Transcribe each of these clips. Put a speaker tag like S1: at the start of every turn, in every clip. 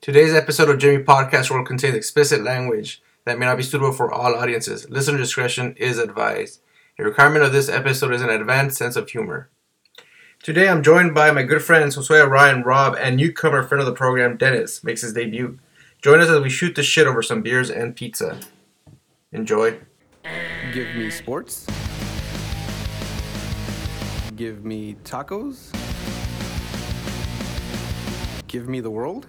S1: Today's episode of Jimmy Podcast will contain explicit language that may not be suitable for all audiences. Listener discretion is advised. A requirement of this episode is an advanced sense of humor. Today I'm joined by my good friends Josue, Ryan, Rob, and newcomer friend of the program, Dennis, makes his debut. Join us as we shoot the shit over some beers and pizza. Enjoy.
S2: Give me sports. Give me tacos. Give me the world.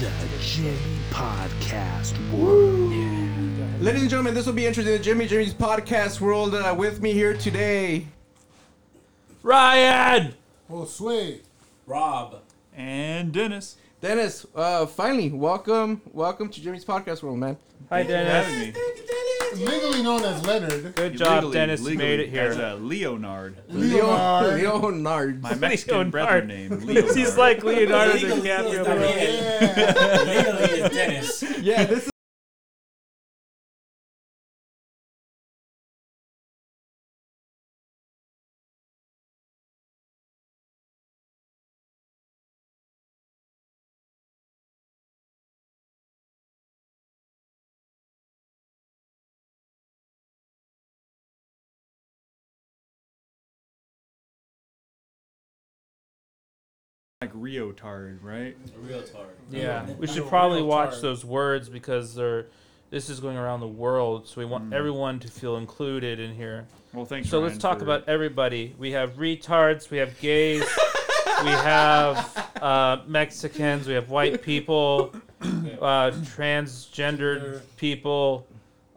S3: The Jimmy Podcast
S2: Ladies and gentlemen, this will be interesting. Jimmy Jimmy's podcast world uh, with me here today.
S4: Ryan
S5: Oh, sway.
S4: and Dennis.
S2: Dennis, uh, finally, welcome, welcome to Jimmy's podcast world, man.
S4: Hi, Dennis.
S5: Legally known as Leonard.
S4: Good job,
S6: Legally,
S4: Dennis. You
S6: legally,
S4: Made it
S6: As
S4: here.
S6: a Leonard.
S5: Leonard.
S2: Leonard.
S6: My Mexican
S4: Leonard.
S6: brother name. Leonard.
S4: He's like Leonardo
S7: Legally,
S4: DiCaprio.
S7: legally.
S5: Yeah.
S7: Literally, it's Dennis.
S2: yeah, this is.
S6: like Rio Tard, right?
S7: Real tar.
S4: Yeah, we should probably watch those words because they're. This is going around the world, so we want
S6: Mm.
S4: everyone to feel included in here.
S6: Well, thanks.
S4: So
S6: Ryan,
S4: let's talk
S6: for-
S4: about everybody. We have retards, we have gays, we have uh, Mexicans, we have white people, uh, transgendered people,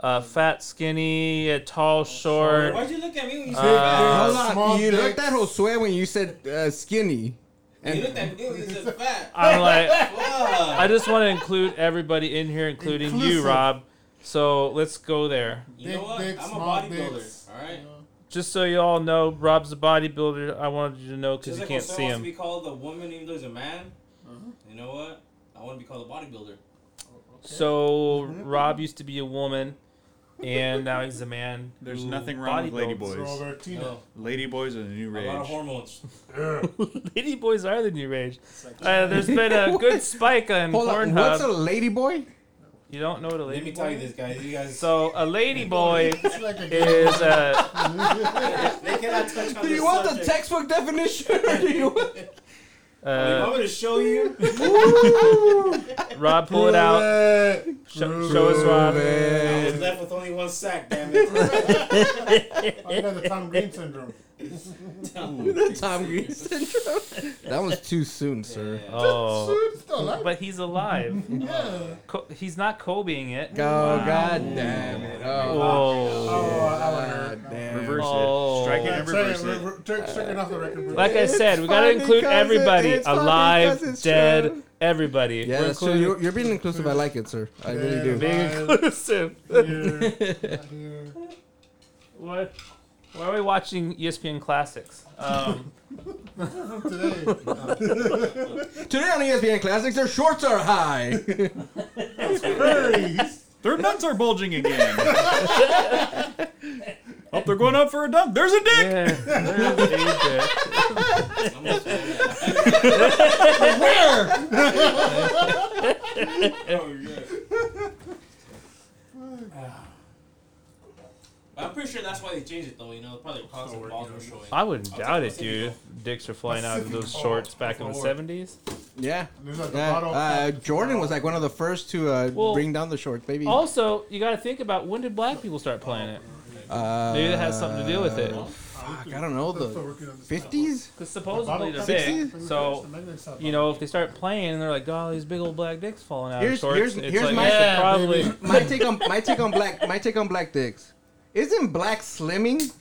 S4: uh, fat, skinny, uh, tall, short.
S7: Why'd you look at me when you said
S4: Uh,
S7: that?
S2: Ah. Hold on,
S5: small
S2: you looked
S5: dicks.
S2: at Josue when you said uh, skinny.
S7: You looked at me when you said fat.
S4: I'm like,
S7: Fuck.
S4: I just want to include everybody in here, including you,
S5: Inclusive.
S4: Rob. So let's go there.
S7: You know
S5: Big
S7: what?
S5: dicks,
S7: I'm a
S5: small
S7: bodybuilder.
S5: dicks.
S7: All right.
S4: Just so you all know, Rob's a bodybuilder. I wanted you to know because
S7: Just
S4: you
S7: like
S4: can't
S7: when
S4: see
S7: someone wants to be
S4: him.
S7: called a woman even though he's a man.
S2: Uh-huh.
S7: You know what? I want to be called a bodybuilder.
S4: So Rob used to be a woman, and now he's a man.
S6: There's
S4: who
S6: nothing wrong with
S4: bodybuilds.
S6: ladyboys.
S7: You
S5: Robertina.
S7: know,
S6: Ladyboys are the new
S7: a lot of
S6: rage.
S7: hormones.
S4: Lady boys are the new rage. Uh, there's been a good spike on
S2: Hold on, what's a
S4: Pornhub.
S2: lady boy?
S4: You don't know what a
S7: Let
S4: lady
S7: me tell
S4: boy
S7: you
S4: is?
S7: this, guys. You guys.
S4: So a lady boy
S5: It's like
S2: Eh,
S5: a
S4: is uh, a.
S7: they cannot touch on
S2: Do
S7: this
S2: you want the
S7: subject.
S2: textbook definition? Or do you want...
S7: Like, I'm
S4: Uh,
S7: gonna show you.
S4: Rob, pull it out. Show, show us Rob.
S7: I was left with only one sack. Damn it.
S2: eh,
S5: I got the Tom Green syndrome.
S4: Oh.
S2: Tom Green syndrome. That was too soon, sir.
S4: Oh,
S5: Dude, still alive.
S4: but he's alive.
S5: yeah.
S4: Co- he's not Kobeing it.
S2: Oh god damn it! Oh,
S4: Oh.
S5: Oh, I
S2: god damn.
S6: Reverse
S4: Oh.
S6: it. Strike it
S4: Yeah,
S6: and
S5: want to
S6: reverse it.
S5: off the record. bro.
S4: Like I said, we gotta
S2: funny
S4: include
S2: 'cause it-
S4: everybody
S2: it's funny 'cause
S4: alive,
S2: it's
S4: dead,
S2: true.
S4: everybody.
S2: Yeah,
S4: We're
S2: that's true.
S4: including-
S2: You're, you're being inclusive. I like it, sir. I really do.
S4: being
S5: Yeah,
S4: inclusive.
S5: Yeah, yeah.
S4: what? Why are we watching E ESPN Classics? Um,
S5: Today. uh,
S2: uh, Today on E ESPN Classics, their shorts are high.
S5: Furries.
S6: Their nuts are bulging again. oh, they're going up for a dunk. There's a dick.
S4: yeah, there's a dick.
S7: I'm gonna show you.
S2: Where?
S7: Oh, yeah. I'm pretty sure that's why they changed it though, you know, probably because the balls were showing.
S4: I wouldn't doubt it,
S7: Pacific
S4: dude. Dicks are flying out of those
S5: Pacific
S4: shorts back in the
S5: Lord.
S4: 70s.
S2: Yeah.
S5: There's like a
S2: Yeah,
S5: bottle
S2: uh,
S5: cap.
S2: Jordan was like one of the first to uh,
S4: Well,
S2: bring down the shorts, baby.
S4: Also, you gotta think about when did black people start playing it?
S2: Uh,
S4: Maybe that has something to do with it.
S2: Fuck, I don't know.
S5: They're still
S2: The
S5: working on this now.
S2: 50s?
S4: Because
S5: Bottle
S4: supposedly they're
S5: cap.
S4: big.
S5: 60s?
S4: So,
S5: The magnet stop
S4: you know, if they start playing and they're like, oh, these big old black dicks falling out
S2: Here's-
S4: of shorts,
S2: here's-
S4: it's
S2: here's
S4: like,
S2: my-
S4: yeah,
S2: Yeah,
S4: probably.
S5: baby.
S2: my take on my take on black my take on black dicks. Isn't black slimming?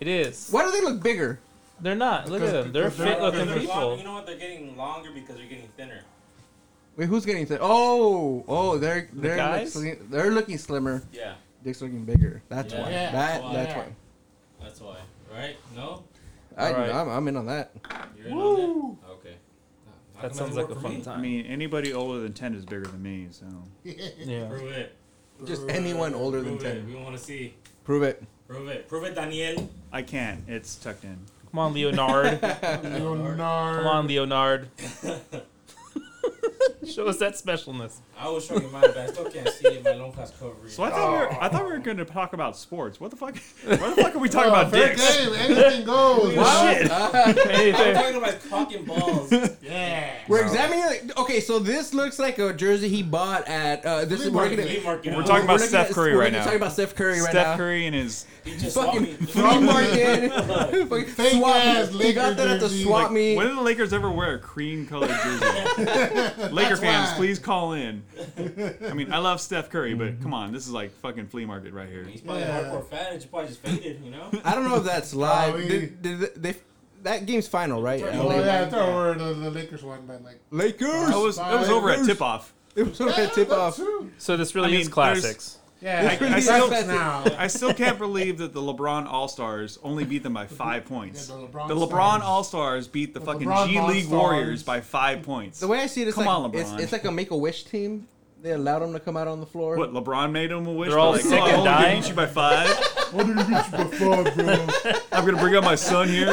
S4: It is.
S2: Why do they look bigger?
S4: They're not. Look at
S5: Because-
S4: them. They're
S5: because they're-
S4: fit
S7: Because
S4: looking
S7: they're long,
S4: people.
S7: you know what? They're getting longer because they're getting thinner.
S2: Wait, who's getting thin? Oh, oh, they're they're look
S4: guys?
S2: sli- they're looking slimmer.
S7: Yeah,
S2: Dick's looking bigger. That's
S7: Yeah.
S2: why.
S5: Yeah.
S2: That
S7: Why?
S2: that's why.
S7: that's why, right? No,
S4: All
S2: I,
S4: right.
S2: I'm, I'm in on that.
S7: you're in on that. Okay. How come
S4: That sounds
S7: doesn't
S4: like
S7: work
S4: a
S7: for
S4: fun
S7: me?
S6: I
S4: time.
S6: mean, anybody older than ten is bigger than me. So
S4: Yeah.
S7: Prove it.
S2: Just anyone older than
S7: Prove it.
S2: ten.
S7: We want to see.
S2: Prove it.
S7: Prove it. Prove it, Daniel.
S6: I can't. It's tucked in.
S4: Come Come on, Leonard.
S5: Leonard.
S4: Come on, Leonard. Show us that specialness.
S7: I was shrugging my back. I still can't see it. My lung has covered.
S6: So I thought we were, I thought we were going to talk about sports. What the fuck? Why the fuck are we talking about
S5: Oh, fair
S6: dicks?
S5: game. Anything goes.
S6: Shit.
S7: I'm
S4: Anything.
S7: talking about cock and balls.
S5: Yeah.
S2: uh, We're examining. Like, okay, so this looks like a jersey he bought at. Uh, this
S5: Flea
S2: is we're
S5: market,
S2: gonna.
S7: Flea market.
S6: We're talking about
S2: looking
S6: Steph
S2: at-
S6: Curry
S2: we're
S6: right
S2: gonna
S6: now.
S2: talk about Steph Curry right
S6: Steph
S2: now.
S6: Currey and his
S7: He just saw me.
S2: Fucking flea market. Fucking
S5: Fake ass
S2: swap. meet. He
S5: Laker
S2: got that at the
S5: jersey,
S2: swap
S5: like,
S2: meet.
S6: When did the Lakers ever wear a cream colored jersey? Laker
S5: That's
S6: fans,
S5: why.
S6: please call in. I mean, I love Steph Curry, but come on, this is like fucking flea market right here.
S7: He's probably
S5: Yeah.
S7: a hardcore fan. It's probably just faded, you know?
S2: I don't know if that's live.
S5: Oh, he-
S2: Did- did they- that game's final, right?
S5: Oh
S2: LA.
S5: yeah, I thought we were the, the Lakers won by like.
S2: Lakers.
S6: That was that was over at tip off.
S2: It was over at tip off.
S5: Too.
S4: So this really
S6: I mean,
S4: is classics.
S5: Yeah,
S6: I-
S5: I,
S6: I
S5: still
S6: still-
S5: now.
S6: I still can't believe that the LeBron All Stars only beat them by five points.
S5: Yeah,
S6: the
S5: the
S6: LeBron,
S5: LeBron Stars.
S6: All Stars beat the, fucking
S5: LeBron
S6: G League
S5: All-Stars.
S6: Warriors by five points.
S2: The way I see it, it's
S6: Come
S2: like
S6: on,
S2: it's,
S6: LeBron.
S2: it's like a make a wish team. They allowed him to come out on the floor.
S6: what LeBron made them a wish?
S4: They're all
S6: like,
S4: sick
S6: oh,
S4: and
S6: I'm gonna
S4: dying.
S6: beat you by five.
S5: What did you get you before, bro?
S6: I'm gonna bring up my son here.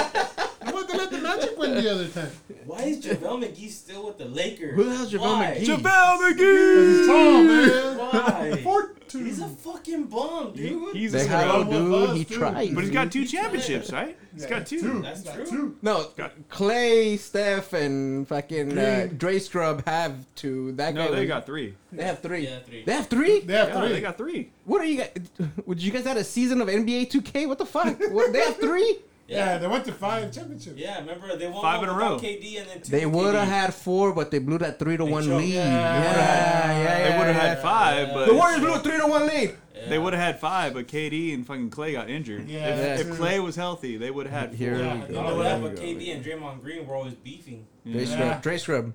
S5: I want to let the Magic win the other time.
S7: Why is JaVale McGee still with the Lakers?
S2: Who the hell's JaVale
S7: Why?
S2: McGee?
S6: JaVale McGee.
S5: It's tall, man.
S7: Why?
S5: Fourteen.
S7: He's a fucking bum, dude.
S6: He's
S2: They
S6: a
S2: had
S6: scrub.
S2: him, dude.
S5: us,
S2: He
S5: dude.
S2: tried.
S6: But he's got two championships, right? He's got two.
S7: That's
S5: Got
S7: true.
S5: two.
S2: no.
S6: Got-
S2: Clay, Steph, and fucking uh,
S5: Green.
S2: Dre Scrub have two. That guy
S6: No, they
S2: was-
S6: got three.
S2: They have three.
S7: Yeah, three.
S2: They have three.
S5: They have
S6: Yeah,
S5: three.
S6: they got three.
S2: What are you guys? Would you guys had a season of NBA 2K? What the fuck? what, they have three.
S5: yeah, they went to five championships.
S7: Yeah, remember they won
S6: Five
S7: one
S6: in a
S7: without
S6: row.
S7: KD and then two
S2: They
S7: with
S2: would have
S7: KD.
S2: had four, but they blew that three to one
S7: choked.
S2: lead.
S7: Yeah.
S2: Yeah, yeah, yeah.
S6: They would have had five, but
S2: The Warriors blew a three to one lead.
S6: they would have had five, but KD and fucking Clay got injured.
S5: Yeah,
S6: If-
S2: that's
S6: if,
S5: true.
S6: Clay was healthy, they would have had
S2: Here
S6: four.
S5: Yeah,
S2: we
S5: you know
S2: go.
S7: Remember
S5: Oh,
S7: that?
S5: yeah.
S7: But KD and Draymond Green were always beefing.
S2: Dre Scrub. Dre Scrub.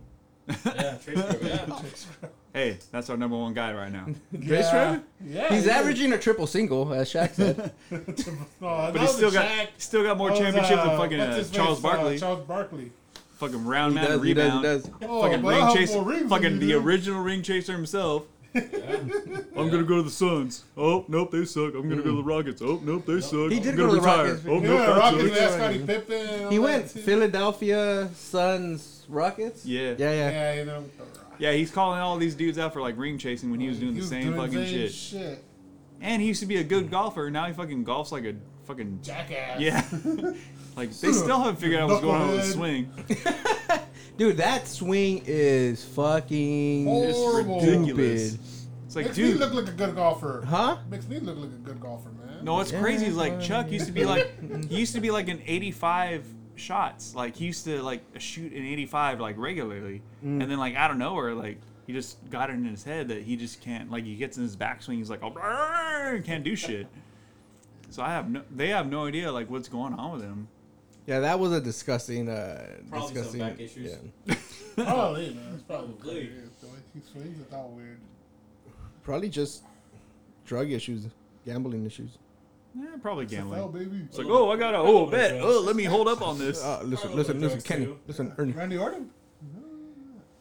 S7: Yeah, Trace Grove, yeah.
S6: Hey, that's our number one guy right now.
S2: Dre Scrub.
S5: Yeah,
S2: He's
S5: he is.
S2: averaging a triple single, as Shaq said.
S5: Oh,
S6: But he's still got still got more championships than fucking uh, Charles Barkley.
S5: Charles Barkley.
S6: fucking round
S2: he
S6: mountain
S2: does. He does. He
S6: rebound.
S2: does.
S5: Oh,
S6: Fucking
S5: but I
S6: ring
S5: have
S6: chaser.
S5: more rings than
S6: Fucking
S5: you
S6: the
S5: do.
S6: original ring chaser himself. I'm gonna go to the Suns. Oh nope, they suck. I'm gonna go to the Rockets. Oh nope, they suck.
S2: Hmm. He
S6: I'm gonna
S2: did go to the
S6: retire.
S2: Rockets.
S6: Oh nope,
S5: Yeah,
S6: that
S5: Rockets
S6: sucks.
S5: last Scottie Pippen. and all
S2: He
S5: that
S2: went
S5: shit.
S2: Philadelphia Suns Rockets.
S6: Yeah.
S2: Yeah, yeah.
S5: Yeah, you know.
S6: Yeah, he's calling all these dudes out for like ring chasing when he was doing
S5: Oh, He
S6: the
S5: was
S6: same
S5: doing
S6: fucking
S5: the same
S6: shit. And he used to be a good golfer. Now he fucking golfs like a fucking
S5: Jackass.
S6: yeah. like they still haven't figured out what's going on with the
S5: Knucklehead.
S6: swing.
S2: Dude, that swing is fucking
S5: Oh,
S6: It's
S5: Horrible.
S6: ridiculous.
S2: stupid.
S6: It's like
S5: Makes me
S6: dude.
S5: look like a good golfer.
S2: Huh?
S5: Makes me look like a good golfer, man.
S6: No, what's crazy is like Chuck used to be like he used to be like an 85 shots. Like he used to like shoot an 85 like regularly, and then like out of nowhere like he just got it in his head that he just can't like he gets in his backswing. He's like oh brrr, can't do shit. So I have no they have no idea like what's going on with him.
S2: Yeah, that was a disgusting, uh,
S7: Probably some
S2: disgusting.
S7: back issues.
S2: yeah.
S5: Probably, Oh, man. It's probably what
S7: Probably.
S5: it is. The way he swings it's all weird.
S2: Probably just drug issues, gambling issues.
S6: Yeah, probably
S5: Hell,
S6: gambling.
S5: baby.
S6: It's like oh I got to oh bet oh let me hold up on this.
S2: Uh, listen,
S7: Probably
S2: listen,
S7: drugs,
S2: listen, Kenny,
S7: too.
S2: listen, Ernie.
S5: Randy Orton.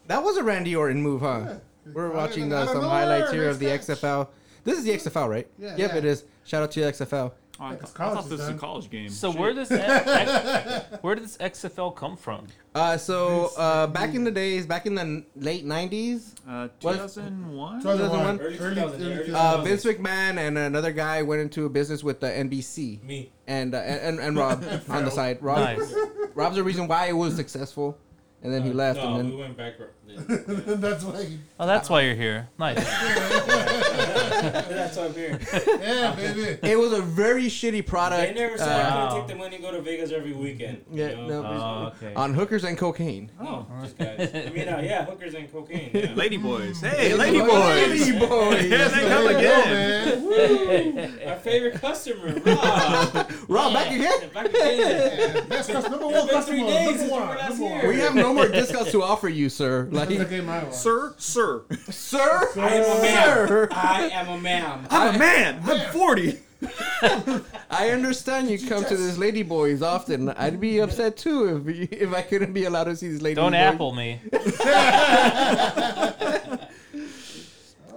S2: That was a Randy Orton move, huh? We're
S5: Out of-
S2: watching uh,
S5: out of
S2: some
S5: nowhere,
S2: highlights here
S5: next
S2: of the
S5: match.
S2: XFL. This is the XFL, right?
S5: Yeah,
S2: Yep,
S5: yeah.
S2: it is. Shout out to the XFL.
S6: Oh, I, thought,
S5: It's
S6: I
S5: college,
S6: thought this was a
S5: son.
S6: college game.
S4: So
S6: Shit.
S4: where does that where did this XFL come from?
S2: Uh, so uh, back in the days, back in the n- late '90s,
S6: uh,
S2: What?
S6: 2001?
S5: 2001.
S7: Early 2000, early
S5: Oh,
S2: uh, Vince McMahon and another guy went into business with the NBC
S7: Me.
S2: and uh, and and Rob on the side. Rob,
S4: Nice.
S2: Rob's the reason why it was successful, and then he left,
S7: No,
S2: and
S7: we
S2: then
S7: went bankrupt. then.
S5: That's why. he-
S4: Oh, that's why you're here. Nice.
S7: That's why I'm here.
S5: Yeah, baby.
S2: it was a very shitty
S7: They
S2: product.
S7: never
S2: uh,
S7: said I
S4: Wow.
S7: couldn't take the money and go to Vegas every weekend. you
S2: Yeah,
S7: know?
S2: no.
S4: Oh, okay.
S2: on hookers and cocaine.
S7: No, just guys. I mean, uh, yeah, hookers and cocaine. Yeah.
S6: Lady boys. Hey,
S2: Mm. Lady
S6: lady boys.
S2: Lady boys.
S6: Yeah, they
S5: There
S6: come
S5: you go,
S6: again.
S5: man.
S7: Our favorite customer, Rob.
S2: Rob, back again.
S7: Back again.
S5: Yes, cus- number
S7: It's
S5: one
S7: been three
S5: customer.
S7: days
S5: Number
S7: since we were
S5: one.
S7: last
S5: Number one.
S7: here.
S2: We have no more discounts to offer you, sir. Like,
S5: That's the game I watch.
S6: Sir, sir.
S2: sir,
S7: I am a ma'am.
S2: sir.
S7: I am a ma'am.
S6: I'm a man. I'm 40.
S2: I understand you come to this lady boys often. I'd be upset too if if I couldn't be allowed to see these lady.
S4: Don't
S2: boys.
S4: apple me.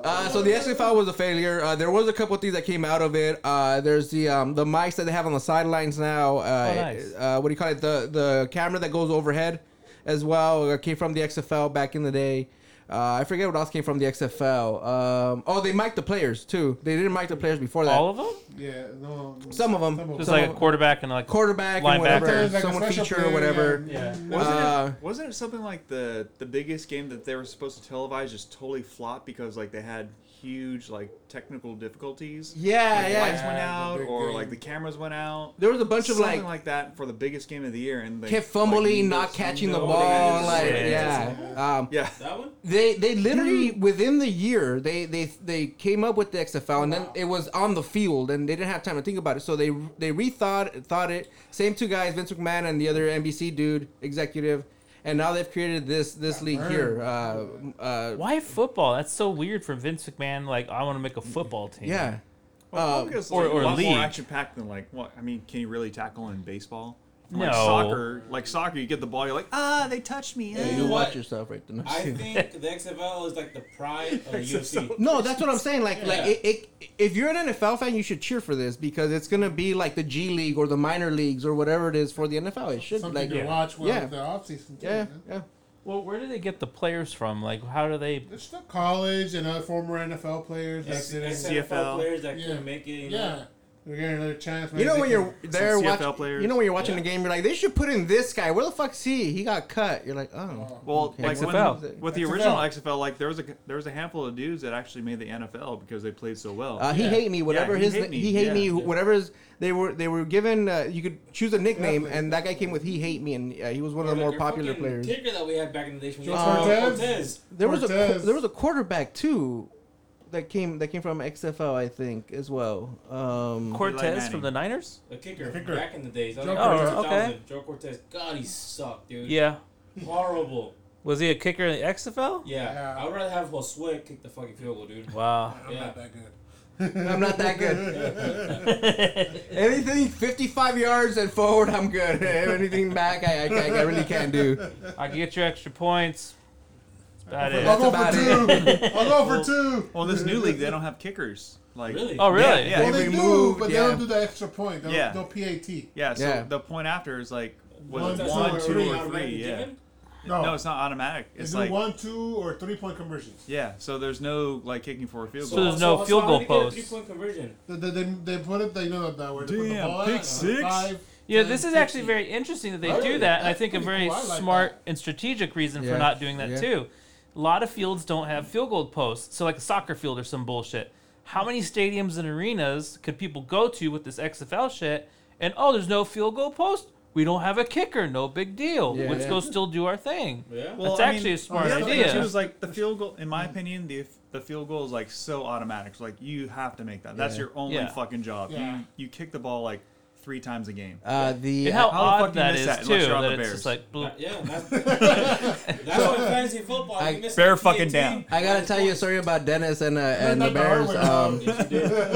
S2: Uh, so the SC file was a failure. Uh, there was a couple things that came out of it. Uh, there's the um, the mics that they have on the sidelines now. Uh,
S4: Oh, nice.
S2: uh, what do you call it? The the camera that goes overhead, as well, uh, came from the XFL back in the day. Uh, I forget what else came from the XFL. Um, oh, they mic'd the players too. They didn't mic the players before that.
S4: All of them?
S5: Yeah, no.
S2: Some of 'em.
S4: Just
S2: Some
S4: like a
S2: of-
S4: quarterback and like
S2: Quarterback and whatever,
S4: Linebackers.
S5: Like a
S2: someone
S5: special
S2: feature
S5: player,
S2: or whatever.
S4: Yeah.
S6: Wasn't,
S2: Uh,
S6: it, wasn't it something like the the biggest game that they were supposed to televise just totally flopped because like they had huge like technical difficulties?
S2: Yeah,
S6: Like,
S2: yeah.
S6: Lights went
S5: Yeah,
S6: out,
S5: the big
S6: or
S5: game.
S6: like the cameras went out.
S2: There was a bunch of
S6: something like,
S2: like,
S6: that for the biggest game of the year, and they
S2: kept fumbling,
S6: like,
S2: not catching the
S7: no
S2: ball.
S7: defense.
S2: Like
S4: Yeah.
S2: yeah. Um,
S6: Yeah,
S7: That one?
S2: They they literally within the year they they they came up with the XFL and then it was on the field and they didn't have time to think about it so they they rethought thought it same two guys Vince McMahon and the other NBC dude executive and now they've created this this league here uh, uh,
S4: Why football? That's so weird for Vince McMahon. Like, I want to make a football team.
S2: yeah Um,
S6: well, because,
S4: or-
S6: like,
S4: or
S6: a lot
S4: league.
S6: more action packed than like what? I mean, can you really tackle in baseball?
S4: No.
S6: Like soccer, like soccer, you get the ball, you're like, ah, they touched me.
S7: you
S6: ah."
S2: you
S7: know
S2: watch
S7: what?
S2: yourself right there.
S7: I think the XFL is like the pride of the UFC.
S2: No, that's what I'm saying. Like, like
S7: Yeah.
S2: it, it, if you're an NFL fan, you should cheer for this because it's gonna be like the G League or the minor leagues or whatever it is for the NFL. It should
S5: Something
S2: like,
S5: to
S2: yeah,
S5: watch with
S2: Yeah.
S5: the offseason. too,
S2: yeah,
S5: man.
S4: Well, where do they get the players from? Like, how do they?
S5: There's still college and other former NFL players that
S7: Ex-
S5: didn't.
S7: XFL
S6: CFL.
S7: players that
S5: Yeah.
S7: couldn't make it. You know?
S5: Yeah, they're getting another chance.
S2: You
S5: maybe
S2: know
S5: they
S2: when
S5: can-
S2: you're there
S6: CFL
S2: watching,
S6: players.
S2: you know when you're watching
S7: Yeah.
S2: the game, you're like, they should put in this guy. Where the fuck's he? He got cut. You're like, oh,
S6: Well, like when-
S4: XFL.
S6: with the
S5: XFL.
S6: original XFL, like there was a there was a handful of dudes that actually made the NFL because they played so well.
S2: Uh, he
S7: Yeah.
S2: hate me. Whatever
S6: he
S2: his
S6: hate me.
S2: he hate
S6: Yeah.
S2: me.
S6: Yeah.
S2: Whatever his they were they were given. Uh, you could choose a nickname, and that guy came with he hate me, and uh, he was one of the
S7: Or
S2: more
S7: like our
S2: popular
S7: fucking
S2: players.
S7: Kicker that we had back in the day from
S5: Joe
S7: Utah,
S5: Cortez?
S7: Cortez.
S2: There was a qu-
S5: Cortez.
S2: there was a quarterback too, that came that came from XFL I think as well. Um,
S4: Cortez
S6: Manning.
S4: from the Niners?
S7: A kicker,
S5: Kicker.
S7: back in the days. That
S5: Joe
S7: was like
S4: Cortez. Oh,
S7: 2000.
S4: okay.
S7: Joe Cortez. God, he sucked, dude.
S4: Yeah.
S7: Horrible.
S4: Was he a kicker in the XFL?
S7: Yeah.
S5: Yeah.
S7: I would rather have Josue kick the fucking field goal,
S2: Oh,
S7: dude.
S4: Wow.
S5: I'm
S7: Yeah.
S5: not that good.
S2: I'm not that good. Anything 55 yards and forward, I'm good. Anything back, I, I, I really can't do.
S4: I can get you extra points. That's about it.
S5: I'll go for
S2: about
S5: two. I'll go for two.
S6: well, this new league they don't have kickers. Like
S7: Really?
S4: Oh, really?
S6: Yeah,
S5: Well,
S6: yeah.
S5: they do,
S2: removed,
S5: but
S2: yeah.
S5: they don't do the extra point. They'll,
S6: Yeah.
S5: they'll PAT.
S6: Yeah, so
S2: Yeah.
S6: the point after is like was
S5: One,
S6: it
S5: two,
S6: one,
S5: or
S6: two,
S5: three.
S6: or three? Yeah.
S5: No,
S6: No, it's not automatic.
S5: they
S6: It's
S5: do
S6: like
S5: one, two, or three point conversions.
S6: yeah. So there's no like kicking for a field
S4: So
S6: goal.
S4: there's no field goal post.
S7: Three point conversion.
S5: They, they, they- they put it, they know that where they put the
S6: Damn,
S5: ball at,
S6: pick
S5: uh,
S6: six?
S5: Five.
S4: Yeah, this is
S5: Ten,
S4: actually very interesting that they do
S5: Really?
S4: that, and I
S5: That's
S4: think a
S5: pretty
S4: very
S5: cool. I like
S4: smart
S5: that.
S4: and strategic reason
S2: Yeah.
S4: for not doing that
S2: Yeah.
S4: too. A lot of fields don't have field goal posts, so like a soccer field or some bullshit. How many stadiums and arenas could people go to with this XFL shit? And oh, there's no field goal post. We don't have a kicker. No big deal.
S2: Yeah,
S4: Let's
S2: yeah.
S4: go still do our thing.
S7: Yeah.
S4: That's actually a smart
S6: the other thing
S4: idea.
S6: too is like the field goal. In my opinion, the the field goal is like so automatic. It's like you have to make that. That's
S2: Yeah.
S6: your only
S4: Yeah.
S6: fucking job.
S5: Yeah.
S6: You you kick the ball like three times a game.
S2: Uh, the
S4: And
S6: How
S4: how,
S6: the fuck
S4: odd
S6: do you
S4: that
S6: miss
S4: is
S6: that
S4: too.
S6: unless you're on
S4: That
S6: the
S4: it's
S6: Bears?
S4: just like bloop.
S7: Yeah, that's, that's why fantasy football.
S2: I-
S7: you miss
S6: Bare
S7: the
S6: fucking
S7: PAT.
S6: down.
S2: I gotta tell you a story about Dennis and uh, and the
S5: not the hard
S2: Bears.
S5: way.
S2: Um,
S7: Yes, you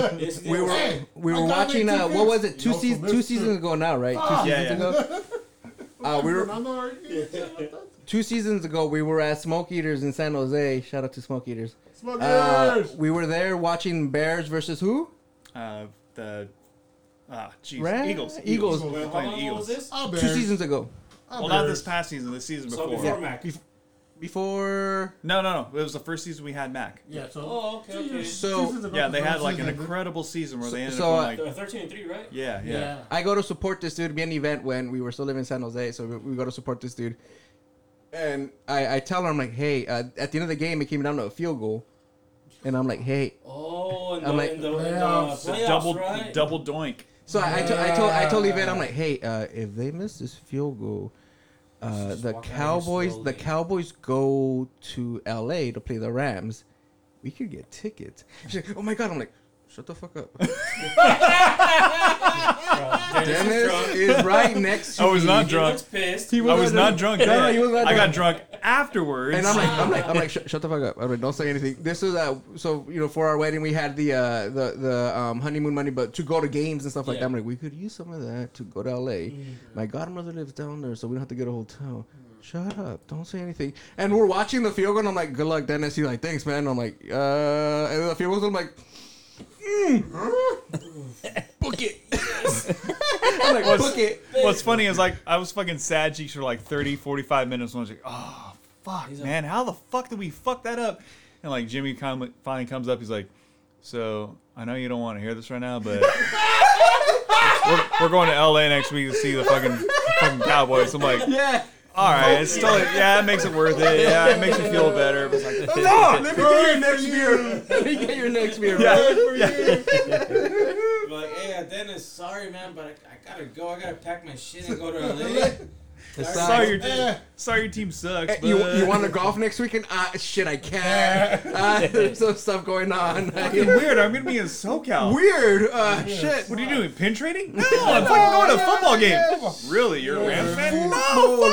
S7: did. Yes, you
S2: we
S7: did.
S2: were
S5: Hey,
S2: we
S5: I
S2: were
S5: gotta
S2: watching.
S5: make two
S2: Uh, what
S5: picks.
S2: was it? Two
S5: You also
S2: seasons.
S5: missed
S2: Two
S5: two.
S2: seasons ago now, right? Two
S5: Ah.
S6: Yeah,
S2: seasons ago. Uh, we were
S5: Fernando Arguez.
S2: two seasons ago. We were at Smoke Eaters in San Jose. Shout out to Smoke Eaters.
S5: Smokers.
S2: Uh, we were there watching Bears versus who?
S6: Uh, the ah, jeez,
S2: Ran-
S6: Eagles,
S2: Eagles.
S6: We're
S7: Wait, how
S6: playing
S7: long ago was
S6: Eagles.
S7: this?
S5: I'll
S2: Two
S5: bear.
S2: seasons ago.
S5: I'll
S6: Well, not
S5: bear.
S6: this past season. The season
S7: So
S6: before.
S7: before Mac.
S2: Bef- Before
S6: No, no, no. It was the first season we had Mac.
S5: Yeah, so.
S7: Oh, okay,
S5: two
S7: okay.
S5: years-
S2: So-
S5: seasons ago,
S6: Yeah, they had
S5: two
S6: like an
S5: seasons ago.
S6: incredible season where they ended
S2: so, uh,
S6: up going, like,
S7: They're 13 and 3, right?
S6: yeah, yeah.
S5: Yeah.
S2: I go to support this dude, be an event when we were still living in San Jose, so we, we go to support this dude. And I, I tell her, I'm like, hey, uh, at the end of the game, it came down to a field goal. And I'm like, hey.
S7: Oh, and the,
S2: I'm like,
S7: and the, and the
S5: playoffs.
S6: The
S7: playoffs,
S6: double,
S7: right?
S6: double doink.
S2: So I, I, to, I, told, I told Yvette, I'm like, hey, uh, if they miss this field goal, uh,
S7: Just
S2: the
S7: walk out here
S2: Cowboys, the
S7: slowly.
S2: Cowboys go to L.A. to play the Rams. We could get tickets. She's like, oh my god! I'm like, shut the fuck up. Dennis is right next to
S6: I was
S2: me.
S6: Oh, not
S7: He
S6: drunk.
S7: looks pissed.
S6: I was not drunk.
S2: No,
S6: then.
S2: he was not
S6: I got drunk afterwards.
S2: And I'm like, I'm like, I'm like, shut, shut the fuck up. I'm like, don't say anything. This is uh, so you know, for our wedding, we had the uh, the the um, honeymoon money, but to go to games and stuff like
S7: Yeah.
S2: that. I'm like, we could use some of that to go to LA. My godmother lives down there, so we don't have to get a hotel. Shut up! Don't say anything. And we're watching the field goal, and I'm like, "Good luck, Dennis." He's like, "Thanks, man." I'm like, "Uh," and the field goal, I'm like,
S6: Book it.
S2: "I'm like,
S6: Was-
S2: book it."
S6: What's funny is like I was fucking sad cheeks for like 30, 45 minutes. And I was like, oh fuck, man, how the fuck did we fuck that up? And like Jimmy com- finally comes up, he's like, so I know you don't want to hear this right now, but we're, we're going to LA next week to see the fucking fucking Cowboys. I'm like,
S2: Yeah.
S6: all right, it's still yeah, it makes it worth it. Yeah, it makes me feel better. But it's like, no,
S2: Let me get your next beer. Let me get your next beer. Yeah.
S7: Be like, hey, uh, Dennis, sorry, man, but I, I gotta go. I gotta pack my shit and go to LA.
S6: sorry, your team, sorry, your team sucks. But
S2: You, you want to golf next weekend? Ah, shit, I can't. Ah, there's some stuff going on.
S6: fucking weird? I'm gonna be in SoCal.
S2: Weird. Uh, shit.
S6: What are you doing? Pin trading? No, I'm fucking going to a football game. Really? You're a Rams fan? No,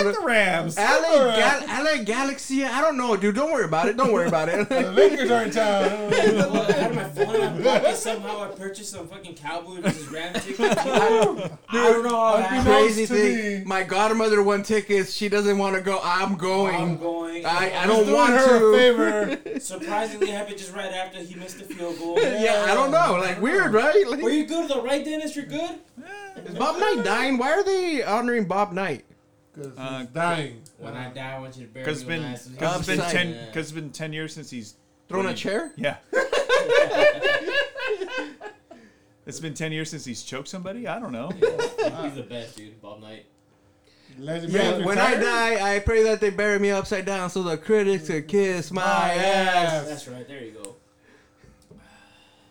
S6: fuck the Rams.
S2: LA, Gal- LA Galaxy. I don't know, dude. Don't worry about it. Don't worry about
S5: The
S2: it.
S5: Lakers are in town.
S7: Well, I had my phone on pocket. Somehow I purchased some fucking Cowboy versus Ram tickets. I, I don't know how that happened.
S2: Crazy
S5: to me.
S2: thing. My godmother won tickets. She doesn't want to go. I'm going.
S7: I'm going.
S2: I, I
S5: He's
S2: don't
S5: doing
S2: want
S5: her
S2: to.
S5: a favor.
S7: Surprisingly, happened just right after he missed the field goal.
S2: Yeah, I don't know. Like weird, right? Like,
S7: Were you good though, right, Dennis? You're good.
S2: is Bob Knight dying? Why are they honoring Bob Knight?
S5: 'Cause he's
S6: Uh,
S5: dying.
S7: When I die, I want you to bury me
S6: Because
S7: with
S6: it's
S7: my
S6: been,
S7: ass. in the
S6: cause it's been,
S2: Upside
S6: ten,
S7: down.
S6: cause it's been 10 years since he's.
S2: Throwing a chair?
S6: Yeah. it's been 10 years since he's choked somebody? I don't know.
S7: He's the best, dude. Bob Knight.
S5: Legend
S2: Yeah.
S5: man's
S2: When I
S5: retired?
S2: die, I pray that they bury me upside down so the critics could kiss
S5: Ah,
S2: my
S5: Oh,
S2: ass.
S7: That's right. There you go.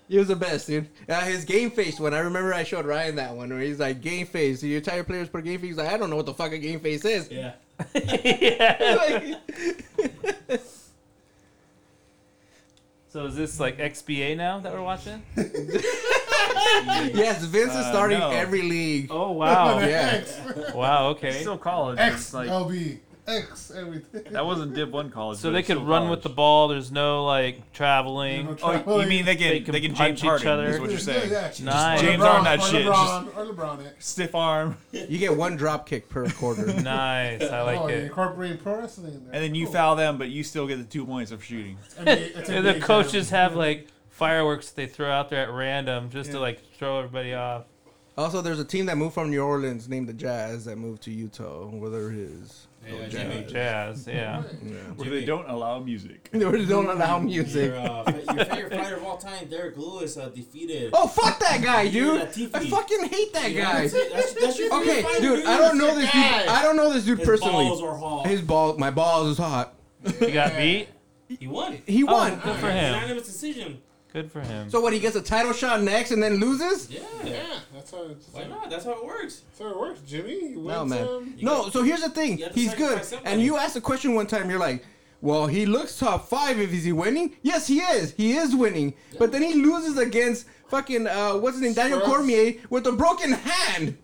S2: He was the best, dude. Uh, his game face one. I remember I showed Ryan that one where he's like, game face. The entire players per game face. He's like, I don't know what the fuck a game face is.
S7: Yeah.
S2: Like,
S4: So is this like XBA now that we're watching?
S2: yes, Vince is
S6: Uh,
S2: starting
S6: no.
S2: every league.
S4: Oh wow,
S2: Yeah.
S5: X.
S4: wow, okay.
S6: still college.
S5: X,
S6: like,
S2: oh,
S5: LB, X, everything.
S6: that wasn't Div 1 college.
S4: So they could run with the ball. There's no like traveling.
S6: Oh, you mean they can,
S4: They
S6: they
S4: can
S6: can,
S4: punch
S6: James
S4: each
S6: Harden,
S4: other.
S6: is what you're saying.
S4: Nice.
S6: James Harden that shit,
S5: Or
S6: just-
S5: LeBron, or LeBron X.
S6: Stiff arm.
S2: You get one drop kick per quarter.
S4: Nice, I
S5: oh,
S4: like
S5: you're
S4: it.
S5: incorporating pro wrestling in there.
S6: And then you foul them, but you still get the two points of shooting.
S4: Yeah, the coaches have like fireworks they throw out there at random just to like throw everybody off.
S2: also, there's a team that moved from New Orleans named the Jazz that moved to Utah, where there is.
S7: Yeah,
S4: Jimmy
S7: Jimmy.
S4: Jazz, yeah.
S6: Where they don't allow music.
S2: They don't allow music.
S7: Your, uh, fa- your favorite fighter of all time, Derek Lewis, uh, defeated.
S2: Oh, fuck that guy, dude.
S7: Latifi.
S2: I fucking hate that
S7: Yeah,
S2: guy.
S7: That's, it. that's, that's your favorite
S2: Okay,
S7: fighter,
S2: dude, I don't know
S7: That's
S2: this dude.
S7: your guy.
S2: I don't know this dude
S7: His
S2: personally.
S7: balls are hot.
S2: His ball, my balls is hot.
S4: He got beat.
S7: He won.
S2: He won.
S4: good for him.
S7: Unanimous decision.
S4: Good for him.
S2: So what? He gets a title shot next and then loses?
S7: Yeah.
S5: Yeah, that's how, it's,
S7: Why not? That's how it works.
S5: that's how it works. Jimmy, he
S2: No
S5: wins
S2: man.
S5: um,
S2: No. So here's the thing.
S7: you have to
S2: He's good.
S7: sacrifice somebody.
S2: And you asked a question one time. You're like, well, he looks top five. If is he winning? Yes, he is. He is winning. But then he loses against fucking uh, what's his name, Daniel
S5: Strauss.
S2: Cormier, with a broken hand.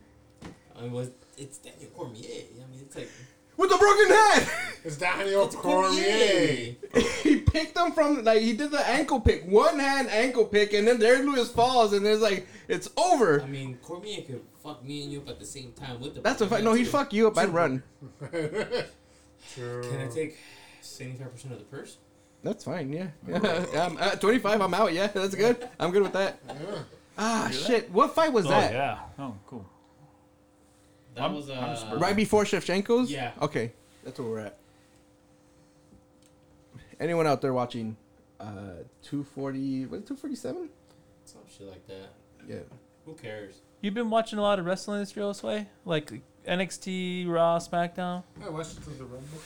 S7: I mean, was, it's Daniel Cormier. I mean, it's like
S2: With a broken hand.
S5: It's Daniel
S7: it's
S5: Cormier.
S2: he picked him from like he did the ankle pick, one hand ankle pick, and then there Lewis falls, and it's like it's over.
S7: I mean, Cormier could fuck me and you up at the same time with the.
S2: That's a fact. No, he'd fuck you up. I'd run.
S7: Can I take seventy-five percent of the purse?
S2: That's fine, yeah. um, uh, 25, I'm out, yeah. That's good. I'm good with that. Ah, shit. What fight was
S4: oh
S2: that?
S4: yeah.
S6: Oh, cool.
S7: That
S6: I'm-
S7: was uh,
S6: I'm just-
S2: Right before Shevchenko's?
S7: Yeah.
S2: Okay, that's where we're at. Anyone out there watching uh, 240, was it 247?
S7: some shit like that.
S2: Yeah.
S7: Who cares?
S4: You've been watching a lot of wrestling this girl's way? Like NXT Raw SmackDown?
S5: I watched it to the Rumble.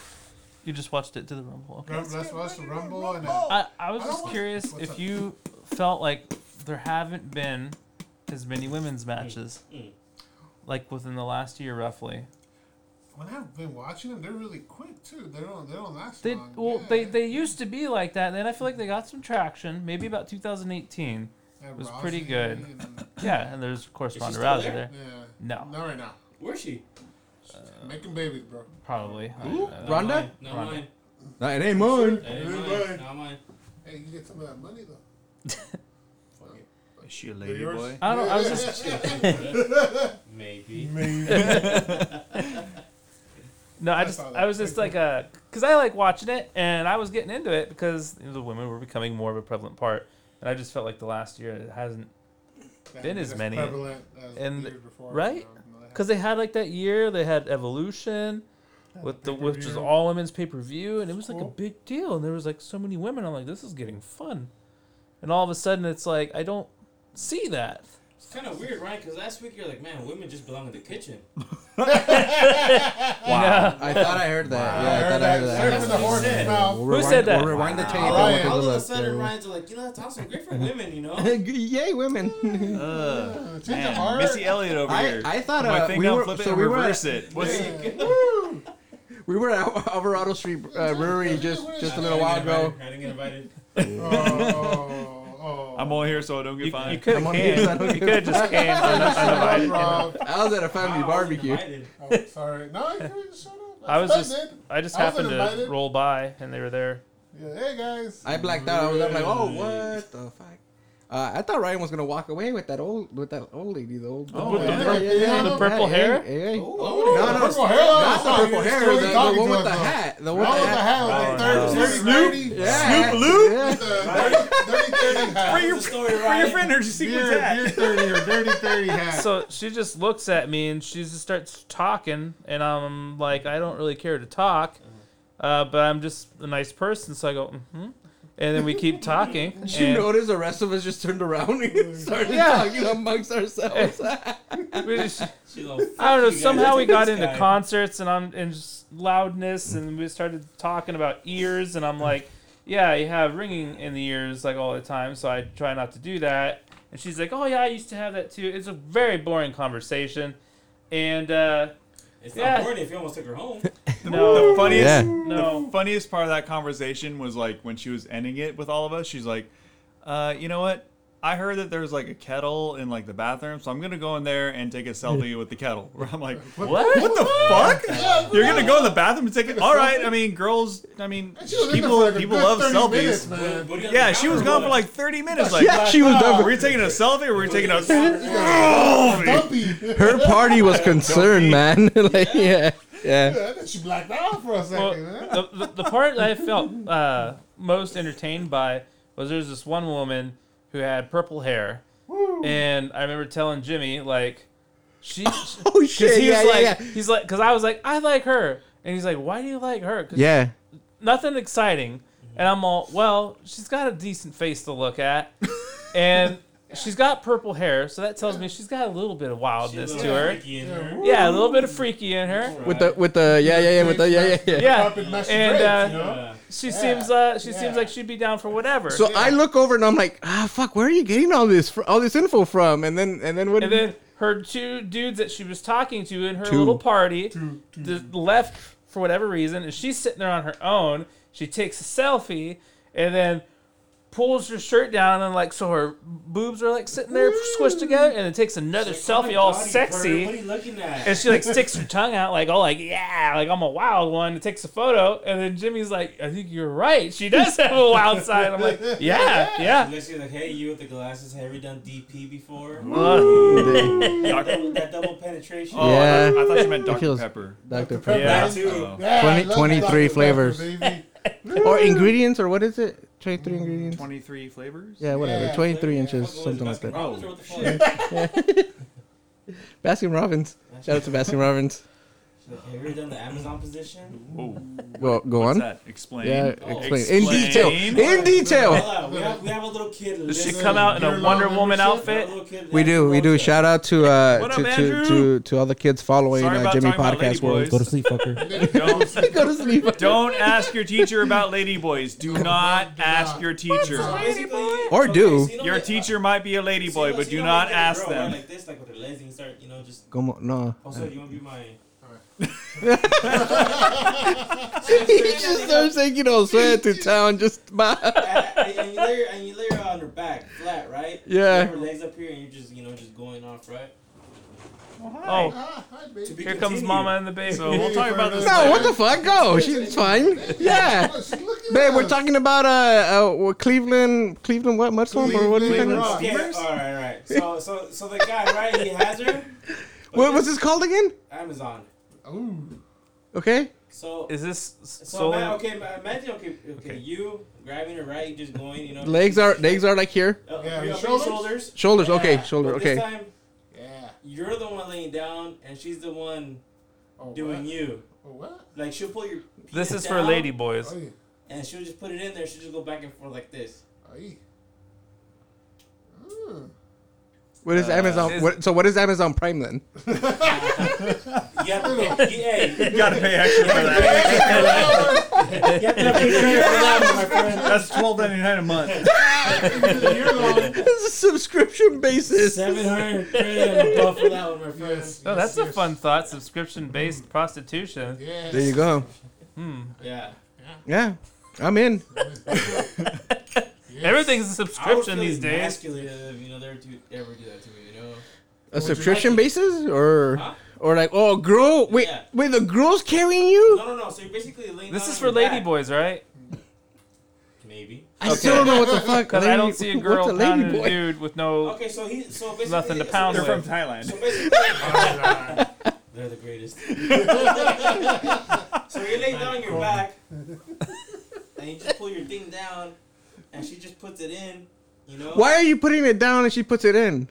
S4: You just watched it to the Rumble. Okay.
S5: Rum- Let's watch the Rumble and uh,
S4: I, I was
S5: I don't
S4: just
S5: want-
S4: curious
S5: What's
S4: if
S5: up?
S4: you felt like there haven't been as many women's matches.
S7: mm.
S4: Like within the last year, roughly.
S5: when I've been watching them, they're really quick too. They don't they don't last
S4: They
S5: long.
S4: well,
S5: yeah.
S4: they they used to be like that. And then I feel like they got some traction. Maybe about 2018.
S5: That
S4: was
S5: Rousey
S4: pretty good.
S5: and-
S4: Yeah, and there's of course
S7: Is she
S4: Ronda
S7: still
S4: Rousey
S7: there?
S4: there.
S5: yeah.
S4: No,
S5: Not right now.
S7: Where's she?
S5: Making babies, bro.
S4: probably. I- I don't-
S2: Ronda?
S7: Not
S4: Ronda.
S7: mine.
S2: No, it ain't mine.
S7: Not mine.
S5: Everybody.
S7: Not mine.
S5: Hey, you get some of that money though.
S7: Fuck it.
S6: Is she a lady
S5: Yours?
S6: boy?
S4: I don't know. I was just
S7: Maybe.
S5: Maybe.
S4: No, I
S5: I
S4: just
S5: saw
S4: I
S5: that.
S4: was just like a because I like watching it and I was getting into it because you know, the women were becoming more of a prevalent part and I just felt like the last year it hasn't Been as many.
S5: prevalent as
S4: And-
S5: the years before,
S4: right?
S5: you know,
S4: because they had like that year they had Evolution with the which was
S5: pay-per-view.
S4: all women's pay per view and it was like a
S5: Cool.
S4: big deal and there was like so many women I'm like this is getting fun and all of a sudden it's like I don't see that
S7: It's kind of weird, right? Because last week you're like, man, women just belong in the kitchen.
S4: wow
S2: I thought I heard that.
S5: I
S2: Yeah, I,
S5: heard
S2: thought
S5: that.
S2: I
S5: Straight
S2: heard
S5: from uh, the
S7: That's
S2: that.
S7: what
S5: horse's
S7: he said.
S5: mouth.
S2: We'll
S4: Who
S2: rewind-
S4: said that?
S2: We'll rewind the tape.
S5: Ryan,
S2: and
S7: All
S2: we'll
S7: of a
S2: take a
S7: sudden,
S2: look.
S7: Ryan's like, you know, that's awesome. Good for women, you know?
S2: yeah. Yay, women!
S6: Ugh.
S5: Change Uh, the
S6: Man,
S5: art.
S6: Missy Elliott over
S2: I,
S6: here.
S2: I thought
S6: My
S2: uh,
S6: thing
S2: we
S6: down,
S2: were
S6: flip it,
S2: so
S6: and
S2: we were
S6: reverse
S2: at,
S6: it. What's
S2: we were at Alvarado Street uh, Brewery just just a little while ago.
S7: I didn't get invited.
S5: Oh, oh,
S6: I'm on here so I don't get
S4: you,
S6: fined.
S4: you could
S2: I'm
S4: have
S2: on
S4: came
S2: these, I don't
S4: you
S2: give
S4: could have just came
S5: I
S4: uninvited.
S5: was wrong.
S2: I was at a family
S7: Wow, Ah, I wasn't
S2: barbecue.
S7: invited.
S5: Oh, sorry. No, you could've just shut up.
S4: I was
S5: That's
S4: just
S5: it.
S4: I just
S5: I wasn't
S4: happened to
S5: invited.
S4: roll by and they were there.
S5: Yeah, hey guys.
S2: I blacked out. I was I'm like, oh, what the fuck? Uh, I thought Ryan was gonna walk away with that old with that old lady, the old
S4: With the
S5: yeah,
S4: purple-
S5: yeah, yeah.
S4: the purple hair?
S2: Hey, hey, hey.
S7: Oh,
S2: No, no,
S5: purple hair.
S2: Not the
S5: Oh,
S2: purple
S5: you're
S2: hair,
S5: still
S2: the, the
S5: talking
S2: one
S5: to
S2: with the
S5: us, though.
S2: hat. The
S5: Oh,
S2: one with the hat.
S4: Oh,
S5: the
S4: no.
S5: hat. Dirty, dirty,
S2: Yeah.
S6: Snoop Loop?
S2: Yeah.
S5: The dirty, dirty hat.
S7: That's the story,
S6: Bring your
S7: Ryan.
S6: friend or just see what's
S5: Beer, beer
S6: that.
S5: dirty or dirty, dirty hat.
S4: So she just looks at me and she just starts talking, and I'm like, I don't really care to talk, uh, but I'm just a nice person, so I go, mm-hmm. and then we keep talking.
S2: Did you
S4: and
S2: notice the rest of us just turned around and started
S4: Yeah.
S2: talking amongst ourselves?
S4: we just-
S7: She's like, "Fuck
S4: I don't know.
S7: you guys,
S4: Somehow we
S7: look at
S4: got
S7: this
S4: into
S7: guy."
S4: concerts and I'm and just loudness, and we started talking about ears, and I'm like, yeah, you have ringing in the ears like all the time, so I try not to do that. And she's like, oh yeah, I used to have that too. It's a very boring conversation, and uh,
S7: It's
S4: Yeah.
S7: not boring if you almost took her home.
S4: no,
S6: The funniest,
S2: Yeah.
S4: no.
S6: funniest part of that conversation was like when she was ending it with all of us. She's like, uh, "You know what? I heard that there's like a kettle in like the bathroom, so I'm gonna go in there and take a selfie with the kettle." Where I'm like, "What,
S4: What?
S6: the fuck? You're gonna go in the bathroom and take it? All right. I mean, girls. I mean,
S5: And she was in there for
S6: people
S5: like a
S6: people
S5: good
S6: love
S5: 30
S6: selfies.
S5: minutes, man.
S7: But- but
S6: Yeah, she was gone for like 30 minutes. Like,
S2: she was
S6: were you taking a selfie or were you taking a selfie?
S5: Dumpy.
S2: Her party was concerned, man. like, yeah, yeah.
S5: I thought she blacked out for a
S4: Well,
S5: second. huh?
S4: the, the, the part I felt uh, most entertained by was there's this one woman who had purple hair, and I remember telling Jimmy like, she, because
S2: Oh
S4: he was like,
S2: yeah,
S4: he's like, because I was like, I like her, and he's like, why do you like her? 'Cause
S2: yeah.
S4: nothing exciting, and I'm all, well, she's got a decent face to look at, and she's got purple hair, so that tells me she's got a little bit of wildness to her.
S7: her.
S4: Yeah, a little bit of freaky in her.
S2: With the with the yeah yeah yeah with the yeah yeah yeah.
S4: Yeah,
S5: Up in mashed
S4: and,
S5: dreads,
S4: uh,
S5: you know?
S4: She seems uh she seems
S5: Yeah.
S4: like she'd be down for whatever.
S2: So I look over and I'm like, ah, fuck, where are you getting all this fr- all this info from? And then and then what?
S4: and
S2: did-
S4: then her two dudes that she was talking to in her
S2: Two.
S4: little party d- left for whatever reason, and she's sitting there on her own. She takes a selfie and then pulls her shirt down and like so her boobs are like sitting there
S7: Mm.
S4: squished together, and then takes another selfie all sexy.
S7: What are "Oh you looking at?
S4: And she like sticks her tongue out, like all like yeah, like I'm a wild one. And takes a photo, and then Jimmy's like, I think you're right. She does have a wild side. I'm like, yeah, yeah.
S7: Unless you're like, hey, you with the glasses, have you done DP before?
S6: Doc-
S7: That double penetration.
S6: Oh, I, thought, I thought you meant Dr.
S2: Feels-
S6: Pepper.
S2: Dr. Pepper.
S4: Yeah. Oh.
S7: That too.
S5: Yeah, I
S2: 20
S5: love
S2: 23
S5: Dr. Pepper,
S2: flavors.
S5: baby.
S2: Or ingredients or what is it? Twenty three ingredients.
S6: 23 flavors?
S2: Yeah, whatever.
S5: Yeah.
S2: Twenty three inches,
S7: What was it,
S2: something like
S7: Baskin
S2: that.
S7: Robbins or what the fuck?
S2: Baskin Robbins. Shout out to Baskin Robbins.
S7: Like, Have you ever done the Amazon position?
S6: Oh,
S2: Go go
S6: what's
S2: on.
S6: that? Explain.
S2: Yeah,
S7: Oh,
S2: explain. in detail.
S6: explain.
S2: In detail.
S7: Hold on, we have, we have a little kid.
S4: Does she
S7: listening.
S4: come out in
S5: Your
S4: a Wonder
S5: long
S4: Woman
S5: membership?
S4: outfit?
S7: Little kid
S2: We
S7: that's
S2: do, we do.
S7: Rosa.
S2: Shout out to uh
S6: What
S2: to,
S6: up,
S2: to,
S6: Andrew?
S2: to to all the kids following
S6: Sorry
S2: uh,
S6: about
S2: Jimmy
S6: talking about
S2: Podcast World.
S8: Go to sleep, fucker.
S6: Don't,
S2: Go to sleep.
S6: don't ask your teacher about ladyboys. Do not ask your
S7: So
S6: teacher.
S7: basically-
S2: Or
S7: okay,
S2: do.
S7: so you don't
S6: Your
S7: get-
S6: teacher might be a
S7: so you
S6: ladyboy,
S7: don't-
S6: but
S7: so
S6: do
S7: you don't
S6: not
S7: get a
S6: ask
S7: girl, right,
S6: them.
S7: Like this, like with her legs, and you start, you know, just.
S2: Como, no.
S7: Also, you want to be my.
S2: he just starts taking old sweat to town just by.
S7: and, and you lay her, and you lay her on her back, flat, right? You
S2: Yeah.
S7: have her legs up here, and you're just, you know, just going off, right?
S4: Oh,
S5: Ah, hi, baby.
S7: To be
S4: here comes
S7: continued.
S4: Mama and the baby.
S6: So we'll talk about this
S2: No,
S6: later.
S2: what the fuck? Go. She's fine. Yeah.
S5: Look, she's looking at
S2: Babe, we're
S5: us.
S2: talking about uh, uh what Cleveland, Cleveland what Mudslump or what? are we
S5: Cleveland
S2: talking
S5: Rock.
S2: about?
S7: Okay,
S5: Steamers?
S7: all right, all right. So, so, so the guy, right? He has her.
S2: What was this called again?
S7: Amazon.
S5: Ooh.
S2: Okay.
S7: So,
S4: Is this
S7: so
S4: soul?
S7: ima- okay, ima- imagine okay, okay, you grabbing it right, just going, you know.
S2: Legs are legs are like here.
S7: Uh,
S5: Yeah, your
S7: up your
S5: shoulders?
S7: shoulders.
S2: Shoulders.
S7: Yeah,
S2: Okay. Shoulder.
S7: but
S2: Okay.
S7: This time,
S5: Yeah.
S7: you're the one laying down, and she's the one
S5: Oh,
S7: doing
S5: what?
S7: you.
S5: Oh, what?
S7: Like she'll pull your.
S4: This
S7: penis
S4: is for
S7: down,
S4: lady boys.
S5: Oh, yeah.
S7: And she'll just put it in there. She'll just go back and forth like this.
S5: Aye. Oh, Mm.
S2: What is Amazon?
S4: is-
S2: What, so what is Amazon Prime then?
S7: You have to, hey,
S6: You gotta pay extra for that.
S7: you have to have a prayer for that, my friend.
S6: That's twelve ninety nine a month.
S5: You're long.
S2: It's a subscription basis.
S7: Seven hundred and above for that one, my friend.
S5: Yes,
S4: No,
S5: yes,
S4: that's a
S5: yes.
S4: fun thought. Subscription based prostitution.
S5: Yes.
S2: There you go.
S7: Yeah.
S2: Yeah, I'm in.
S4: Everything's a
S7: I would
S4: subscription
S7: feel
S4: these days.
S7: emasculated if, you know, they were to ever do that to me, you know?
S2: A subscription basis or
S7: Huh?
S2: or like oh girl wait
S7: Yeah.
S2: wait the girl's carrying you.
S7: No, no, no. So you're basically laying
S4: This
S7: down
S4: is
S7: on
S4: for
S7: your
S4: lady
S7: back.
S4: boys, right?
S7: Maybe.
S2: I still don't know what the fuck.
S4: Because I
S2: lady-
S4: don't see a
S2: what's
S4: girl
S2: lady
S4: pounding a
S2: boy?
S4: dude with no.
S7: Okay, so he, so basically.
S4: Nothing to
S7: so
S4: pound
S6: They're
S7: basically-
S6: from
S4: with.
S6: Thailand.
S7: So basically, they're the greatest. so you're laying down on your back, and you just pull your thing down, and she just puts it in. You know?
S2: Why are you putting it down and she puts it in?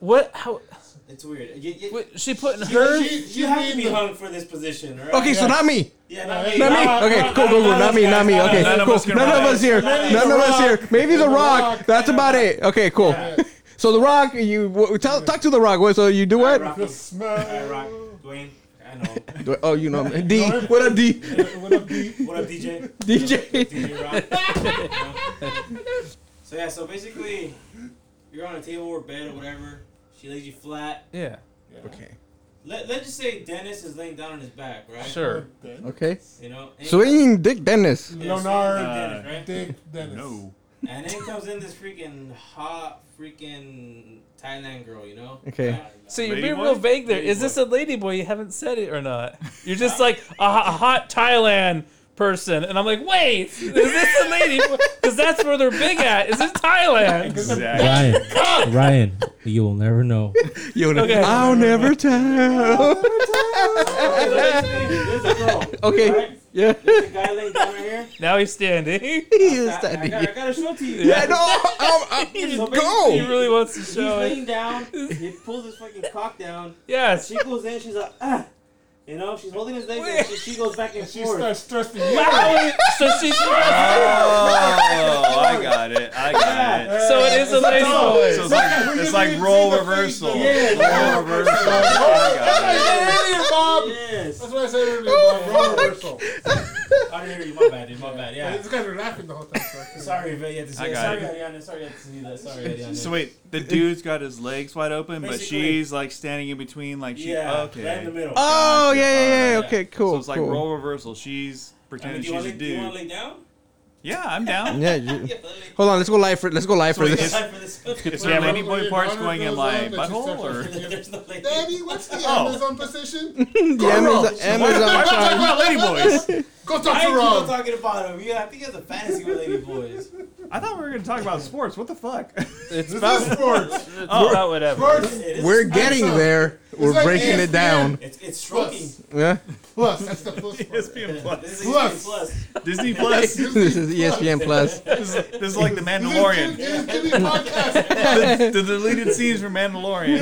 S4: What? How?
S7: It's weird. You, you,
S4: Wait, she putting
S7: you,
S4: her?
S7: you, you have to be hung for this position, all right?
S2: Okay, so not me.
S7: Yeah, not me.
S2: Not me. Okay, cool, cool, cool. Not me, not me. Okay,
S4: None of
S2: cool.
S4: us can
S2: None of
S4: rock.
S2: us here.
S5: Maybe
S2: None
S5: The
S2: of us
S5: Rock.
S2: here. Maybe the
S5: The
S2: Rock.
S5: Rock.
S2: That's about it. Okay, cool. So the Rock, you w- tell, talk to the Rock. What? So you do
S7: All right,
S2: what?
S7: Rocky.
S5: The
S7: All right, Rock.
S5: smell.
S7: Dwayne. I know.
S2: Do- Oh, you know me. D. What up, D?
S5: What up, B?
S7: What up, DJ?
S2: DJ.
S7: DJ Rock. You know? so yeah, so basically, you're on a table or bed or whatever. She lays you flat.
S4: Yeah,
S2: Okay.
S7: Let Let's just say Dennis is laying down on his back, right?
S4: sure.
S5: Then.
S2: Okay.
S7: You know. and-
S2: Swinging Dick Dennis.
S7: Yeah,
S5: Leonard.
S7: swinging Dennis, right?
S5: Dick
S4: Uh,
S5: Dennis.
S6: No.
S7: And then comes in this freaking hot freaking Thailand girl, you know?
S2: Okay.
S7: Uh,
S4: So you're
S6: Lady
S4: being
S6: boy?
S4: real vague there.
S7: Lady
S4: Is this a lady boy? You haven't said it or not? You're just like a, ho- a hot Thailand person, and I'm like, wait, is this a lady? Because that's where they're big at. Is it Thailand?
S6: Exactly.
S8: Ryan, Ryan, you will never know.
S2: Yo,
S4: Okay.
S2: I'll never tell.
S7: so basically, there's a girl.
S2: Okay.
S7: Right?
S2: Yeah.
S7: There's a guy laying down right here.
S4: Now he's standing.
S2: He is
S7: I- I,
S2: standing.
S7: got, I got to show it to you.
S2: Yeah, no, Oh, I'm,
S4: He
S2: I'm,
S7: So
S4: He
S2: go.
S7: basically-
S4: really wants to
S7: He's
S4: show it.
S7: laying down. He pulls his fucking cock down.
S4: Yes.
S7: She goes in. She's like, ah. You know, she's holding his legs and she, she goes back and
S5: She
S7: forth.
S5: starts thrusting you.
S4: So she's
S6: Oh, I got it. I got it.
S4: so it is a lady
S6: So
S4: boy.
S6: it's like, it's like role reversal.
S7: Yeah.
S6: Role reversal. I got it.
S5: That's
S7: Yes.
S5: what I said earlier,
S2: Oh,
S5: Bob. Role reversal.
S7: I didn't hear you. My bad, dude. My bad. Yeah.
S5: These guys were laughing the whole time. so-
S7: Sorry, but you had to
S6: I
S7: see
S6: got
S7: that. Sorry,
S6: it.
S7: Ariana. Sorry, you had to see that. Sorry, Ariana.
S6: So wait, the dude's got his legs wide open, but
S7: Basically.
S6: she's like standing in between, like she.
S7: yeah,
S6: okay.
S7: right in the middle.
S2: Oh, yeah, yeah, yeah.
S7: Alright.
S2: Okay, cool.
S6: so it's like
S2: cool.
S6: role reversal. She's
S7: I mean,
S6: pretending
S7: do you want
S6: she's a
S7: to do you want
S6: dude.
S7: to lay down?
S6: yeah, I'm down.
S2: Yeah. you-
S7: Yeah, but lay
S2: Hold on. Let's go live for. Let's go live for
S6: wait,
S2: this.
S6: it's-
S7: down for this. There's
S6: Is
S7: no
S6: the
S7: lay
S6: lady boy
S5: Your
S6: part's
S5: daughter
S6: going in
S5: goes
S6: my
S5: on, but she
S6: butthole,
S5: starts
S6: or
S5: thrusting you.
S7: down.
S5: Daddy, what's the
S6: Oh.
S5: Amazon position?
S2: The Amazon, Amazon Prime.
S5: Go talk
S7: I
S5: to
S7: ain't even
S5: Rob.
S7: talking about him. Yeah, I think it's a fantasy with Lady Boys.
S6: I thought we were gonna talk about sports. What the fuck?
S4: It's about,
S5: This is sports.
S4: oh, about whatever.
S5: Sports.
S7: It is-
S2: We're getting there. We're
S5: like E
S2: breaking it
S5: ESPN.
S2: down.
S7: It's, it's stroking.
S5: Plus.
S2: Yeah.
S5: Plus. That's the plus part.
S6: ESPN
S7: This
S6: Plus,
S7: is
S5: Plus.
S7: plus. plus.
S6: Disney Plus. This
S2: This is E ESPN Plus.
S6: is, this is like the
S5: This
S6: Mandalorian.
S5: is Jimmy podcast.
S6: the, the deleted scenes from Mandalorian.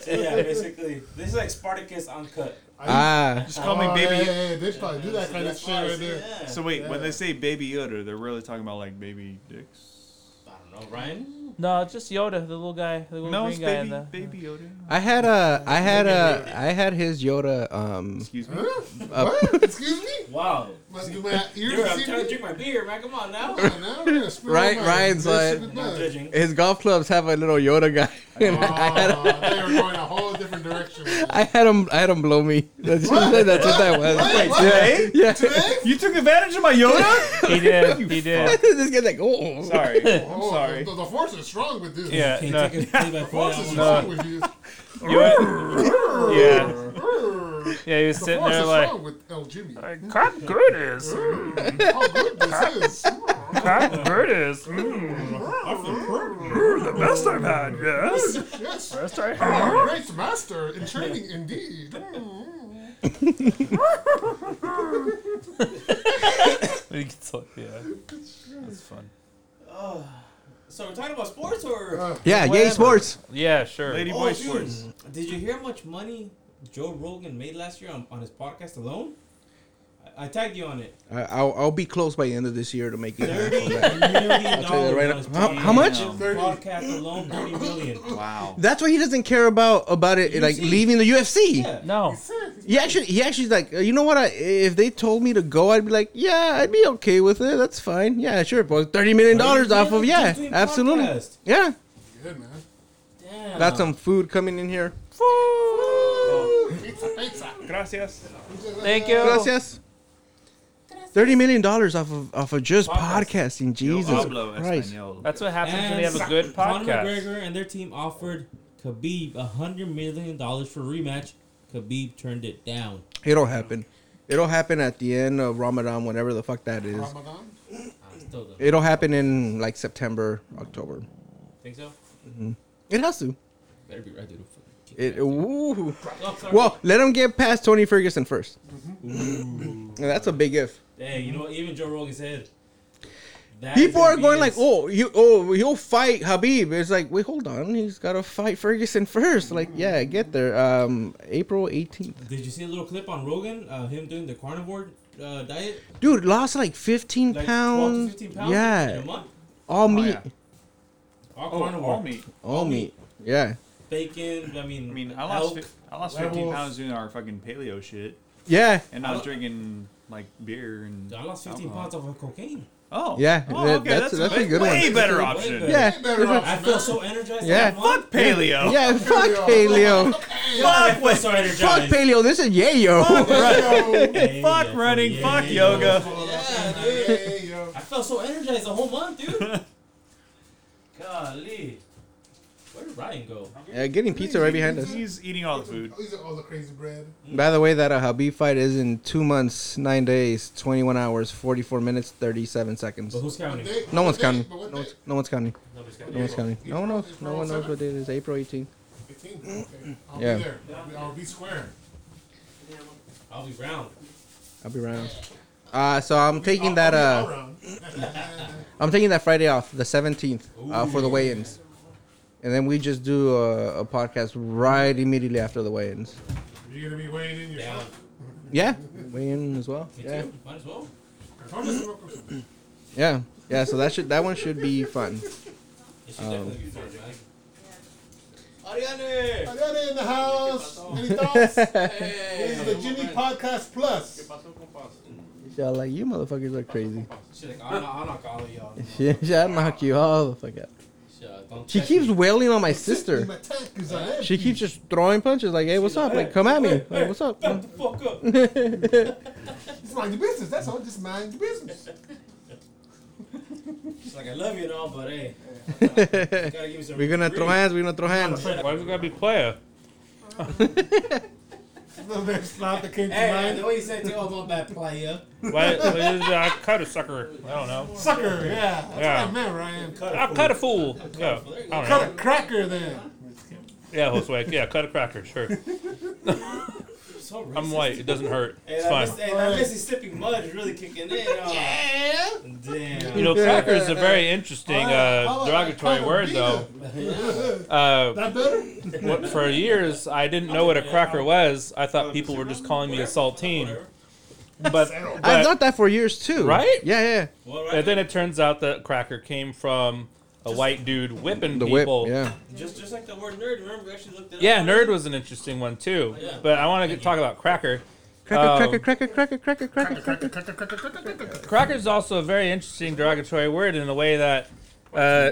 S7: So yeah, basically, this is like Spartacus uncut.
S2: Ah.
S6: Just call me Baby.
S5: Oh, Yeah,
S6: Yoda.
S5: yeah, yeah. They probably do that kind of
S7: That's
S5: shit
S7: why I
S5: right
S7: see-
S5: there.
S7: yeah.
S6: So wait, when they say Baby Yoda, they're really talking about like baby dicks.
S7: I don't know, Ryan.
S4: No, just Yoda, the little guy, the little
S6: No, it's
S4: green guy in
S6: baby,
S4: the.
S6: baby Yoda.
S2: I had a. I had a. I had his Yoda. Um.
S6: Excuse me.
S5: Huh? What? Excuse me?
S7: Wow.
S5: Must do my ears
S7: Dude, I'm
S5: see
S7: trying to
S5: me?
S7: drink my beer, man. Come on now.
S5: Come on now, we're gonna spill
S2: Right,
S5: my
S2: Ryan's
S5: bitch
S2: like-
S5: with
S7: Not
S5: blood.
S7: judging.
S2: His golf clubs have a little Yoda guy. And I had.
S5: Oh, they were going a whole different direction.
S2: I had him. I had him blow me. That's, that's what that was.
S5: Wait, what?
S6: Hey,
S2: Yeah.
S6: you took advantage of my Yoda?
S4: He did. He did.
S2: this guy's like, oh.
S6: Sorry, I'm
S5: Oh,
S6: sorry.
S5: The, the force is strong with this.
S4: Yeah.
S7: Can you
S4: No.
S7: take a play by
S5: The force is
S7: play?
S5: strong with you.
S4: Yoda- Yeah.
S5: The
S4: Yeah. He was sitting
S5: force
S4: there
S5: is
S4: like.
S5: strong with El Jimmy. How
S4: Cop good is.
S5: good this is.
S4: Cop good is. the best I've had. Yes.
S5: Yes.
S4: Best I
S5: Oh, great master in training indeed. Mm.
S4: He gets like- yeah, that's fun.
S7: Oh. So we're talking about sports or?
S5: Uh,
S2: Yeah, yay
S4: Whatever.
S2: sports.
S4: Yeah, sure.
S6: Lady
S7: Oh,
S6: boy
S7: dude,
S6: sports.
S7: Did you hear how much money Joe Rogan made last year on, on his podcast alone? I, I tagged you on it.
S2: I, I'll, I'll be close by the end of this year to make it. back
S7: Thirty
S2: on that.
S7: million dollars.
S2: I'll tell you right
S7: on his
S2: now. How,
S7: podcast.
S2: how much?
S6: Damn.
S7: Podcast alone, thirty million.
S6: Wow.
S2: That's why he doesn't care about about it, like
S7: UFC.
S2: leaving the UFC.
S7: Yeah.
S4: No.
S2: He actually, he actually's like, "Uh, you know what? I, if they told me to go, I'd be like, yeah, I'd be okay with it. That's fine. Yeah, sure. But thirty million dollars off of yeah,
S7: Just doing
S2: absolutely.
S7: podcast.
S2: Yeah,
S5: yeah, man.
S7: Damn.
S2: got some food coming in here.
S5: Pizza, pizza.
S6: Gracias.
S4: Thank
S7: Oh.
S4: you.
S2: Gracias. Thirty million dollars off of off of just podcasting. Jesus
S6: Pablo
S2: Christ.
S6: Espanol. Oh,
S4: That's what happens when
S7: And
S4: you have a good
S7: Conor
S4: podcast.
S7: McGregor and their team offered Khabib hundred million dollars for a rematch. Khabib turned it down.
S2: It'll happen. It'll happen at the end of Ramadan, whenever the fuck that is.
S5: Ramadan.
S7: I still don't
S2: It'll happen in like September, October.
S7: think so.
S2: It has to.
S7: Better be right, dude. Fucking kick
S2: It.
S7: my ass.
S2: Ooh.
S7: Oh, sorry.
S2: Well, let him get past Tony Ferguson first. Yeah, that's a big if.
S7: Hey, you know what? Even Joe Rogan said. that is
S2: People
S7: gonna
S2: are
S7: be
S2: going like,
S7: his-
S2: "Oh, you, oh, he'll fight Habib." It's like, wait, hold on, he's got to fight Ferguson first. Like, yeah, get there. Um, April eighteenth.
S7: Did you see a little clip on Rogan? Uh, him doing the carnivore uh, diet,
S2: Dude lost like fifteen
S7: like twelve to
S2: pounds.
S7: fifteen pounds in
S2: Yeah,
S7: a month. Oh,
S2: all meat,
S6: yeah.
S7: All
S6: Oh,
S7: carnivore,
S6: all meat.
S2: all meat. Yeah,
S7: bacon. I mean,
S6: I mean, I lost,
S7: elk.
S6: fi- I lost 15
S5: werewolf.
S6: pounds doing our fucking paleo shit,
S2: yeah,
S6: and I was
S7: I-
S6: drinking like beer and.
S7: I lost fifteen
S6: alcohol.
S7: pounds off of cocaine.
S6: Oh.
S2: Yeah,
S6: Oh,
S2: that-
S6: okay.
S2: that's-
S6: That's,
S2: that's
S6: a, way,
S2: a good one.
S6: way better
S7: Way
S6: option.
S7: better.
S2: yeah.
S5: Better off.
S7: I feel so energized.
S2: Yeah.
S7: that month.
S6: Fuck paleo.
S2: Yeah, fuck
S5: Paleo.
S2: paleo.
S7: God, I
S6: Fuck,
S7: feel so
S2: Fuck
S7: energized.
S2: paleo. This is yayo.
S5: Yo.
S7: Hey,
S6: fuck
S7: yeah,
S6: running.
S7: yeah,
S6: fuck
S7: yo.
S6: yoga.
S7: Yeah, dude.
S5: Hey, yo.
S7: I felt so energized the whole month, dude. Golly, where did Ryan go?
S2: yeah, getting pizza right behind us.
S6: He's eating all the food.
S5: These are all the crazy bread.
S2: By the way, that uh, Habib fight is in two months, nine days, twenty-one hours, forty-four minutes, thirty-seven seconds.
S7: But who's counting?
S5: They-
S2: No one's
S5: they-
S2: counting.
S5: but what
S2: No
S5: they-
S2: one's, no one's counting.
S7: Nobody's
S2: No
S7: counting.
S2: one's counting. No one knows. No one knows what date it is. April 18th.
S5: 15? Okay. I'll
S2: Yeah.
S5: be there. I'll be- I'll be square.
S7: I'll be round.
S2: I'll be around. Uh, so I'm taking
S5: I'll-
S2: that.
S5: I'll be
S2: Uh,
S5: around. Yeah.
S2: I'm taking that Friday off, the 17th, uh, for the weigh-ins, and then we just do a, a podcast right immediately after the weigh-ins.
S5: You're gonna be weighing in
S7: Down.
S5: yourself.
S2: Yeah, weigh-in as well.
S7: Me
S2: Yeah,
S7: too. Might as well.
S2: yeah, yeah. So that should that one should be fun.
S7: It should definitely be fun, man.
S5: Ariana in the house. Any thoughts? This is the Jimmy Podcast Plus.
S2: Yeah, like you motherfuckers are crazy.
S7: She's like, I'm not, I'm not calling y'all.
S2: Shit, I'll knock you all the fuck out.
S7: Shit, don't
S2: She
S7: text
S2: keeps
S7: me.
S2: wailing on my sister.
S5: My tank is on empty.
S2: She keeps just throwing punches. Like, hey, what's up? Like, come at me. Like, what's up?
S7: Back the fuck up.
S5: Just mind your business. That's all. Just mind your business.
S7: She's like, I love you and all, but hey, you gotta give me some.
S2: We're gonna throw
S7: reprieve.
S2: hands. We're gonna throw hands.
S4: Why is it gotta be player?
S5: Little bit of slot that came to
S7: Hey, the
S5: mind.
S7: way you said, "Yo, I'm a bad player."
S4: Why? why is it- I cut a sucker. I don't know.
S5: Sucker. Yeah. That's
S4: Yeah.
S5: what I meant, Ryan. Cut,
S4: I cut a fool. Yeah. I don't know.
S5: a cracker then.
S4: Yeah, Josue. Yeah, cut a cracker. Sure.
S7: So racist.
S4: I'm white. It doesn't hurt.
S7: Hey,
S4: It's
S7: that
S4: fine.
S7: Miss- hey, that Mississippi mud is really kicking in. huh? Damn.
S4: You know, cracker is a very interesting
S5: How
S4: uh,
S5: about
S4: derogatory
S5: that
S4: word, though.
S5: cracker
S4: Uh,
S5: That better?
S4: what, for years, I didn't know what a cracker was. I thought people were just calling me a saltine.
S7: Whatever.
S4: But,
S2: I
S4: but
S2: thought that for years too.
S4: Right?
S2: Yeah, yeah.
S7: Well,
S4: and
S7: right.
S4: then it turns out that cracker came from a white dude whipping
S2: The whip.
S4: people.
S2: Yeah.
S7: Just, just like the word nerd. Remember, we actually looked it up.
S4: Yeah, nerd was an interesting one too.
S7: Yeah.
S4: But I want to talk about cracker. Um,
S2: Cracker, cracker, cracker, cracker, cracker, cracker, cracker.
S4: Cracker is also a very interesting derogatory word in the way that uh,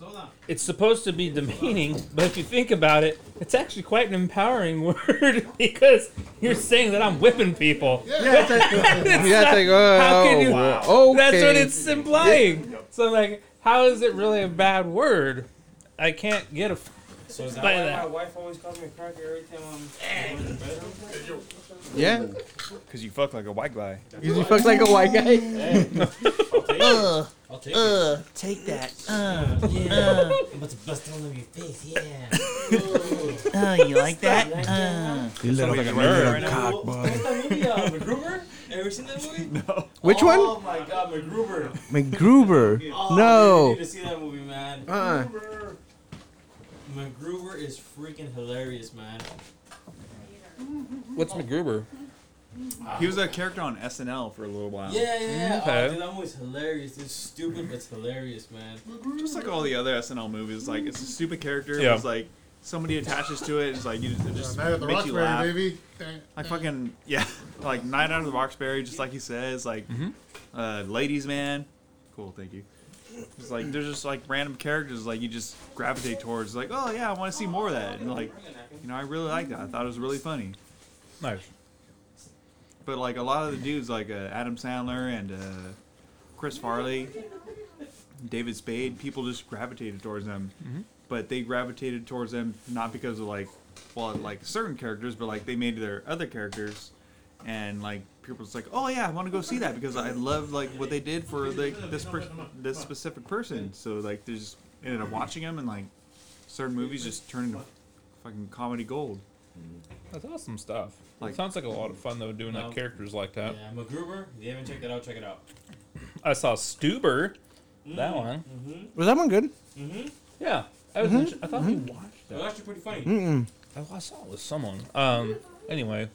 S7: Hold on.
S4: it's supposed to be demeaning, but if you think about it, it's actually quite an empowering word because you're saying that I'm whipping people.
S2: Yeah, it's like, yeah, it's like,
S4: How can
S2: oh,
S4: you?
S2: oh, okay.
S4: That's what it's implying. So I'm like, how is it really a bad word? I can't get a.
S7: So is that
S4: Buy
S7: why
S4: that.
S7: my wife always calls me a cracker every time I'm going to the bedroom?
S2: Yeah.
S6: Because you fuck like a white guy.
S2: You fuck like a white guy.
S7: Hey, I'll take it. I'll take it.
S9: Uh, take that. Uh,
S7: Yeah. I'm about to bust all over your face. Yeah. Ooh.
S9: uh, you like that?
S7: You like
S9: Uh,
S7: that?
S6: Sounds like a nerd right now.
S7: Well, What's that movie? Uh, MacGruber? Ever seen that movie? No.
S2: Which
S7: one?
S2: one?
S7: Oh my God, MacGruber.
S2: McGruber.
S7: Oh, man, you
S2: no.
S7: need to see that movie, man.
S2: Uh-uh.
S7: MacGruber is freaking hilarious, man.
S4: What's MacGruber?
S6: He was a character on SNL for a little while.
S7: Yeah, yeah, yeah.
S4: Okay.
S7: Oh, dude, that movie's hilarious. It's stupid, but it's hilarious, man.
S6: Just like all the other SNL movies, like it's a stupid character.
S4: Yeah.
S6: It's like somebody attaches to it. It's like you just, it just
S5: Night at the
S6: makes you laugh.
S5: Roxbury, baby.
S6: Like fucking yeah, like Night Out of the Roxbury, just like you said. It's like uh, Ladies Man. Cool, thank you. It's like there's just like random characters like you just gravitate towards. It's like oh yeah, I want to see more of that. And like you know, I really like that. I thought it was really funny.
S4: Nice.
S6: But like a lot of the dudes, like uh, Adam Sandler and uh, Chris Farley, David Spade, people just gravitated towards them. But they gravitated towards them not because of like, well, like certain characters, but like they made their other characters, and like people's like, oh yeah, I want to go see that because I love like what they did for like this per- this specific person. So like they just ended up watching them, and like certain movies just turned into fucking comedy gold.
S4: That's awesome stuff.
S6: Like-
S4: it sounds like a lot of fun though doing
S7: No.
S4: like characters like that.
S7: Yeah, MacGruber. If you haven't checked that out, check it out.
S4: I saw Stuber.
S7: Mm.
S4: That one.
S2: Was that one good?
S7: Mm-hmm.
S4: Yeah. I was.
S2: Mm-hmm.
S4: inter- I thought we watched
S7: It
S4: that.
S7: was actually pretty funny.
S4: I saw it with someone. Um. Anyway,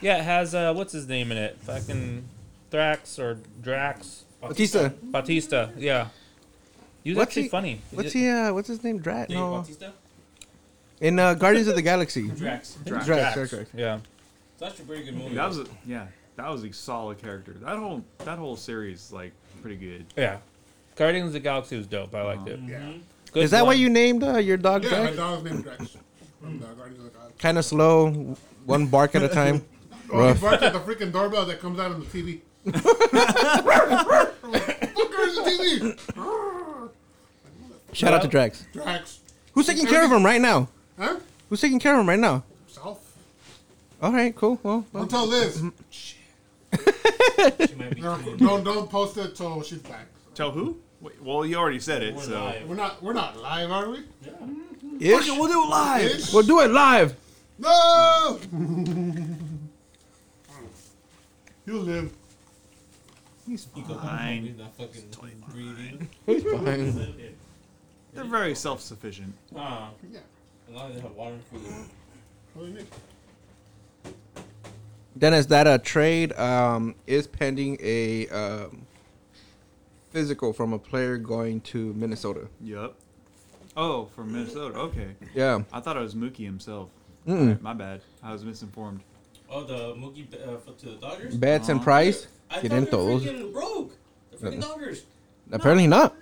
S4: yeah, it has uh, what's his name in it? Fucking Thrax or Drax
S2: Batista.
S4: Batista. Yeah. He was
S2: What's
S4: actually
S2: he-
S4: funny.
S2: What's he? Uh, what's his name? Drat?
S7: Dave
S2: No.
S7: Bautista?
S2: In uh, Guardians of the Galaxy.
S7: Drax.
S6: Drax.
S2: Drax, Drax, Drax.
S4: Yeah.
S7: It's actually a pretty good movie.
S6: That was a, yeah, that was a solid character. That whole that whole series is, like pretty good.
S4: Yeah. Guardians of the Galaxy was dope. I liked it.
S5: Yeah.
S7: Mm-hmm.
S4: Good
S2: Is that why
S4: one.
S2: you named uh, your dog
S5: Yeah, my
S2: Drax?
S5: dog's named Drax. From the Guardians of the Galaxy.
S2: Kind of slow, w- one bark at a time.
S5: Oh,
S2: Rough.
S5: he barked at the freaking doorbell that comes out on the TV. Fuckers, the TV!
S2: Shout out to Drax.
S5: Drax.
S2: Who's taking care of him right now?
S5: Huh?
S2: Who's taking care of him right now?
S5: South.
S2: All right, cool. Well, well.
S5: Until Liz.
S7: She might be
S5: No,
S7: cute.
S5: don't, don't post it till she's back.
S6: Tell who? Wait, well, you already said it,
S7: We're
S6: so
S7: live.
S5: We're not we're not live, are we?
S2: ish.
S6: we'll do it live.
S5: Ish?
S2: We'll do it live.
S5: No! you live.
S7: He's not
S6: Fine.
S7: fucking breathing.
S6: They're very self-sufficient.
S7: Ah,
S5: Yeah.
S7: as long as they have water and food.
S5: Holy Nick.
S2: Dennis, that uh, trade um, is pending a um, physical from a player going to Minnesota.
S6: Yep. Oh, from Minnesota. Okay,
S2: Yeah.
S6: I thought it was Mookie himself.
S2: Mm-mm.
S6: My bad. I was misinformed.
S7: Oh, the Mookie uh, f- to the Dodgers.
S2: Bets
S4: Oh.
S2: and
S6: Uh,
S2: price?
S7: I
S2: Tienen
S7: thought
S2: todos.
S7: they were freaking broke. The freaking Dodgers.
S2: Apparently not.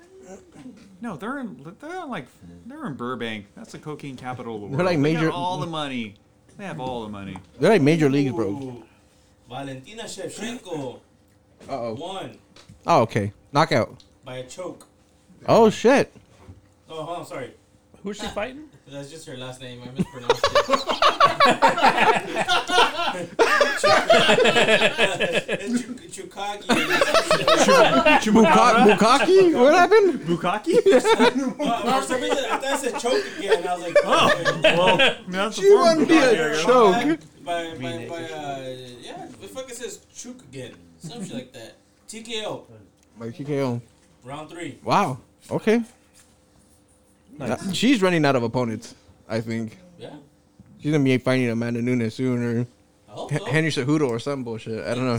S6: No, they're in they're in like they're in Burbank. That's the cocaine capital of the world.
S2: They're like
S6: They got
S2: major-
S6: all the money. They have all the money.
S2: They're like major leagues, bro.
S7: Ooh. Valentina Shevchenko
S2: Uh oh.
S7: won
S2: Oh, okay. Knockout.
S7: by a choke.
S2: Oh, shit.
S7: Oh, hold on, sorry.
S4: Who's she fighting?
S7: That's just her last name. I mispronounced it. It's Chuk- Chukagi.
S2: Buka- Bukaki? What happened?
S6: Bukaki?
S7: Uh, For some reason, I thought I said choke again. I was like, oh.
S6: well, that's
S2: She won me a choke.
S7: By, by, by, uh, yeah, the fuck it says chook again. Some shit like that. TKO,
S2: By TKO.
S7: round three.
S2: Wow. Okay. Uh, she's running out of opponents, I think.
S7: Yeah.
S2: She's going to be fighting Amanda Nunes soon or
S7: I hope
S2: H-
S4: Oh.
S7: so.
S2: Henry Cejudo or some bullshit. I don't know.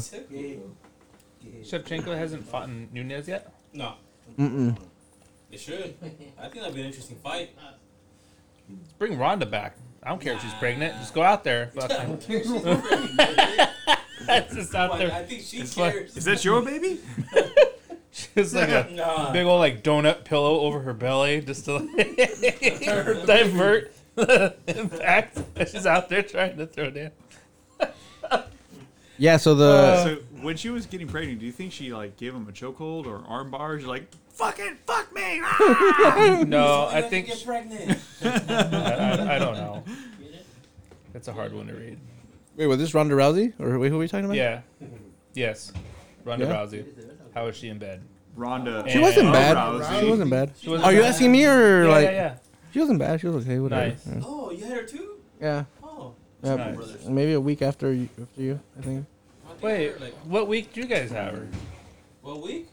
S4: Shevchenko hasn't fought in Nunez yet.
S7: No,
S2: Mm-mm.
S7: they should. I think that'd be an interesting fight.
S4: Let's bring Ronda back. I don't care if she's pregnant. Just go out there. Fucking- just out
S7: I
S4: there.
S7: think she
S4: It's like-
S7: cares.
S6: Is that your baby?
S4: Just like a
S7: Nah.
S4: big old like donut pillow over her belly just to like, divert the impact. She's out there trying to throw down.
S2: Yeah, so the.
S4: Uh,
S6: so when she was getting pregnant, do you think she like gave him a chokehold or arm bars? She's like, fucking fuck me! ah!"
S4: No, I
S7: Something
S4: think
S7: Get pregnant.
S4: I, I, I don't know. That's a hard one to read.
S2: Wait, was this Ronda Rousey? Or wait, who are we talking about?
S4: Yeah. Yes. Ronda
S2: Yeah?
S4: Rousey. How is she in bed?
S6: Rhonda.
S4: She wasn't
S6: and
S2: bad.
S6: Rousey.
S2: She wasn't bad.
S4: She wasn't
S2: Are you
S4: bad.
S2: asking me or
S4: Yeah,
S2: like?
S4: yeah, yeah.
S2: She wasn't bad. She was okay. Whatever.
S4: Nice.
S2: Yeah.
S7: Oh, you had her too?
S2: Yeah.
S7: Oh.
S2: Yeah,
S4: Nice.
S2: but Maybe a week after you, after you, I think.
S7: I think I
S4: Wait,
S7: heard, Like,
S4: what week did you guys have her?
S7: what week?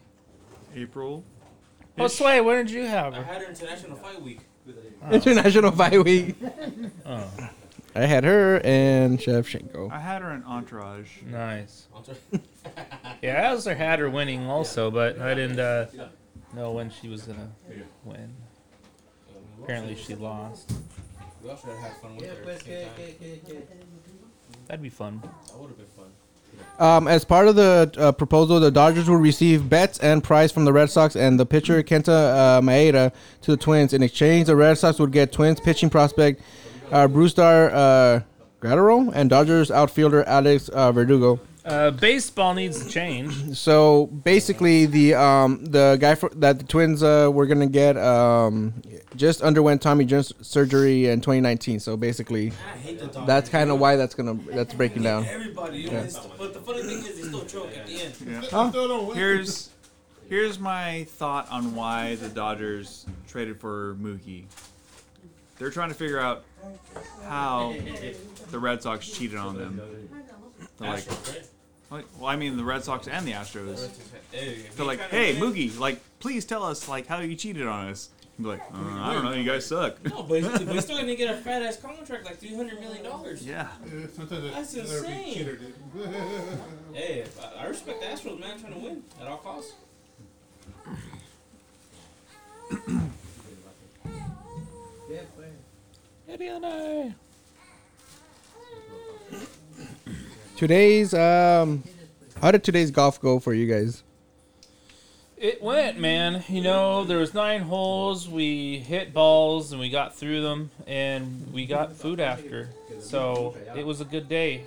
S6: April.
S4: Oh, Sway, when did you have
S7: I
S4: her?
S7: had her international fight week. with her.
S2: International Fight Week.
S4: Oh,
S2: I had her and Shevchenko.
S6: I had her in Entourage.
S4: nice.
S7: I'm sorry.
S4: Yeah, I also had her winning also, but I didn't uh, know when she was gonna win. Apparently, she lost.
S7: We all should have had fun with her. at the same time.
S4: That'd be fun.
S7: That would have been fun.
S2: Um, as part of the uh, proposal, the Dodgers will receive bets and prize from the Red Sox and the pitcher Kenta uh, Maeda to the Twins. In exchange, the Red Sox would get Twins pitching prospect uh, Bruce Star uh, Gratterall and Dodgers outfielder Alex uh, Verdugo.
S4: Uh, baseball needs to change.
S2: So basically, the um, the guy for, that the Twins uh, were gonna get um, just underwent Tommy John surgery in 2019. So basically,
S7: I hate the dog.
S2: that's kind of why that's gonna that's breaking down.
S7: Everybody. you know, it's- But the funny thing is, they still choke at the end.
S5: Still don't win.
S6: Here's here's my thought on why the Dodgers traded for Mookie. They're trying to figure out how the Red Sox cheated on them. They're like,
S7: Right?
S6: like- well, I mean, the Red Sox and the Astros.
S7: Hey, if
S6: They're
S7: you
S6: like,
S7: kinda
S6: hey,
S7: win-
S6: Mookie, like, please tell us like how you cheated on us. He'd be like, uh, I don't know, you guys suck.
S7: No, but he's, but he's still gonna get a fat ass contract, like three hundred million dollars.
S6: Yeah.
S5: Yeah, sometimes I-
S7: That's
S5: they're a big
S7: insane.
S5: cheater, dude.
S7: Hey, I, I respect the Astros, man, trying to win at all costs.
S2: Today's um, how did today's golf go for you guys?
S4: It went, man. You know, there was nine holes. We hit balls and we got through them, and we got food after. So it was a good day.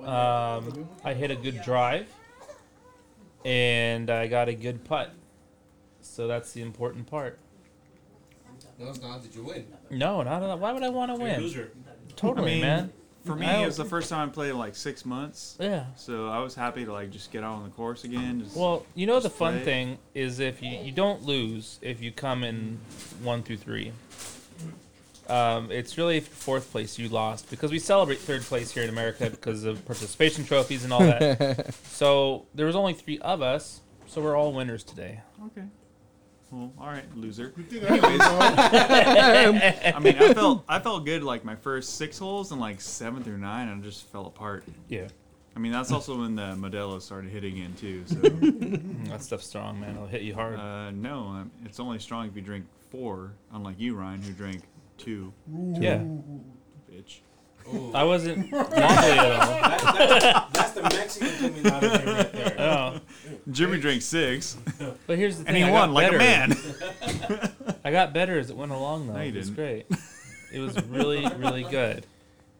S4: Um, I hit a good drive, and I got a good putt. So that's the important part.
S7: No, it's not. Did you win?
S4: No, not at all. Why would I want to win?
S7: Loser.
S4: Totally,
S6: I mean-
S4: man.
S6: For me, it was the first time I played in like six months,
S4: Yeah.
S6: so I was happy to like just get out on the course again. Just,
S4: Well, you know the fun
S6: play.
S4: thing is if you, you don't lose if you come in one through three. Um, it's really if fourth place you lost because we celebrate third place here in America because of participation trophies and all that. so there was only three of us, so we're all winners today.
S6: okay. Well, all right, loser.
S5: You think I don't know?
S6: I mean, I felt I felt good like my first six holes and like seven through nine, I just fell apart.
S4: Yeah,
S6: I mean, that's also when the Modelo started hitting in too. So
S4: Mm, that stuff's strong, man. It'll hit you hard.
S6: uh, no, um, it's only strong if you drink four, unlike you, Ryan, who drank two.
S4: yeah,
S6: Bitch.
S4: I wasn't wobbly at
S7: That, that, that's the Mexican coming out of here right there.
S4: all. No.
S6: Jimmy drank six,
S4: But here's the
S6: and
S4: thing:
S6: he
S4: I
S6: won
S4: got
S6: like
S4: better.
S6: a man.
S4: I got better as it went along, though.
S6: No, you
S4: it was
S6: didn't.
S4: great. It was really, really good.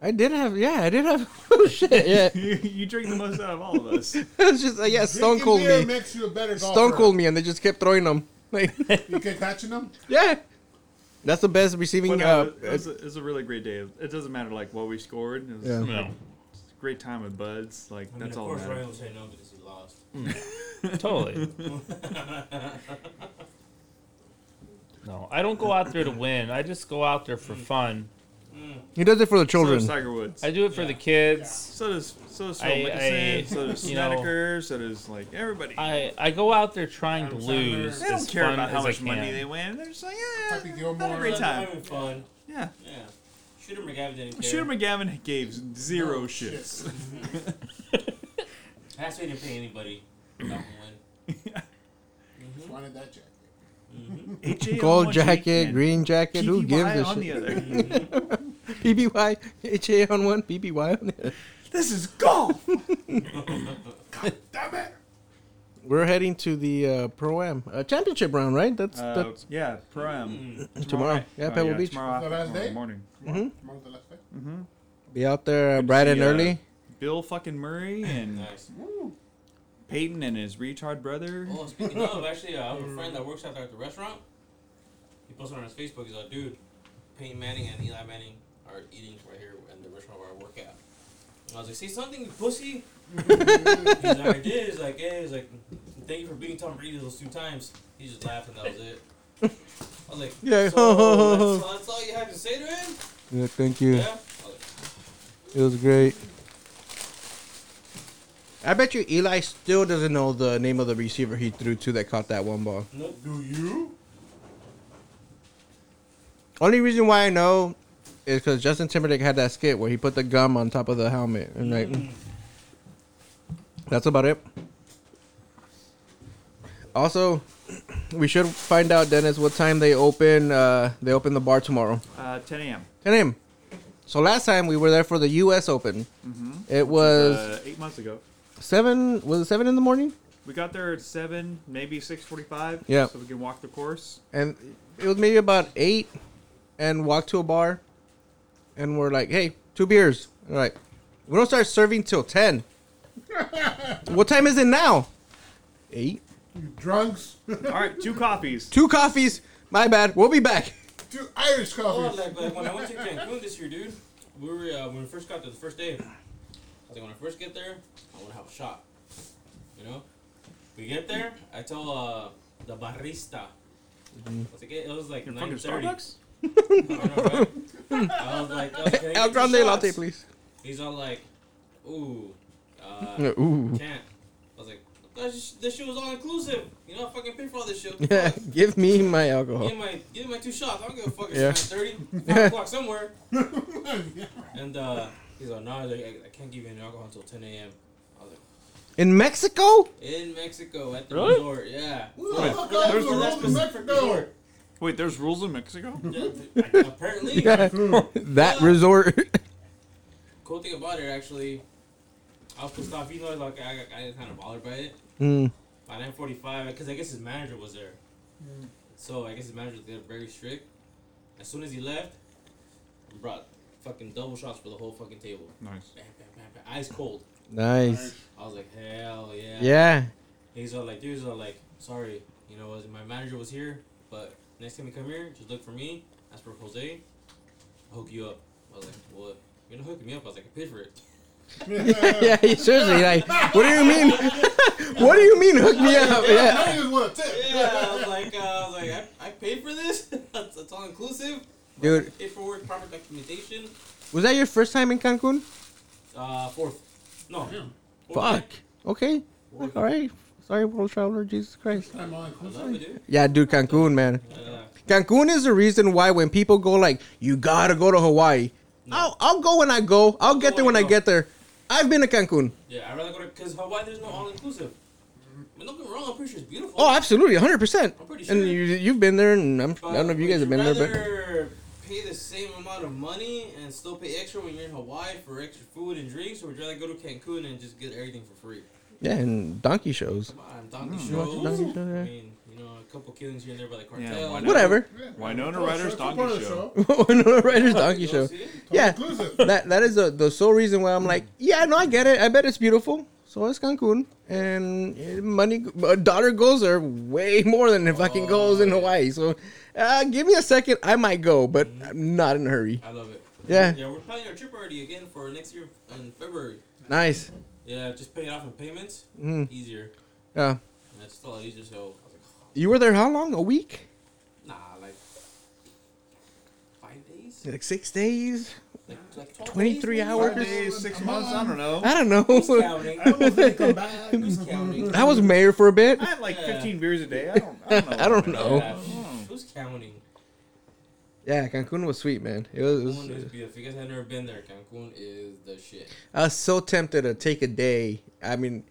S2: I did have yeah, I did have oh shit yeah.
S6: you, you drink the most out of all of us.
S2: It's just like yeah, Stone
S5: Drinking
S2: Cold
S5: beer
S2: me,
S5: makes you a better golfer.
S2: Stone Cold me, and they just kept throwing them. Like
S5: You keep catching them?
S2: yeah, that's the best receiving.
S6: But
S2: uh,
S6: no, it, was a, it was a really great day. It doesn't matter like what we scored. It was
S2: Yeah.
S4: No.
S6: a great time with buds. Like
S7: I mean,
S6: that's
S7: of
S6: all. that
S7: course,
S6: matters.
S7: Ryan will say no because he lost.
S4: Totally. no, I don't go out there to win. I just go out there for fun.
S2: he does it for the
S6: So
S2: children.
S6: does Tiger Woods.
S4: I do it for the kids.
S6: so does so does Phil
S4: I-
S6: Mickelson.
S4: I-
S6: so does
S4: you know-
S6: Snedeker. so does like everybody.
S4: I, I go out there trying to lose
S6: they don't
S4: as
S6: care
S4: fun
S6: about how
S4: as I
S6: much money
S4: can.
S6: they win. They're just like
S5: Happy
S6: yeah, had
S5: Gilmore.
S6: a great
S7: I'm
S6: time.
S7: having fun.
S6: Yeah.
S7: Yeah. Shooter McGavin didn't care.
S6: Shooter McGavin gave zero shits.
S7: That's why he didn't pay anybody. Not one.
S5: Wanted that jacket.
S6: HA on
S2: Gold
S6: one
S2: jacket,
S6: hand,
S2: green jacket. Who
S6: PPY
S2: gives a
S6: on
S2: shit?
S6: the uh, other.
S2: PBY, HA on one, PBY on the other.
S6: this is golf.
S5: Damn it!
S2: We're heading to the uh, pro am uh, championship round, right? That's,
S6: Uh,
S2: that's
S6: yeah, prem.
S2: tomorrow.
S6: night.
S2: Yeah,
S6: Oh,
S2: Pebble Beach.
S6: Tomorrow,
S5: The last
S6: tomorrow
S5: day?
S6: morning.
S5: Tomorrow, tomorrow's the last day.
S2: Be out there uh, bright and
S6: See, uh,
S2: early.
S6: Bill fucking Murray and
S7: Nice.
S2: Mm.
S6: Peyton and his retard brother.
S7: Oh, speaking of, actually, uh, I have a friend that works out there at the restaurant. He posted on his Facebook. He's like, dude, Peyton Manning and Eli Manning are eating right here in the restaurant where I work at. And I was like, say something, you pussy. he's like, I did. He's like, yeah. He's like, thank you for beating Tom Brady those two times. He just laughed and that was it. I was like,
S2: Yeah.
S7: so that's, that's all you had to say to him?
S2: Yeah, thank you.
S7: Yeah. I was like,
S2: It was great. I bet you Eli still doesn't know the name of the receiver he threw to that caught that one ball.
S7: no, do you?
S2: Only reason why I know is because Justin Timberlake had that skit where he put the gum on top of the helmet, and like, that's about it. Also, we should find out, Dennis, what time they open. Uh, they open the bar tomorrow.
S6: Uh, 10 a.m.
S2: 10 a.m. So last time we were there for the U.S. Open. It was
S6: Uh, eight months ago.
S2: seven. Was it seven in the morning?
S6: We got there at seven, maybe six forty-five.
S2: Yeah.
S6: So we can walk the course.
S2: and it was maybe about eight, and walked to a bar, and we're like, "Hey, two beers." And we're like, we don't start serving till ten. what time is it now? Eight.
S5: You drunks.
S6: All right, two copies.
S2: Two coffees. My bad. We'll be back.
S5: Two Irish
S7: Oh,
S5: coffees.
S7: like, like when I went to Cancun this year, dude, we were uh, when we first got there the first day. I was like, when I first get there, I want to have a shot. You know, we get there. I tell uh, the barista. I was like, it was like
S6: Mm-hmm. You're
S7: nine
S6: fucking
S7: thirty.
S6: Starbucks.
S7: I was like, oh, can I
S2: El
S7: get
S2: grande
S7: two
S2: latte,
S7: shots?
S2: please.
S7: He's all like, ooh, uh,
S2: Ooh.
S7: can't. I was like, "That's just- this shit was all inclusive. You know, I fucking paid for all this shit.
S2: Yeah.
S7: Fuck.
S2: Give me my alcohol.
S7: Give me my give me my two shots. I don't give a fuck. It's
S2: Oh. Yeah.
S7: nine thirty, five o'clock somewhere. And uh, he's like, no, like, I, I can't give you any alcohol until ten a.m. I was like,
S2: In Mexico?
S7: in Mexico at the
S4: Really?
S7: resort, yeah.
S5: Who the
S6: Wait,
S5: fuck out
S6: there's
S5: of
S6: the
S5: the road in Mexico?
S6: Wait, there's rules in Mexico.
S7: Yeah, like, apparently,
S2: that resort.
S7: cool thing about it actually, I was pissed off. You know, like I, I didn't kind of bothered by it.
S2: Mm.
S7: By nine forty-five, because I guess his manager was there. So I guess his manager was there, very strict. As soon as he left, we brought fucking double shots for the whole fucking table.
S6: Nice.
S7: Bam, bam, bam, bam, ice cold.
S2: Nice.
S7: I was like, hell yeah.
S2: Yeah.
S7: He's all like, dudes all like, sorry, you know, was my manager was here, but next time you come here, just look for me. Ask for Jose. I'll hook you up. I was like, what? You're not hooking me up. I was like, I paid for it.
S2: yeah. Seriously. Like, what do you mean? what do you mean? Hook me up. Yeah.
S5: I just want a tip.
S7: Yeah, I was like, uh, I was like, I, I paid for this. that's, that's all inclusive.
S2: Dude.
S7: Paperwork, proper documentation.
S2: Was that your first time in Cancun?
S7: Uh, fourth. No.
S2: Fuck. Okay. All right. Sorry, world traveler. Jesus Christ.
S5: I'm on.
S7: I love it, dude.
S2: Yeah, dude, Cancun, man.
S7: Uh,
S2: Cancun is the reason why when people go like, you gotta go to Hawaii. I'll I'll go when I go. I'll get there when I get there. I've been to Cancun.
S7: yeah, I'd rather go to, because Hawaii, there's no all inclusive. I mean, Mm-hmm. don't get me wrong, I'm pretty sure it's beautiful.
S2: Oh, absolutely, hundred percent.
S7: I'm pretty
S2: And
S7: sure.
S2: you you've been there, and I'm, I don't know if you
S7: would
S2: guys have been there, but
S7: rather pay the same amount of money and still pay extra when you're in Hawaii for extra food and drinks, or would you rather go to Cancun and just get everything for free?
S2: yeah, and donkey shows.
S7: Come on, donkey
S2: Hmm. You want
S7: shows.
S2: some donkey
S7: I
S2: shows?
S7: mean, you know, a couple killings here and there by the cartel.
S6: Yeah, why not?
S2: Whatever.
S6: Winona
S5: Oh,
S6: Ryder's
S5: sure, it's a part of
S6: donkey
S5: the
S6: show.
S2: Winona Ryder's donkey
S7: You know,
S2: show.
S7: see?
S2: Yeah,
S5: Inclusive.
S2: that that is the the sole reason why I'm like, yeah, no, I get it. I bet it's beautiful. So it's Cancun, and eh, money, a dollar goes there way more than it fucking goes in Hawaii. So, uh, give me a second, I might go, but I'm not in a hurry.
S7: I love it.
S2: Yeah.
S7: Yeah, we're planning our trip already again for next year in February.
S2: Nice.
S7: Yeah, just pay it off in payments.
S2: Mm.
S7: Easier.
S2: Yeah.
S7: That's still easier. So I was like,
S2: You were there how long? A week?
S7: nah, like five days,
S2: Like six days?
S7: like, like 12
S2: 23
S7: days, maybe?
S2: hours?
S6: Five days, six months. I don't know.
S2: I don't
S7: Who's
S2: know.
S7: counting?
S5: I almost didn't come back.
S7: Who's counting?
S2: I was mayor for a bit.
S6: I had like
S7: Yeah.
S6: 15 beers a day. I don't. I don't know.
S2: I don't know.
S7: Yeah, Who's counting?
S2: Yeah, Cancun was sweet, man. It was.
S7: Cancun is beautiful. You guys have never been there. Cancun is the shit.
S2: I was so tempted to take a day. I mean,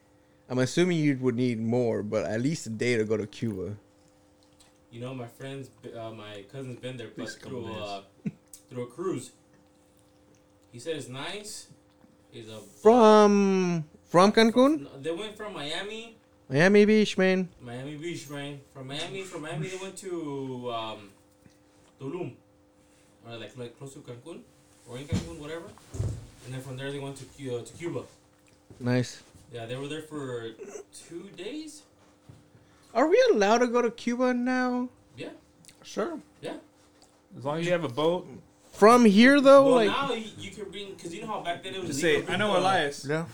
S2: I'm assuming you would need more, but at least a day to go to Cuba.
S7: You know, my friends, uh, my cousin's been there, but through uh, through a cruise. He said it's nice. He's a
S2: From from Cancun,
S7: No, They went from Miami,
S2: Miami Beach, man.
S7: Miami Beach, right? From Miami, from Miami, they went to um, Tulum, or like like close to Cancun, or in Cancun, whatever. And then from there, they went to Cu- uh, to Cuba.
S2: Nice.
S7: Yeah, they were there for two days.
S2: Are we allowed to go to Cuba now?
S7: Yeah,
S2: Sure.
S7: yeah.
S4: As long as you have a boat.
S2: From here though,
S7: Well,
S2: like
S7: now you, you can bring because you know how back then it was.
S6: Just say.
S7: illegal to
S6: I
S7: bring
S6: know
S7: the-
S6: Elias.
S2: yeah.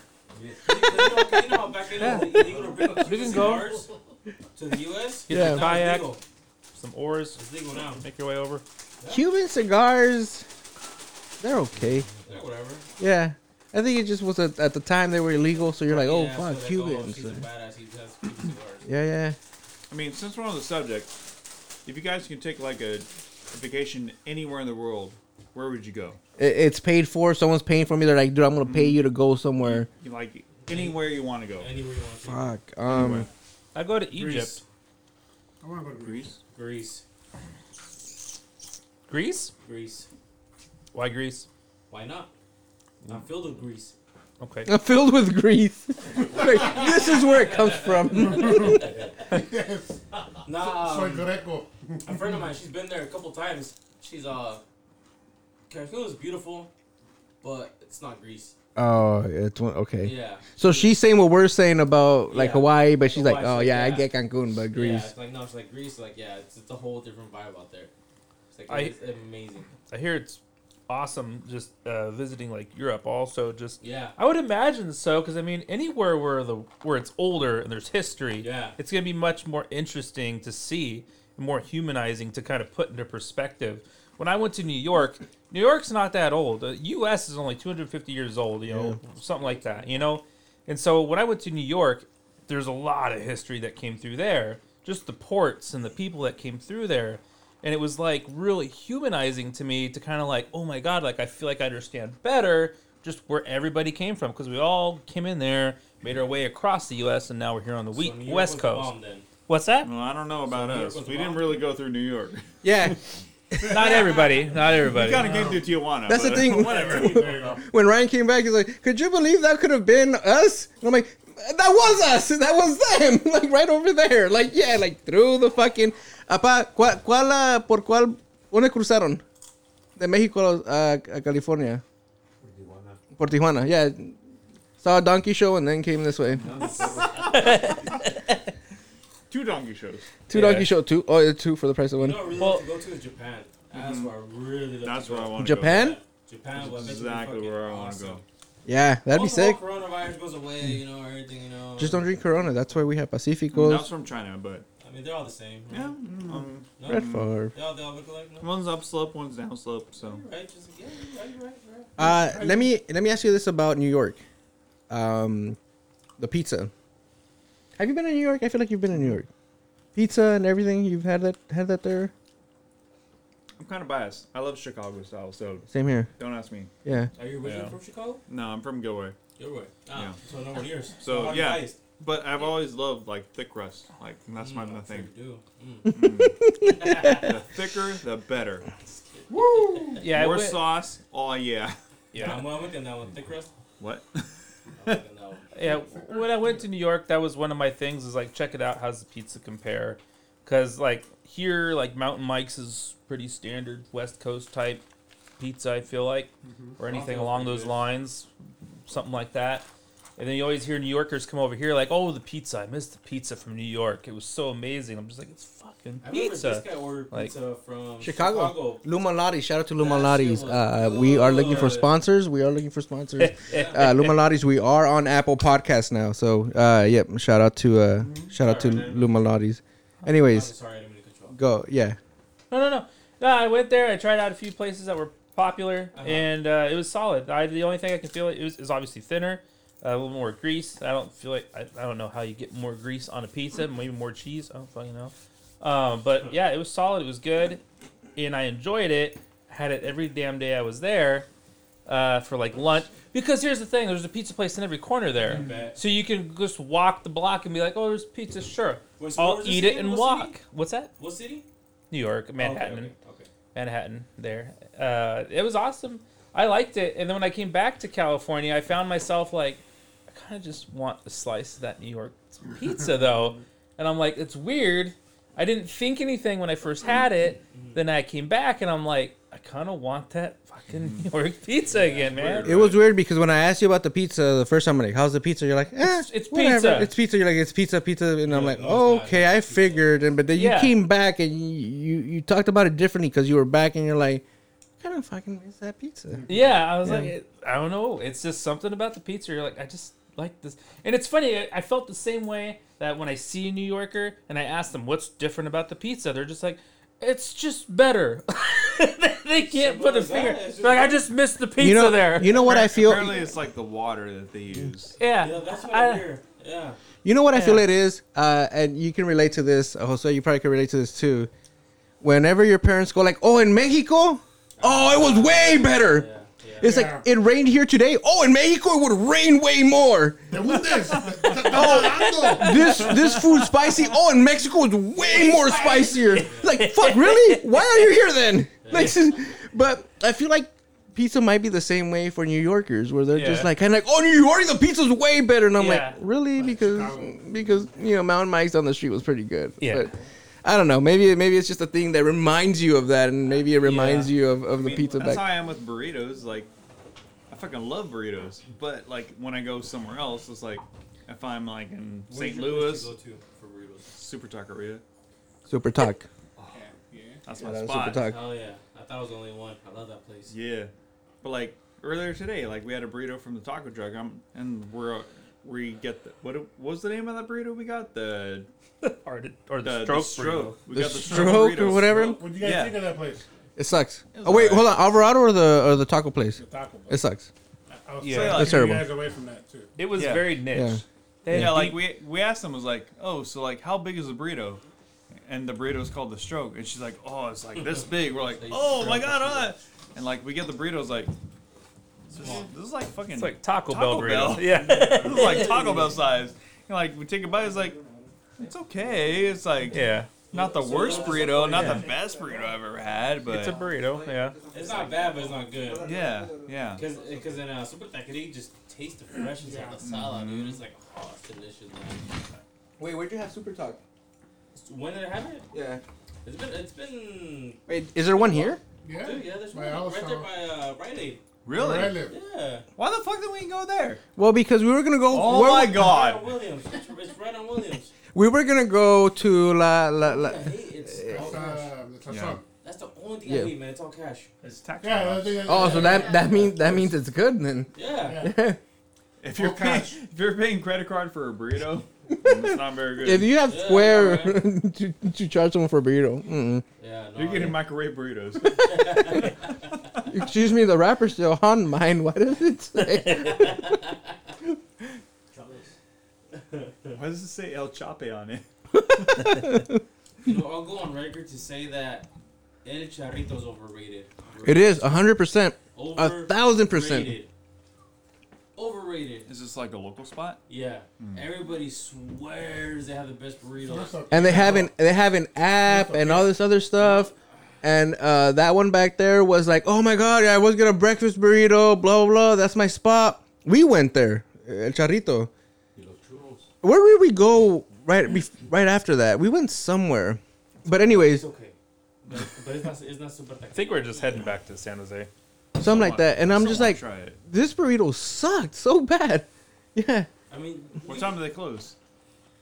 S7: you know how back then it was illegal to bring up
S4: You can
S7: two
S4: go.
S7: cigars to the U.S.
S4: Get
S7: Now
S4: the
S7: it's
S4: kayak,
S7: legal.
S4: some oars,
S7: It's legal now.
S4: make your way over.
S2: Cuban cigars, they're okay.
S7: Yeah, whatever.
S2: Yeah. I think it just was a, at the time they were illegal, so you're like, oh,
S7: Yeah, so
S2: fuck,
S7: like, Oh,
S2: Cubans.
S7: she's a badass. He has Cuban cigars.
S2: Yeah, yeah.
S6: I mean, since we're on the subject, if you guys can take like a, a vacation anywhere in the world, where would you go?
S2: It, it's paid for. Someone's paying for me. They're like, dude, I'm going to pay you to go somewhere.
S6: You like anywhere you want to go.
S7: Anywhere you want to.
S2: Fuck. Um,
S4: I go to
S7: Greece.
S4: Egypt.
S5: I want to go to Greece.
S6: Greece.
S7: Greece.
S4: Greece?
S7: Greece.
S4: Why Greece?
S7: Why not? I'm filled with grease.
S4: Okay.
S2: I'm filled with grease. like, this is where it comes from.
S5: Yes.
S7: Nah,
S5: Soy
S7: um,
S5: Greco.
S7: a friend of mine, she's been there a couple times. She's uh, Cancun is beautiful, but it's not Greece.
S2: oh, it's one. Okay.
S7: Yeah.
S2: So she's saying what we're saying about like
S7: Yeah.
S2: Hawaii, but she's like,
S7: Hawaii,
S2: oh
S7: she's
S2: yeah,
S7: like,
S2: I
S7: yeah.
S2: get Cancun, but
S7: Yeah,
S2: Greece.
S7: it's like no, it's like Greece. Like yeah, it's, it's a whole different vibe out there. It's like
S4: I-
S7: it's amazing.
S4: I hear it's awesome just uh, visiting like Europe also just
S7: Yeah.
S4: I would imagine so because I mean anywhere where the where it's older and there's history
S7: Yeah.
S4: it's gonna be much more interesting to see and more humanizing to kind of put into perspective when I went to New York New York's not that old the US is only 250 years old you know something like that you know and so when I went to New York there's a lot of history that came through there just the ports and the people that came through there and it was like really humanizing to me to kind of like oh my god like i feel like i understand better just where everybody came from because we all came in there made our way across the us and now we're here on the
S7: So
S4: we-
S7: New York
S4: west
S7: was
S4: coast
S7: bomb then.
S4: what's that
S6: Well, I don't know about
S7: New York
S6: us.
S7: was
S6: We
S7: a
S6: didn't
S7: lot.
S6: really go through New York.
S2: Yeah.
S4: not everybody not everybody
S6: We kind of came through Tijuana.
S2: That's the
S6: but-
S2: thing.
S6: Whatever.
S2: When Ryan came back, he's like, could you believe that could have been us? And I'm like, that was us. That was them. like right over there. Like yeah, like through the fucking. Apa, ¿cuál, cuál ah, por cuál, dónde cruzaron? De México a, a California. Por Tijuana. Yeah. Saw a donkey show and then came this way.
S6: Two donkey shows.
S2: Two
S4: Yeah.
S2: donkey show, two. Oh, yeah, two for the price of one.
S7: You know, what I really
S4: Well-
S7: love to go to is Japan. That's where I really love
S6: mm-hmm. That's
S7: to
S6: where I
S7: go.
S6: want to go.
S2: Japan.
S7: Japan.
S6: That's
S7: was
S6: exactly where I want to go. Mm.
S2: Yeah, that'd be sick.
S7: Coronavirus goes away, you know, everything, you know.
S2: Just don't drink Corona. That's why we have
S6: That's
S2: Pacificos.
S6: from China, but
S7: I mean, they're all the same.
S6: yeah,
S7: Right?
S6: um,
S7: No?
S2: Red Farb.
S7: They all, they all look alike. No?
S6: one's upslope, one's downslope. So
S7: Right? Just, yeah, you're right, you're right, you're right.
S2: Uh, let me let me ask you this about New York, um, the pizza. Have you been in New York? I feel like you've been in New York. Pizza and everything. You've had that had that there.
S6: I'm kind of biased. I love Chicago style, so
S2: Same here.
S6: don't ask me.
S2: Yeah.
S7: Are you originally
S6: Yeah.
S7: from Chicago?
S6: No, I'm from Gilroy,
S7: You're right. Ah,
S6: Yeah.
S7: So no one years.
S6: So,
S7: I'm
S6: yeah.
S7: biased.
S6: but I've always loved like thick crust. Like that's my
S7: Mm, I'm sure
S6: thing.
S7: you do. Mm.
S6: The thicker, the better.
S4: yeah I
S6: More
S4: went-
S6: sauce. Oh yeah.
S7: Yeah, I'm, I'm with you on that one. Thick crust.
S6: What?
S7: I'm with you on that one.
S4: yeah when i went to new york that was one of my things is like check it out how's the pizza compare because like here like mountain mike's is pretty standard west coast type pizza i feel like or anything
S7: Mountain
S4: along
S7: Mike's
S4: those
S7: Mm-hmm. pretty good.
S4: lines something like that and then you always hear new yorkers come over here like oh the pizza i missed the pizza from new york it was so amazing i'm just like it's fucking
S7: I remember
S4: pizza
S7: this guy ordered
S4: Like-
S7: pizza from
S2: Chicago.
S7: Chicago.
S2: Lumalati. Shout out to
S7: Lumalati's.
S2: Lumalati's.
S7: That shit
S2: Uh,
S7: was
S2: we are looking for
S7: good.
S2: sponsors. We are looking for sponsors.
S7: Yeah.
S2: Uh, Lumalati's. We are on Apple Podcasts now. So uh, yep. Shout out to uh, shout out to
S7: Sorry, man.
S2: Lumalati's.
S7: I'm
S2: Anyways,
S7: sorry, I didn't mean to cut you off.
S2: go. Yeah.
S4: No, no, no. No, I went there. I tried out a few places that were popular,
S7: Uh-huh.
S4: and uh, it was solid. I, the only thing I can feel it was, is obviously thinner, uh, a little more grease. I don't feel like I, I don't know how you get more grease on a pizza, maybe more cheese. I don't fucking know. Um, but yeah, it was solid. It was good, and I enjoyed it. Had it every damn day I was there uh, for like lunch. Because here's the thing: there's a pizza place in every corner
S7: I
S4: there,
S7: bet.
S4: so you can just walk the block and be like, "Oh, there's pizza. Sure,
S7: Wait, so where
S4: I'll
S7: was this
S4: eat it
S7: again?
S4: and
S7: What city?
S4: walk." What's that?
S7: What city?
S4: New York, Manhattan.
S7: Okay, okay, okay.
S4: Manhattan there. Uh, it was awesome. I liked it. And then when I came back to California, I found myself like, I kind of just want a slice of that New York pizza though. And I'm like, it's weird. I didn't think anything when I first had it. Then I came back and I'm like, I kind of want that fucking New York pizza again, man.
S2: It was weird because when I asked you about the pizza the first time, I'm like, "How's the pizza?" You're like, eh,
S4: It's- it's
S2: whatever.
S4: pizza.
S2: It's pizza." You're like, "It's pizza, pizza," and I'm
S7: Yeah,
S2: like,
S7: no, it's not.
S2: "Okay, I
S7: It's pizza.
S2: figured." And but then you
S4: Yeah.
S2: came back and you you, you talked about it differently because you were back and you're like, "Kind of fucking miss that pizza."
S4: Yeah, I was
S2: Yeah.
S4: like, it, I don't know. It's just something about the pizza. You're like, I just like this. And it's funny. I, I felt the same way that when I see a New Yorker and I ask them what's different about the pizza, they're just like, it's just better. They- they can't put a
S7: as that,
S4: finger.
S7: it's just
S4: They're like I just missed the pizza
S2: you know,
S4: there.
S2: You know what I feel?
S6: Apparently, it's like the water that they use.
S4: yeah.
S7: Yeah, that's what
S4: I-
S7: I, hear. Yeah.
S2: You know what I feel
S4: Yeah.
S2: it is, uh, and you can relate to this, uh, Jose. You probably can relate to this too. Whenever your parents go like, "Oh, in Mexico, oh, it was way better."
S7: Yeah. Yeah.
S2: It's
S5: Yeah.
S2: like it rained here today. Oh, in Mexico, it would rain way more.
S5: There was this. Oh,
S2: This this food spicy. Oh, in Mexico, it's way more spicier. Like, fuck, really? Why are you here then? Like, but I feel like pizza might be the same way for New Yorkers, where they're just
S4: Yeah.
S2: like, kind of like, oh, New York, the pizza's way better. And I'm
S4: Yeah.
S2: like, really? Because because you know, Mountain Mike's on the street was pretty good.
S4: Yeah.
S2: But, I don't know. Maybe maybe it's just a thing that reminds you of that, and maybe it reminds you of, of the
S6: I mean,
S2: pizza
S6: That's
S2: back.
S6: how I am with burritos. Like, I fucking love burritos, but like when I go somewhere else, it's like if I'm like in
S7: Where's
S6: St.
S7: your place
S6: Louis,
S7: to go to for burritos?
S6: Super Taqueria.
S2: Super talk.
S6: That's
S2: Yeah,
S6: my
S2: that was
S6: spot.
S2: Super talk.
S7: Hell yeah. I thought it was the only one. I love that place.
S6: Yeah, but like earlier today, like we had a burrito from the taco truck, um, and we're we get the what, what was the name of that burrito we got the
S4: Or the, or
S6: the,
S4: the
S6: the
S4: stroke. burrito.
S6: stroke. We
S2: The
S6: got the
S2: stroke or
S6: burrito.
S2: whatever.
S5: What do you guys
S6: Yeah.
S5: think of that place?
S2: It sucks.
S6: was
S2: oh
S6: alright.
S2: wait, hold on. Alvarado or the or the taco place?
S5: The taco place.
S2: It sucks.
S5: I was
S4: Yeah.
S5: trying to
S2: That's
S5: keep
S2: terrible.
S5: You guys away from that too.
S4: It was
S6: Yeah.
S4: very niche.
S2: Yeah.
S4: They had
S6: Yeah, like
S4: deep-
S6: we we asked them was like, oh, so like how big is the burrito? And the burrito is called the stroke, and she's like, oh, it's like this big. We're like, oh my god, uh. and like we get the burritos like. This is, this is like fucking.
S4: it's like Taco, Bell
S6: Taco
S4: burrito.
S6: Bell.
S4: Yeah.
S6: this is like Taco Bell size. And like we take a bite, it's like it's okay. It's like
S4: yeah.
S6: not the worst burrito, not the best burrito I've ever had, but
S4: It's a burrito. Yeah.
S7: It's not bad, but it's not good.
S6: yeah, yeah.
S7: Because because in uh, super taqueria, you just taste the freshness of the salad, dude. It's like oh, it's delicious. Man.
S2: Wait, where'd you have super talk?
S7: When did I have it?
S2: Yeah.
S7: It's been it's been.
S2: Wait, is there one here?
S5: Yeah.
S7: Dude, yeah, there's one
S5: My house,
S7: right there
S5: uh,
S7: by uh, Rite Aid.
S5: Where I
S6: Really?
S5: live.
S7: Yeah.
S6: Why the fuck did we go there?
S2: Well, because we were gonna go.
S6: Oh
S2: where-
S6: my
S7: Right on
S6: god!
S7: Williams. It's, it's right on Williams.
S2: We were gonna go to la la la.
S7: I hate it's all
S5: It's,
S7: cash.
S5: uh, the
S6: Yeah.
S5: tazón.
S7: That's the only thing
S2: Yeah.
S7: I hate, man. It's all cash.
S6: It's tax
S5: Yeah,
S6: write-off.
S5: that's the thing.
S2: Oh, so that that means that means it's good then.
S7: Yeah.
S6: If you're
S5: All
S6: paying,
S5: cash.
S6: if you're paying credit card for a burrito, it's not very good.
S2: If you have
S7: Yeah,
S2: square to, to charge someone for a burrito, mm-mm.
S7: Yeah. No,
S6: are getting
S7: I-
S6: microwave burritos.
S2: excuse me, the wrapper's still on mine. What does it say?
S6: Why does it say El Chape on it?
S7: you know, I'll go on record to say that El Charrito's overrated.
S2: it is hundred percent.
S7: Over-
S2: A thousand percent.
S7: rated. Overrated.
S6: Is this like a local spot?
S7: Yeah.
S2: Hmm.
S7: Everybody swears they have the best burritos.
S2: And they have an they have an app and all this other stuff. And uh, that one back there was like, oh my god, I was gonna breakfast burrito, blah blah blah. That's my spot. We went there, El Charrito. Where did we go right bef- right after that? We went somewhere. But
S7: It's
S2: anyways,
S7: okay. But, but it's not it's not super
S4: I think we're just heading back to San Jose.
S2: something like that. And I'm
S6: Someone
S2: just like,
S6: try it.
S2: this burrito sucked so bad. Yeah,
S7: I mean
S6: What time do they close?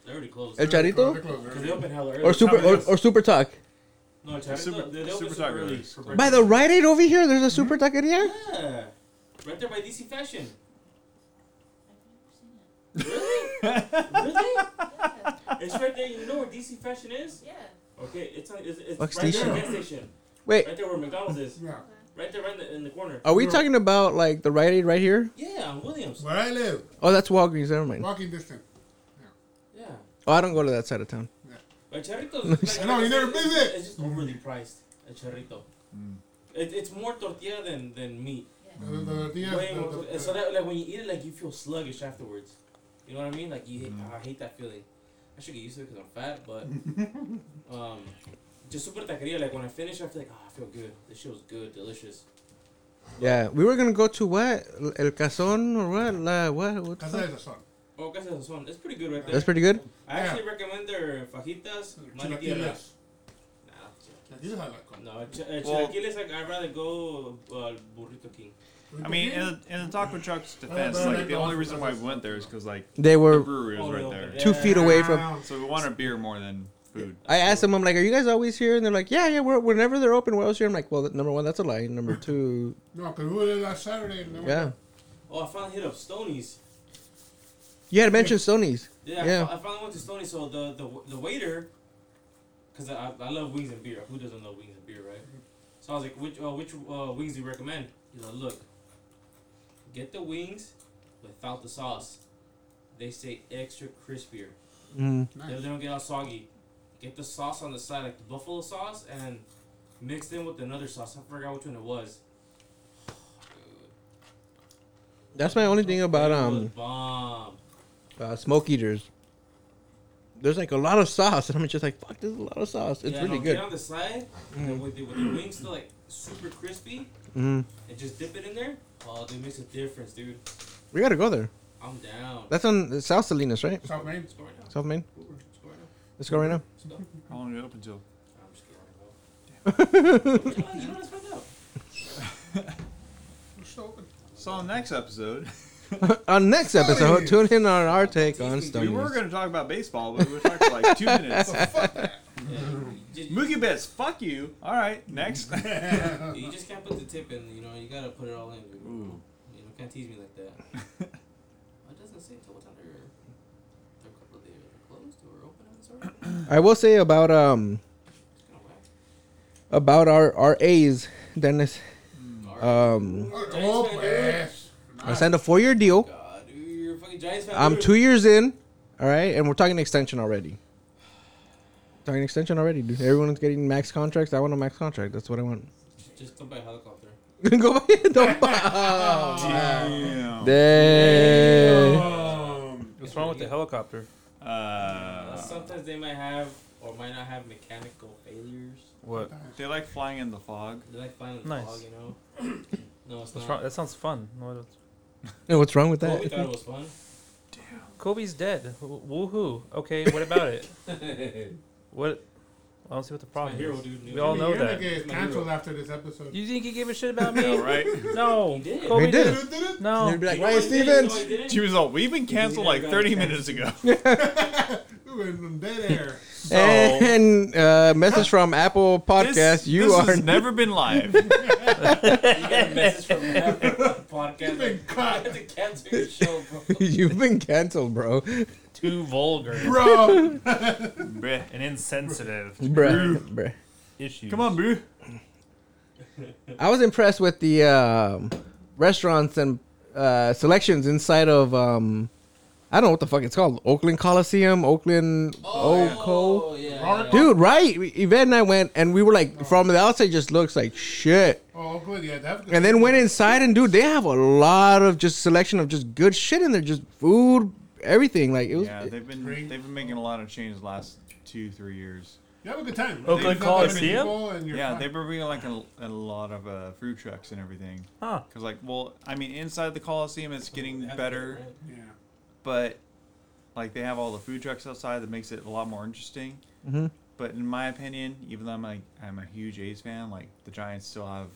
S7: they already closed.
S2: El Charrito
S7: Because they open hell early.
S2: or super or, or super talk.
S7: no, El Charrito,
S6: Super-
S7: they, they
S6: Super
S7: open super
S6: Taco
S7: early
S6: is
S7: for
S6: closed.
S2: By the Rite Aid over here, there's a super taqueria.
S7: breakfast. Yeah. Right there by DC Fashion. Really? really? It's right there. You know where DC Fashion is?
S10: Yeah.
S7: Okay, it's on, it's, it's right
S2: Fuck
S7: there
S2: station.
S7: at the gas station.
S2: Wait,
S7: Right there where McDonald's is.
S5: Yeah.
S7: Right there, right in the, in the corner.
S5: Oh.
S2: are we talking about like the Rite Aid right here?
S7: Yeah, on Williams.
S5: Where I live,
S2: Oh, that's Walgreens. Never mind.
S5: walking distance.
S7: Yeah.
S2: Oh, I don't go to that side of town.
S7: El charrito. Like,
S5: I know, you never
S7: it's-
S5: been
S7: it's-
S5: there. Mm.
S7: It's just overly priced. El charrito. It, it's more tortilla than than meat.
S5: The- the- the- the-
S7: Way more
S5: the-
S7: tortilla. so that like when you eat it, like you feel sluggish afterwards. You know what I mean? Like you, hate,
S6: Mm-hmm.
S7: I hate that feeling. I should get used to it because I'm fat, but um, just super taqueria. Like when I finish, I feel like oh, I feel good. This shit was good, delicious.
S2: Yeah, we were gonna go to what El Cazón or what? La, what? what the
S5: Casa
S2: fuck?
S5: de Tazón.
S7: Oh, Casa del Son. It's pretty good right there.
S2: That's pretty good.
S7: I actually recommend their fajitas. mantequilla.
S5: Chilaquiles.
S7: Nah,
S5: Chilaquiles I like.
S7: no, ch- uh,
S6: Well-
S7: chilaquiles. Like, I'd rather go uh, burrito king.
S6: I mean, in the, in the taco truck's defense,
S5: but-
S6: like the only reason why we went there is because like
S2: They
S6: the
S2: were
S6: brewery was
S7: Oh,
S6: right
S7: no,
S6: there,
S7: yeah.
S2: two feet away from.
S5: Wow.
S6: so we wanted beer more than food.
S2: I asked them, I'm like, "Are you guys always here?" And they're like, "Yeah, yeah. We're, whenever they're open, we're always here." I'm like, "Well, that, number one, that's a lie. Number two,
S5: No, because we were there last Saturday. And then we-
S2: yeah,
S7: Oh, I finally hit up Stonies.
S11: You had mentioned Sony's.
S7: Yeah,
S11: Yeah.
S7: I, fi- I finally went to Stony. So the the, the waiter, because I, I love wings and beer. Who doesn't love wings and beer, right? So I was like, which uh, which uh, wings do you recommend? He's like, look, get the wings without the sauce. They say extra crispier.
S11: Mm.
S7: They- They don't get all soggy. Get the sauce on the side, like the buffalo sauce, and mix in with another sauce. I forgot which one it was.
S11: That's my only thing about
S7: It was
S11: um
S7: bomb.
S11: uh, smoke eaters. There's like a lot of sauce, and I'm just like, fuck, there's a lot of sauce. It's
S7: Yeah,
S11: really
S7: no,
S11: good.
S7: Get on the side, and then with, the, with the wings still like super crispy,
S11: Mm.
S7: and just dip it in there. Oh, dude, makes a difference, dude.
S11: We gotta go there.
S7: I'm down.
S11: That's on South Salinas, right?
S5: South Main.
S7: Let's go right now.
S11: South Main.
S7: Let's go right now.
S11: Let's go right now.
S7: Let's go.
S6: How long are you open till?
S7: I'm just kidding. Right now. you know what I found out?
S6: So on next episode,
S11: on next episode, tune in on our take on
S6: we were
S11: Stoney's.
S6: going to talk about baseball, but we were talking for like two minutes.
S7: You,
S6: Mookie Betts, fuck you. All right, next.
S7: ju- you just can't put the tip in. You know, you gotta put it all in. Dude.
S6: Ooh.
S7: You know, can't tease me like that. It doesn't say till what time they're, they're clo- they're closed or open. I'm sorry.
S11: I will say about um
S7: It's kind of whack.
S11: about our our A's, Dennis. Um,
S5: Oh, pues.
S11: I signed a four year deal.
S7: God, dude, you're a fucking Giants fan.
S11: I'm
S7: dude.
S11: two years in, all right, and we're talking extension already. Talking extension already, dude. Everyone's getting max contracts. I want a max contract. That's what I want.
S7: Just come by helicopter.
S11: Go buy it. Don't buy.
S6: Damn.
S11: Dang.
S5: Um,
S4: What's wrong with the helicopter?
S7: Uh,
S6: Uh,
S7: sometimes they might have or might not have mechanical failures.
S4: What?
S6: they like flying in the fog.
S7: They like flying in the
S4: Nice.
S7: fog, you know. No, it's
S4: What's
S7: not.
S4: wrong? That sounds fun. What else?
S11: Hey, what's wrong with
S7: Well, we
S11: that?
S7: thought it was fun.
S4: Kobe's dead. W- Woohoo. Okay, what about it? What? I don't see what the problem
S7: my hero,
S4: is.
S7: dude.
S4: We all know
S5: you're gonna
S4: that.
S5: get canceled after this episode.
S4: You think he gave a shit about me?
S6: All right.
S4: No.
S7: He did.
S4: Kobe
S11: He did.
S4: didn't. No.
S11: You'd be like,
S7: You know
S11: Ryan
S7: he did, you know
S11: Stevens.
S7: he didn't?
S6: She was all, we've been canceled like 30 minutes ago.
S5: We were in dead air.
S6: So,
S11: And uh, message from Apple Podcast.
S6: this,
S11: you
S6: this
S11: are
S6: has never been live.
S7: You got a message from that podcast.
S5: You've been
S7: Like, I
S5: caught,
S7: had to cancel your show, bro.
S11: You've been canceled, bro.
S4: Too vulgar
S5: bro.
S6: Bruh.
S4: and insensitive
S11: Bruh. Bruh.
S4: issues.
S6: Come on, bro.
S11: I was impressed with the um, restaurants and uh, selections inside of um, I don't know what the fuck it's called. Oakland Coliseum, Oakland Oco.
S7: Oh, yeah.
S5: Robert-
S7: yeah.
S11: Dude, right? We- Yvette and I went, and we were like, from the outside, just looks like shit.
S5: Oh, good. Yeah, definitely.
S11: And then went inside, and dude, they have a lot of just selection of just good shit in there, just food, everything. Like it was.
S6: Yeah, they've been they've been making a lot of changes the last two three years.
S5: you have a good time. There's not
S4: Oakland
S5: that many
S4: Coliseum?
S5: people and you're
S6: Yeah,
S5: fine.
S6: they've been bringing like a, a lot of uh, food trucks and everything.
S4: Huh.
S6: Cause like, well, I mean, inside the Coliseum, it's getting better,
S5: Yeah.
S6: but like they have all the food trucks outside that makes it a lot more interesting.
S11: Mhm.
S6: But in my opinion, even though I'm like I'm a huge A's fan, like the Giants still have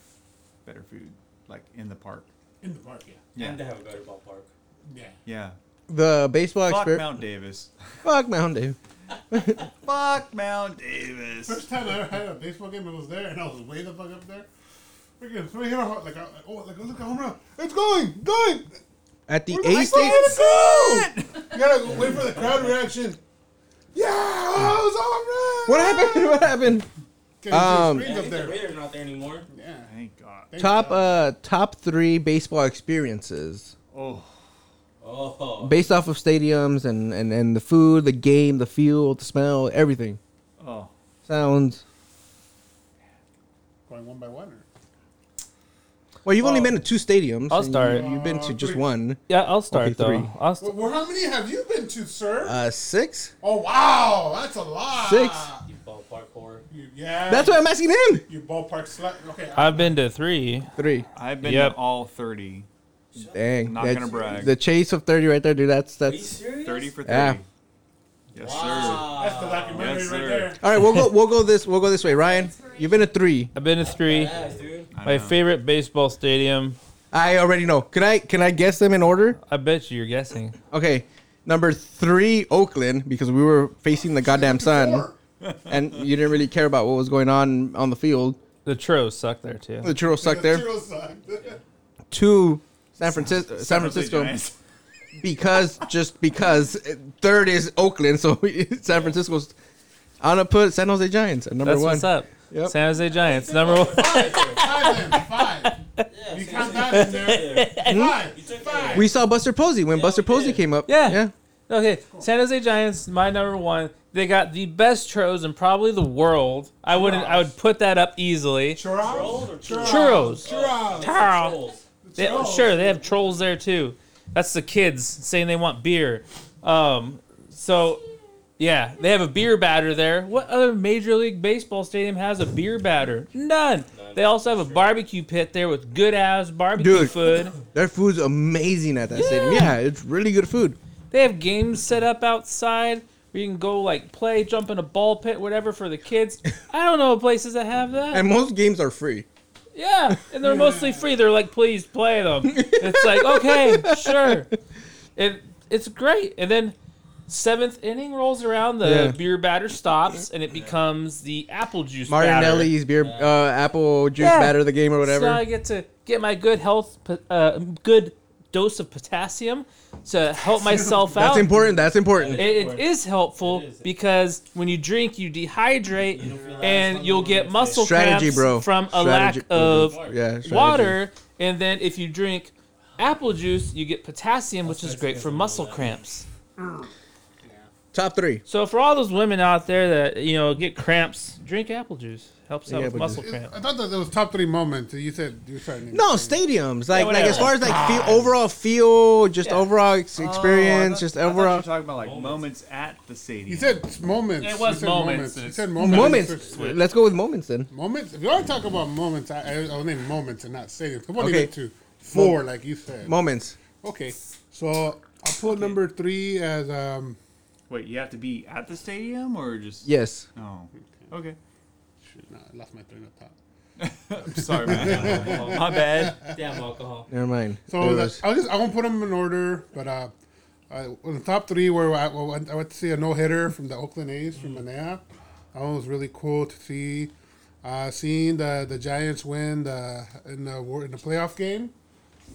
S6: better food, like in the park.
S5: In the park, yeah.
S6: Yeah,
S7: And they have a better ballpark.
S5: Yeah.
S6: yeah.
S11: The baseball
S6: Fuck
S11: expert.
S6: Mount Davis.
S11: Fuck Mount Dave.
S6: Fuck Mount Davis.
S5: First time I ever had a baseball game, I was there, and I was way the fuck up there. Freaking, somebody hit a home like, I- oh, like, look at home run. It's going, going.
S11: At the
S5: Where's
S11: A
S5: my
S11: State.
S5: phone? You gotta go wait for the crowd reaction. Yeah, oh, it was
S11: What
S5: home run.
S11: happened? What happened?
S5: Can you see the
S11: Um,
S5: screens
S7: Yeah, I
S5: up
S7: think the
S5: there.
S7: Raiders are not there anymore.
S5: Yeah.
S6: Thank God.
S5: Thank
S11: Top
S5: God.
S11: uh top three baseball experiences
S6: Oh,
S7: Oh.
S11: based off of stadiums and and and the food, the game, the field, the smell, everything.
S6: oh.
S11: Sounds.
S5: Going one by one. Or?
S11: Well, you've only
S4: Well,
S11: been to two stadiums.
S4: I'll
S11: and
S4: start.
S11: You, have been to just
S5: Three.
S11: one.
S4: Yeah, I'll start
S11: Okay,
S4: though.
S11: three.
S4: I'll st-
S5: Well, well, how many have you been to, sir?
S11: Uh, six.
S5: oh wow, that's a lot.
S11: Six.
S7: You ballpark whore.
S5: You, yeah.
S11: That's what Uh, I'm asking him.
S5: You ballpark slut. Okay. I,
S4: I've been to three.
S11: Three.
S6: I've been
S4: Yep.
S6: to all 30.
S11: Dang.
S6: Not
S11: that's-
S6: gonna brag.
S11: The chase of thirty right there, dude. That's
S7: Are you
S11: that's.
S7: serious?
S6: 30 for 30.
S11: Yeah.
S6: Yes,
S7: Wow.
S5: that's the documentary
S6: Yes,
S5: right
S6: sir.
S5: there.
S11: All right, we'll go. We'll go this. We'll go this way, Ryan. You've been to three.
S4: I've been to three.
S7: Yes, dude.
S6: sir. I
S4: My
S6: know.
S4: favorite baseball stadium.
S11: I already know. Can I can I guess them in order?
S4: I bet you you're guessing.
S11: Okay, number three, Oakland, because we were facing the goddamn sun, and you didn't really care about what was going on on the field.
S4: The churros suck there too.
S11: The churros suck
S5: The
S11: there.
S5: churros sucked.
S11: Two, San Francisco. San
S6: San Jose
S11: Francisco.
S6: Giants.
S2: because just because third is Oakland, so San Francisco's. I'm gonna put San Jose Giants at number
S4: That's
S2: one.
S4: what's up.
S2: Yep.
S4: San Jose Giants, number one.
S5: You count that in there. Five. Five.
S2: We saw Buster Posey when Buster Posey came up.
S4: Yeah.
S2: yeah.
S4: Okay, San Jose Giants, my number one. They got the best churros in probably the world. I wouldn't. I would put that up easily.
S5: Churros?
S4: Churros.
S5: Churros.
S4: Churros. They, Sure, they have trolls there too. That's the kids saying they want beer. Um, so, yeah, they have a beer batter there. What other Major League Baseball stadium has a beer batter? None. They also have a barbecue pit there with good ass barbecue
S2: Dude.
S4: food.
S2: Their food's amazing at that stadium. Yeah, it's really good food.
S4: They have games set up outside where you can go like play, jump in a ball pit, whatever for the kids. I don't know places that have that.
S2: And most games are free.
S4: Yeah, and they're mostly free. They're like, please play them. It's like, okay, sure. It it's great. And then seventh inning rolls around, the
S2: Yeah.
S4: beer batter stops, and it becomes the apple juice. batter.
S2: Martinelli's beer, uh, apple juice
S4: Yeah.
S2: batter of the game or whatever.
S4: So I get to get my good health, po- uh, good dose of potassium to help myself out.
S2: That's important. That's important.
S4: It, it is helpful because when you drink, you dehydrate, and you'll get muscle
S2: Strategy,
S4: cramps
S2: bro.
S4: from a
S2: Strategy.
S4: lack of
S2: Yeah, strategy.
S4: water. And then if you drink apple juice, you get potassium, which is great for muscle cramps.
S2: Top three.
S4: So for all those women out there that you know get cramps, drink apple juice. Helps out
S2: Yeah,
S4: with
S2: but
S4: muscle
S2: just-
S4: cramps.
S5: I thought that was top three moments. You said you started.
S2: No stadiums, like like
S4: whatever.
S2: as far as like feel, overall feel, just overall ex-
S6: Oh,
S2: experience, just
S6: you
S2: overall
S6: were talking about like moments at the stadium.
S5: You said moments.
S12: It was
S5: you said
S12: moments.
S5: You said moments.
S2: moments. Let's go with moments then.
S5: Moments. If you want to talk about moments, I, I will name moments and not stadiums. Come on,
S2: Okay.
S5: okay. to four, like you said.
S2: Moments.
S5: okay, so I'll put number three as um.
S6: Wait, you have to be at the stadium or just?
S2: Yes.
S6: Oh. Okay.
S5: Shit, no, I lost my train of thought.
S6: I'm sorry. man.
S4: Oh,
S6: My bad.
S7: Damn alcohol.
S2: Never mind.
S5: So
S2: It
S5: the-
S2: was-
S5: I'll just I won't put them in order, but uh, uh on the top three where I, well, I went to see a no hitter from the Oakland A's from
S2: Mm-hmm.
S5: Manea. That one was really cool to see. Uh, seeing the the Giants win the in the war- in the playoff game,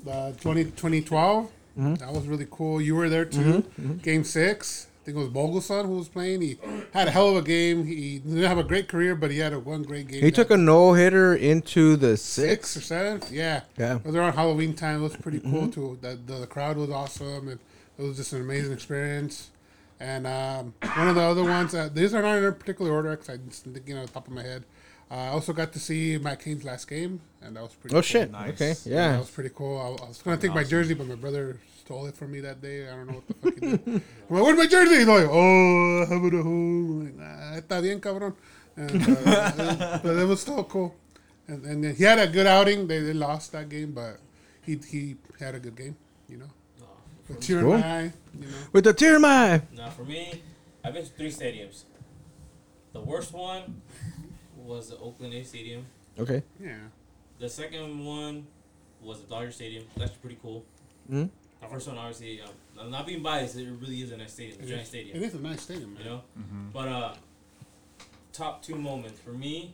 S5: the 20, 2012.
S2: Mm-hmm.
S5: That was really cool. You were there too. Game six. I think it was Bogusan who was playing. He had a hell of a game. He didn't have a great career, but he had a one great game.
S2: he took a no hitter into the
S5: sixth or
S2: sixth.
S5: seventh. Yeah,
S2: Yeah. Mm-hmm.
S5: It was around Halloween time. It was pretty cool too. The, the, the crowd was awesome, and it was just an amazing experience. And um, one of the other ones, uh, these are not in a particular order because I just think you know off the top of my head. Uh, I also got to see Matt Kane's last game, and that was pretty.
S2: Oh
S5: cool.
S2: shit.
S6: Nice.
S2: Okay.
S5: Yeah, that
S2: Yeah.
S5: was pretty cool. I, I was gonna take my jersey, but my brother stole it from me that day. I don't know what the fuck he did. I'm like, where's my jersey? He's like, oh, I have it at home. I'm like, nah, está bien, cabrón. And, uh, but it was still cool. And, and then he had a good outing. They, they lost that game, but he he had a good game. You know,
S7: Oh,
S5: with tear in
S2: Cool.
S5: my eye. You know,
S2: With a tear in my eye.
S7: Now for me, I've been to three stadiums. The worst one was the Oakland A's Stadium.
S2: Okay.
S5: yeah.
S7: The second one was the Dodger Stadium. That's pretty cool.
S5: Hmm?
S2: Mhm.
S7: The first one, obviously, um, I'm not being biased. It really is a nice stadium, a giant
S5: It
S7: stadium.
S5: is a nice stadium, man.
S7: You know, but uh, top two moments for me.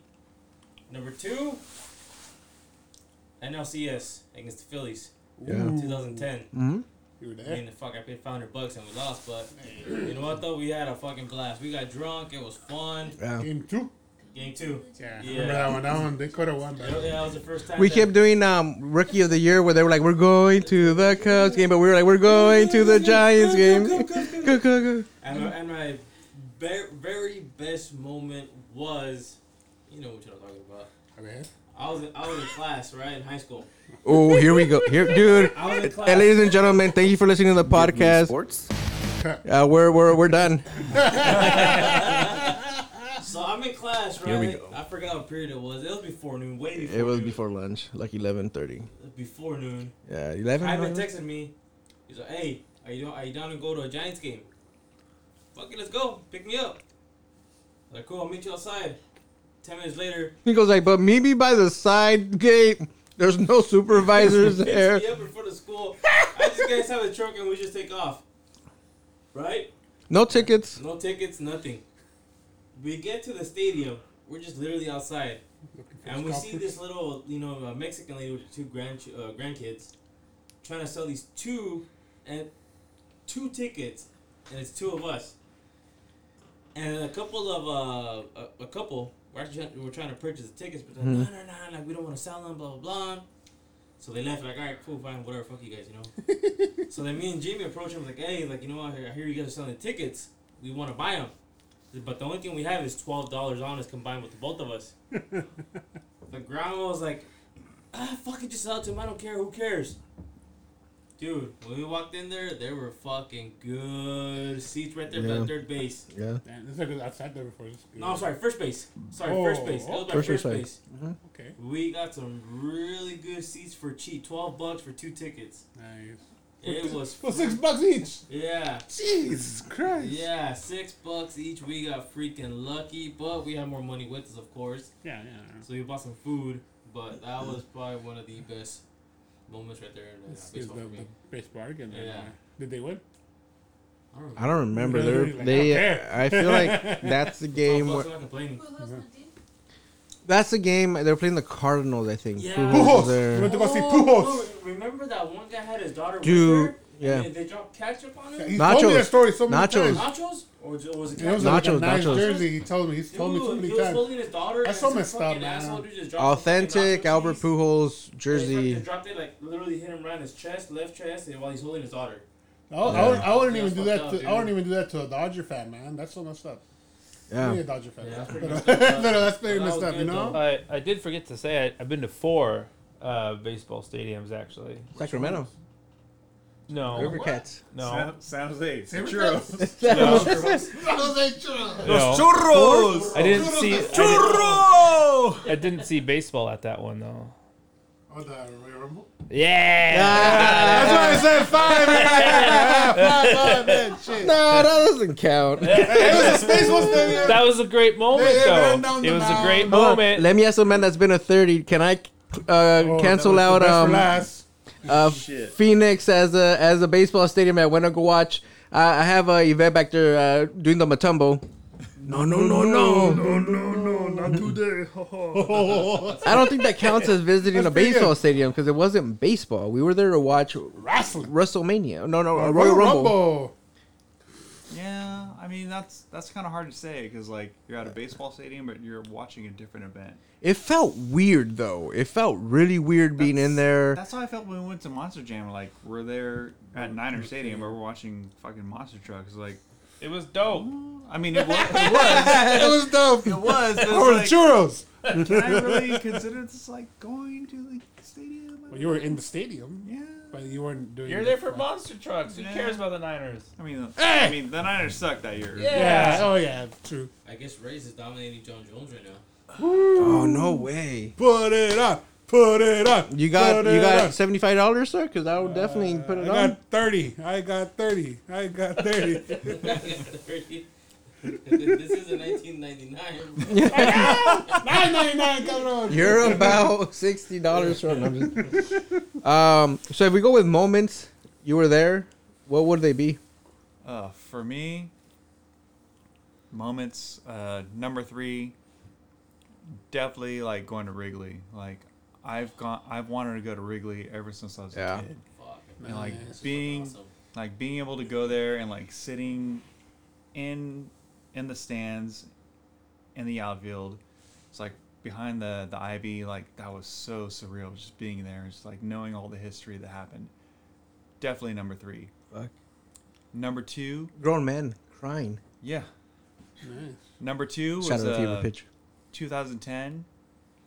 S7: Number two, NLCS against the Phillies,
S2: Yeah.
S7: 2010.
S5: You were
S7: I
S5: there.
S7: mean, the fuck, I paid 500 bucks and we lost, but you know what though? We had a fucking blast. We got drunk. It was fun.
S2: Yeah.
S5: Game two.
S7: Game two.
S5: Yeah, I
S7: Yeah.
S5: remember that one. That one they could have won.
S7: You know,
S5: But
S7: that was the first time.
S2: We
S7: that-
S2: kept doing um rookie of the year where they were like we're going to the Cubs game, but we were like we're going to the Giants game. Go, go, go.
S7: And my, and my very, very best moment was, you know what y'all talking about.
S5: I mean,
S7: I was in, I was in class, right, in high school.
S2: Oh, here we go. Here, dude.
S7: I was in class.
S2: And ladies and gentlemen, thank you for listening to the podcast. Sports. Uh, we're we're we're done.
S7: So I'm in class, right?
S2: Here we go.
S7: I forgot what period it was. It was before noon, way before
S2: It was
S7: noon.
S2: before lunch, like eleven thirty.
S7: Before noon.
S2: Yeah, eleven.
S7: Ivan texted me. He's like, "Hey, are you are you down to go to a Giants game? Fuck it, let's go. Pick me up." I was like, cool. I'll meet you outside. Ten minutes later,
S2: He goes like, but maybe by the side gate, there's no supervisors
S7: picks
S2: there.
S7: me up in front of school. I just guys have a truck and we just take off. Right?
S2: No tickets.
S7: No tickets, nothing. We get to the stadium. We're just literally outside, and we see this little, you know, uh, Mexican lady with two grand uh, grandkids, trying to sell these two and two tickets, and it's two of us. And a couple of uh, a, a couple were actually trying- were trying to purchase the tickets, but they're like, no, no, no, like we don't want to sell them, blah blah blah. So they left, like, all right, cool, fine, whatever, fuck you guys, you know. so then me and Jamie approached him, like, hey, like you know, what, I hear- I hear you guys are selling the tickets. We want to buy them, but the only thing we have is twelve dollars on us combined with the both of us. the grandma was like, ah, fucking just sell it to him. I don't care. Who cares? Dude, when we walked in there, there were fucking good seats right there by
S11: Yeah.
S7: the third base.
S11: Yeah.
S5: Damn, this nigga's outside there before. This is good.
S7: No, I'm sorry, first base. Sorry,
S5: Oh,
S7: first base. It was by
S11: First
S7: first,
S11: base,
S7: base.
S5: Okay.
S7: We got some really good seats for cheap. Twelve bucks for two tickets.
S5: Nice.
S7: It was
S5: For six bucks each.
S7: yeah,
S5: Jesus Christ.
S7: yeah, six bucks each. We got freaking lucky, but we had more money with us, of course.
S5: Yeah, yeah.
S7: So we bought some food, but that was probably one of the best moments right there in uh,
S5: This is
S7: baseball
S5: the,
S7: for me.
S5: the best bargain. right
S7: Yeah.
S5: there. Did they win?
S7: I don't know.
S11: I don't remember. They're,
S5: Like,
S11: they.
S5: I don't care.
S11: I feel like that's the game.
S7: Twelve bucks,
S11: Where,
S7: I'm not complaining.
S11: that's the game. They're playing the Cardinals, I think.
S7: Yeah.
S11: Pujols was
S5: Pujols.
S11: there.
S5: We went to go see
S7: Oh,
S5: Pujols.
S7: no, remember that one guy had his daughter
S11: Dude,
S7: with her?
S11: yeah.
S7: And they, they dropped ketchup on him?
S5: He told me
S11: Nachos.
S5: that story so many
S11: Nachos.
S5: times.
S7: Nachos? Or j- was it
S5: It was
S7: ketchup?
S5: like a
S11: Nachos,
S5: nice
S11: nachos.
S5: jersey. He told me. He's
S7: Dude,
S5: told me so many
S7: he was
S5: times.
S7: holding his daughter.
S5: That's
S7: and
S5: so
S7: some
S5: messed up,
S7: fucking
S5: man.
S7: asshole dude just dropped some fucking
S11: Authentic
S7: nacho
S11: Albert
S7: cheese.
S11: Pujols
S7: Yeah, he dropped-
S11: jersey.
S7: He dropped it like literally hit him right in his chest, left chest, and while he's holding his daughter.
S5: I, I, wouldn't- I wouldn't
S7: Yeah,
S5: even do
S7: fucked
S5: that.
S7: up,
S5: to,
S7: dude.
S5: I wouldn't even do that to a Dodger fan, man. That's so messed up. Yeah.
S11: Yeah.
S5: a Dodger fan.
S7: Yeah,
S5: Yeah.
S7: that's pretty
S5: But,
S7: messed
S5: but
S7: up,
S5: that's
S7: But
S5: pretty
S7: that
S5: messed
S7: was
S5: up, you
S7: good,
S5: know.
S7: though.
S4: I, I did forget to say I, I've been to four uh, baseball stadiums actually.
S11: Sacramento.
S4: No,
S11: Rivercats.
S4: no,
S13: San Jose.
S4: no.
S13: Churros!
S4: I didn't see. I didn't,
S13: Churro!
S4: I didn't see baseball at that one though.
S5: Oh, the Royal Rumble.
S4: Yeah.
S5: That's why I said five. yeah, yeah, five, man, shit.
S11: No, that doesn't count.
S5: It was a space one stadium.
S4: That was a great moment,
S5: They ran
S4: though.
S5: down
S4: It
S5: the
S4: was a
S5: mound.
S4: great
S11: Hold on.
S4: moment.
S11: Let me ask a man that's been a 30. Can I uh,
S5: Oh,
S11: cancel
S5: that was
S11: out
S5: the best for
S11: um,
S5: last.
S11: uh,
S13: Shit.
S11: Phoenix as a as a baseball stadium I went to go watch. I, I have a uh, event back there uh, doing the Matumbo. No, no, no, no.
S13: No, no, no, not today. Ho, ho.
S11: I don't think that counts as visiting a
S5: That's pretty
S11: baseball
S5: good.
S11: stadium because it wasn't baseball. We were there to watch
S5: Wrestling.
S11: WrestleMania. No, no,
S5: Royal,
S11: uh, Royal Rumble.
S5: Rumble.
S6: Yeah, I mean that's that's kind of hard to say because like you're at a baseball stadium, but you're watching a different event.
S11: It felt weird though. It felt really weird being in there.
S6: That's how I felt when we went to Monster Jam. Like we're there at Niner Stadium, but we're watching fucking monster trucks. Like,
S4: It was dope.
S6: I mean, it was, it was,
S5: It was dope.
S6: it was. But
S5: Over the
S6: it's like,
S5: churros.
S6: can I really consider this like going to the stadium?
S5: Well, you were in the stadium,
S6: Yeah.
S5: but you weren't doing.
S4: You're
S5: the
S4: there for
S5: front.
S4: monster trucks. Who
S6: Yeah.
S4: cares about the Niners?
S6: I mean, the, I mean, the Niners sucked that year.
S5: Yeah. Oh yeah. True.
S7: I guess Reyes is dominating John Jones right now.
S11: Oh no way!
S5: Put it on. Put it on.
S11: You got
S5: Put
S11: you
S5: it
S11: got
S5: on.
S11: seventy five dollars, sir, because I would definitely put
S5: I
S11: it on.
S5: got thirty. I got thirty. I got thirty.
S7: this is a 1999.
S5: Nine ninety nine coming on.
S11: You're about sixty dollars from. I'm just- um. So if we go with moments, you were there. What would they be?
S6: Uh, for me, moments uh, number three, definitely like going to Wrigley. Like I've gone, I've wanted to go to Wrigley ever since I was
S11: Yeah.
S6: a kid,
S7: Fuck.
S6: and like
S5: Nice.
S6: being
S7: Awesome.
S6: like being able to go there and like sitting in in the stands in the outfield it's like behind the the ivy like that was so surreal just being there just like knowing all the history that happened definitely number three
S11: Fuck.
S6: number two
S11: Grown men crying.
S6: yeah
S5: Nice.
S6: number two was
S11: Shout out to
S6: uh,
S11: favorite pitch.
S6: 2010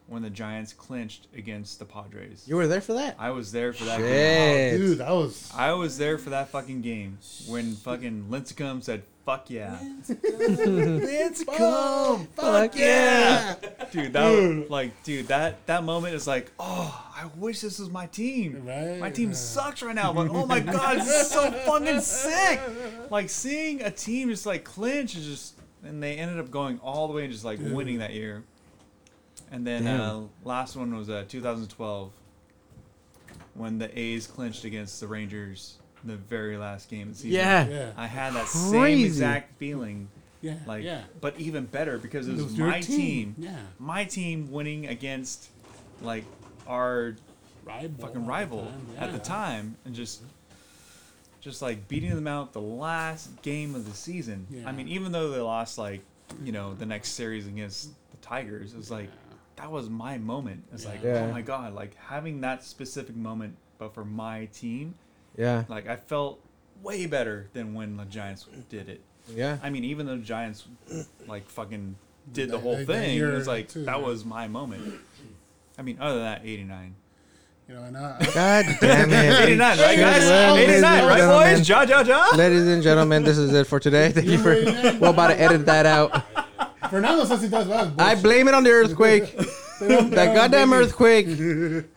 S6: when the giants clinched against the padres
S11: You were there for that.
S6: i was there for that game.
S11: Shit.
S5: Dude, that was.
S6: i was there for that fucking game when fucking lincecum said fuck yeah
S11: Come. Fuck
S6: yeah, dude. That
S5: Dude.
S6: like, dude, that that moment is like, oh, I wish this was my team.
S5: Right,
S6: My team
S5: yeah.
S6: sucks right now, but oh my god, this is so fucking sick. Like seeing a team just like clinch is just, and they ended up going all the way and just like winning that year. And then uh, last one was uh, 2012 when the A's clinched against the Rangers in the very last game of the season.
S11: Yeah.
S5: Yeah.
S6: I had that
S11: Crazy.
S6: same exact feeling
S5: Yeah.
S6: like
S5: yeah.
S6: but even better because it was,
S5: It was your
S6: my team,
S5: team, yeah.
S6: my team winning against like our
S5: Rival.
S6: fucking rival at the time and just just like beating them out the last game of the season. I mean, even though they lost like you know the next series against the Tigers, it was like that was my moment. It's like
S2: Yeah.
S6: oh my god, like having that specific moment, but for my team.
S2: Yeah.
S6: Like I felt way better than when the Giants did it.
S2: Yeah.
S6: I mean, even though the Giants like fucking did the
S5: That-
S6: whole
S5: that
S6: thing, it
S5: year
S6: was like
S5: too,
S6: that
S5: yeah.
S6: was my moment. I mean, other than that, eighty nine.
S5: You know, and I,
S2: God damn it.
S6: 89, right, guys? 89,
S2: Well, ladies and
S6: right,
S2: gentlemen.
S6: boys? Ja, ja, ja?
S2: Ladies and gentlemen, this is it for today. Thank you for. We're about to edit that out.
S5: Fernando says he does well.
S2: I blame it on the earthquake. that goddamn earthquake. It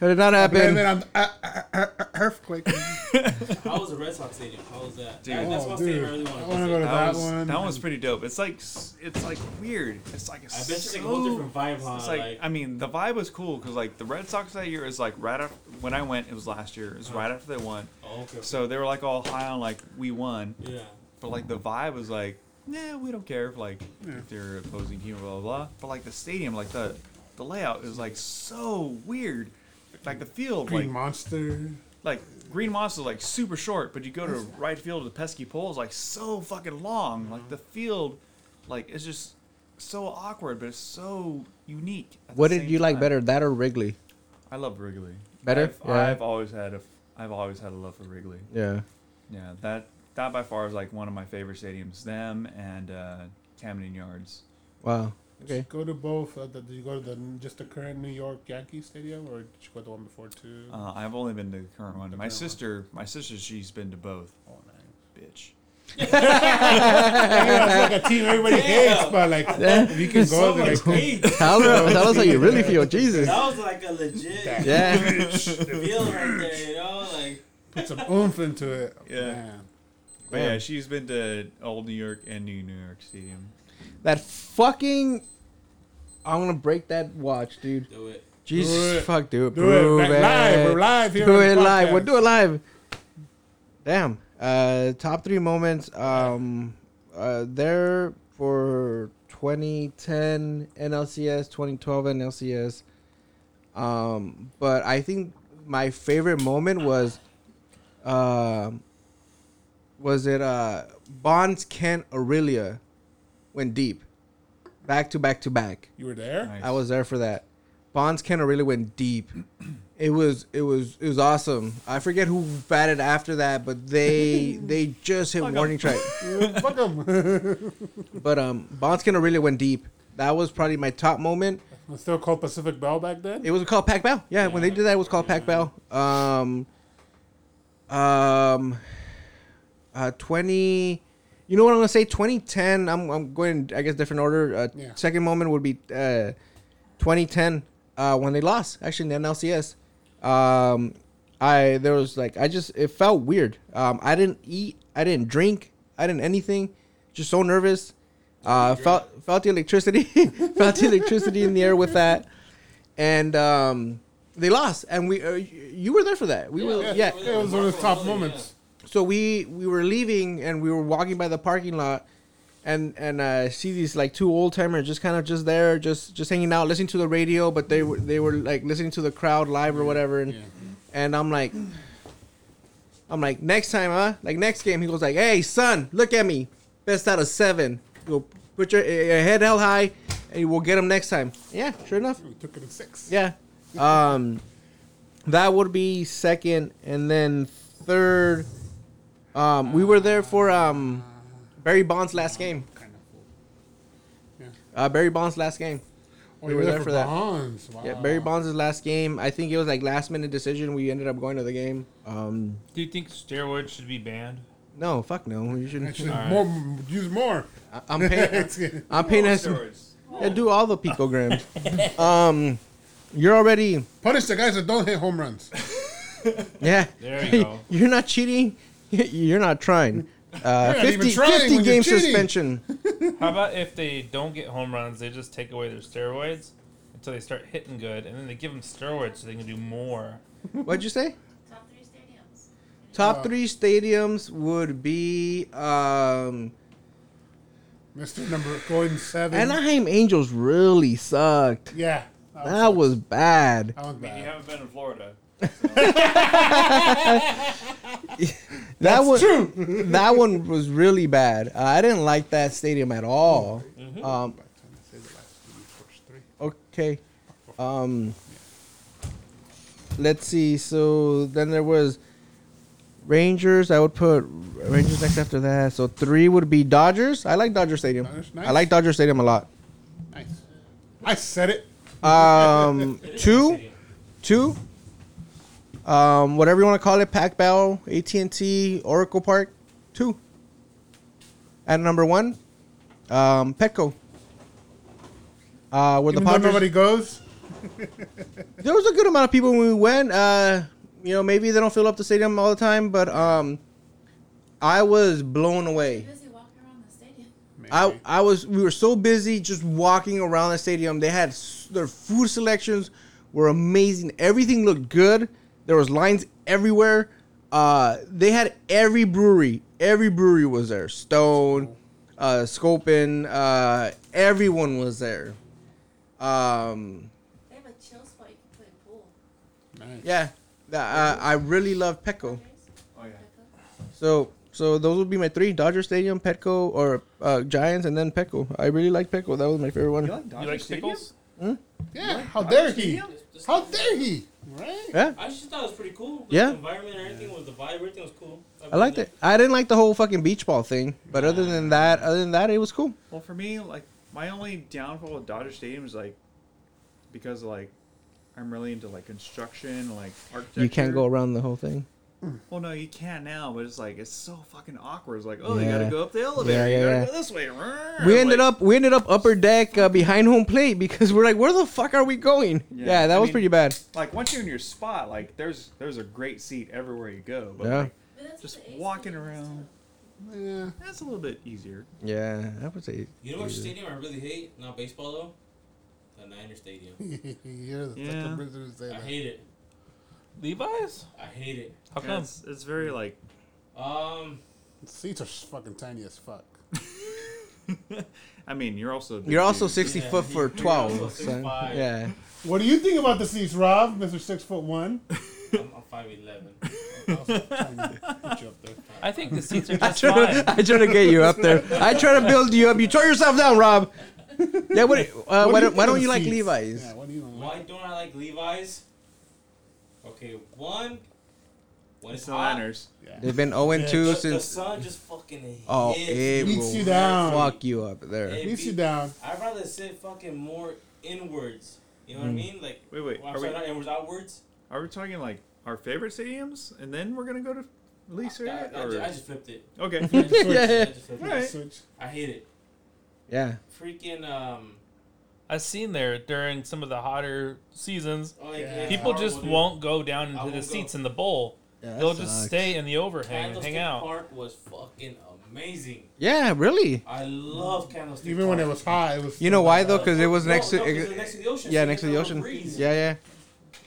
S2: did not
S5: I blame
S2: happen.
S5: it on uh, uh, uh, uh, earthquake.
S7: How was the Red Sox stadium? How was that?
S6: Dude.
S7: That- that's
S6: Oh,
S7: one stadium
S6: dude.
S7: I really want
S5: I
S7: to
S5: wanna
S7: visit.
S5: go to
S6: That,
S5: that
S6: was,
S5: one.
S6: That one's pretty dope. It's like s- it's like weird. It's like
S7: I bet you it's like a whole different vibe, huh?
S6: It's like,
S7: Like-
S6: I mean, the vibe was cool because like the Red Sox that year is like right after when I went. It was last year. It was right after they won.
S7: Oh, okay.
S6: So they were like all high on like we won.
S7: Yeah.
S6: But like the vibe was like, nah, we don't care if like if they're opposing team, blah blah blah. But like the stadium, like the the layout is like so weird. Like the field,
S5: Green
S6: like
S5: monster.
S6: like Green Monster's like super short, but you go to right field, the pesky pole is like so fucking long. Like the field, like it's just so awkward, but it's so unique. at the
S2: What did
S6: same
S2: you like
S6: time.
S2: better, that or Wrigley?
S6: I love Wrigley.
S2: Better?
S6: I've,
S2: Yeah.
S6: I've always had a, f- I've always had a love for Wrigley.
S2: Yeah.
S6: Yeah, that that by far is like one of my favorite stadiums. Them and uh, Camden Yards.
S2: Wow. Okay.
S5: Go to both. Uh, the, did you go to the just the current New York Yankee Stadium, or did you go to the one before too?
S6: Uh, I've only been to the current one. my
S5: current one.
S6: sister, my sister, she's been to both.
S5: oh, nice.
S6: Bitch.
S5: it's like a team everybody hates, but like if you can go
S7: So
S5: there.
S7: much
S5: Like,
S7: hate. That
S2: Tell, her, tell us how you really feel. Jesus.
S7: was like a legit
S2: Yeah.
S7: feel right there, you know? Like,
S5: put some oomph into it.
S6: Yeah.
S5: Man.
S6: But yeah, she's been to old New York and new New York Stadium.
S2: That fucking. I'm gonna break that watch, dude.
S7: do it.
S2: Jesus,
S5: it.
S2: fuck, dude.
S5: Do it.
S2: Prove
S5: Like, live. We're live here.
S2: do
S5: on the
S2: it live.
S5: podcast.
S2: We'll do it live. Damn. Uh, top three moments. Um, uh, there for 2010 NLCS, 2012 NLCS. Um, but I think my favorite moment was, um, was it uh Bonds Kent Aurelia, went deep, back to back to back.
S5: You were there.
S6: Nice.
S2: I was there for that. Bonds Kenner really went deep. It was it was it was awesome. I forget who batted after that, but they they just hit warning track.
S5: Fuck 'em.
S2: But um Bonds Kenner really went deep. That was probably my top moment.
S5: It's still called Pacific Bell back then.
S2: It was called Pac Bell. Yeah, when they did that, it was called Pac Bell. Um, um, uh, twenty. You know what I'm gonna say? 2010. I'm I'm going. I guess different order. Uh,
S5: Yeah.
S2: Second moment would be uh, 2010 uh, when they lost. Actually, in the NLCS. Um, I there was like I just it felt weird. Um, I didn't eat. I didn't drink. I didn't anything. Just so nervous. Uh, felt felt the electricity. felt the electricity in the air with that and um, they lost. And we, uh, y- you were there for that. We were, yeah.
S5: It was one of the top moments.
S2: So we we were leaving, and we were walking by the parking lot, and and uh, see these like two old timers just kind of just there, just just hanging out, listening to the radio, but they were they were like listening to the crowd live or whatever, and and I'm like. I'm like, next time, huh? Like next game, he goes like, "Hey, son, look at me, best out of seven. Go put your, your head held high, and we'll get him next time." Yeah, sure enough.
S5: We took it in six.
S2: Yeah. Um, that would be second, and then third. Um, we were there for um, Barry Bonds' last game.
S5: Kind of cool.
S2: Uh, Barry Bonds' last game.
S5: Oh, we were there for
S2: that.
S5: Bonds. Wow.
S2: Yeah, Barry Bonds' last game. I think it was like last minute decision. We ended up going to the game. Um,
S4: Do you think steroids should be banned?
S2: no, fuck no. You shouldn't.
S5: Actually, more, use more.
S2: I- I'm paying.
S5: It's good.
S2: I'm paying. us- Yeah, do all the picograms. um, you're already.
S5: Punish the guys that don't hit home runs.
S2: Yeah.
S4: There you go.
S2: You're not cheating. You're not trying. Uh,
S5: You're not even
S2: 50,
S5: trying
S2: 50
S5: when you're
S2: game
S5: cheating.
S2: suspension.
S4: How about if they don't get home runs, they just take away their steroids until they start hitting good, and then they give them steroids so they can do more.
S2: What'd you say?
S14: Top three stadiums.
S4: Uh,
S2: Top three stadiums would be um,
S5: Mr. Number going seven.
S2: Anaheim Angels really sucked.
S5: yeah. That
S2: That was bad.
S5: that was bad.
S4: haven't been in Florida.
S2: That one, that one was really bad. Uh, I didn't like that stadium at all.
S4: Mm-hmm.
S2: Um, okay. Um, let's see. So then there was Rangers. I would put Rangers next after that. So three would be Dodgers. I like Dodger Stadium.
S5: Dodgers,
S2: I
S5: nice.
S2: like Dodger Stadium a lot.
S5: Nice. I said it.
S2: Um, two, two. Um, whatever you want to call it, Pac Bell, AT and T, Oracle Park, two. At number one, um, Petco. Uh, where
S5: Even
S2: the
S5: though
S2: Padres.
S5: nobody goes.
S2: there was a good amount of people when we went. Uh, you know, maybe they don't fill up the stadium all the time, but um, I was blown away. I, I was we were so busy just walking around the stadium. They had s- their food selections were amazing. Everything looked good. There was lines everywhere. Uh, they had every brewery. Every brewery was there. Stone, uh, Scopin, uh, everyone was there. Um,
S15: They have a chill spot you can play pool.
S2: yeah, Th- uh, I really love Petco.
S6: Oh yeah.
S2: So so those would be my three: Dodger Stadium, Petco, or uh, Giants, and then Petco. I really like Petco. That was my favorite one.
S6: Dodger Stadium?
S2: Hmm?
S5: Yeah. How dare he? How dare he? Right.
S2: Yeah.
S7: I just thought it was pretty cool. Like,
S2: Yeah.
S7: The environment, and everything was the vibe, everything was cool.
S2: I liked it. I didn't like the whole fucking beach ball thing, but other than that, other than that, it was cool.
S6: Well, for me, like my only downfall with Dodger Stadium is like because like I'm really into like construction, like architecture.
S2: You can't go around the whole thing.
S6: Well, no, you can now, but it's like it's so fucking awkward. It's like, oh, you
S2: Yeah.
S6: gotta go up the elevator.
S2: Yeah,
S6: you gotta
S2: yeah,
S6: go
S2: yeah.
S6: this way.
S2: We ended up we ended up upper deck uh, behind home plate because we're like, where the fuck are we going? Yeah, that
S6: I
S2: was
S6: mean,
S2: pretty bad.
S6: Like once you're in your spot, like there's there's a great seat everywhere you go. But
S2: Yeah.
S6: like, just walking around,
S5: yeah,
S6: that's a little bit easier.
S2: Yeah, I would say.
S7: You know which stadium I really hate? Not baseball though. The Niner Stadium.
S5: You're the
S6: Yeah.
S5: fucking wizard to say
S7: I
S5: that.
S7: hate it.
S4: Levi's?
S7: I hate it.
S4: How
S6: Yeah,
S4: come?
S6: It's, it's very like
S7: Um,
S5: The seats are fucking tiny as fuck.
S6: I mean, you're also a big
S2: You're also
S6: dude.
S2: sixty
S7: Yeah,
S2: foot
S7: he-
S2: for
S7: he was
S2: twelve.
S7: also
S2: Son.
S7: 6'5".
S2: Yeah,
S5: What do you think about the seats, Rob? Mister six foot one.
S2: Uh,
S7: I'm, I'm five eleven.
S4: I think the seats are
S2: I
S4: just
S2: try
S4: fine.
S2: to I try to get you up there. I try to build you up. You tore yourself down, Rob. Yeah, what,
S5: What do
S2: uh, why,
S5: you
S2: don't, why
S5: think of
S2: don't
S5: the
S2: you like
S5: seats?
S2: Levi's?
S5: Yeah, what do you don't like?
S7: Why don't I like Levi's? Okay, one. When
S6: It's
S7: it's
S6: the
S7: hot,
S6: Niners.
S2: They've been 0 and 2
S7: the, the
S2: since.
S7: sun just fucking
S2: Oh,
S7: hits.
S2: it
S5: Beats
S2: will
S5: you down.
S2: fuck you up there.
S7: It
S5: Beats you
S7: beat-
S5: down.
S7: I'd rather sit fucking more inwards. You know what I
S2: Hmm.
S7: mean? Like,
S6: Wait, wait,
S7: well, I'm
S6: are
S7: sorry,
S6: we-
S7: not inwards, outwards.
S6: Are we talking like our favorite stadiums, and then we're gonna go to least
S7: I,
S6: area?
S7: I,
S6: or-
S7: ju- I just flipped it.
S6: okay.
S7: I just flipped it. I just flipped it.
S6: Alright.
S5: Switch.
S7: I hate it.
S2: Yeah.
S7: Freaking um.
S4: I've seen there during some of the hotter seasons,
S7: oh, like,
S5: Yeah.
S7: it's
S4: people
S7: horrible,
S4: just
S7: dude.
S4: won't go down into
S7: won't
S4: the
S7: go.
S4: seats in the bowl.
S2: Yeah,
S4: They'll just stay in the overhang and
S7: Candlestick
S4: hang out.
S7: Park was fucking amazing.
S2: Yeah, really.
S7: I love Candlestick.
S5: Mm. Even when it
S7: Park.
S5: was hot, it was.
S2: You know why though?
S7: Uh,
S2: Because it was
S7: no,
S2: next
S7: no, 'cause it was
S2: to.
S7: next to the ocean.
S2: Yeah,
S7: so
S2: next to
S7: it's
S2: the
S7: a
S2: ocean.
S7: breeze.
S2: Yeah, yeah.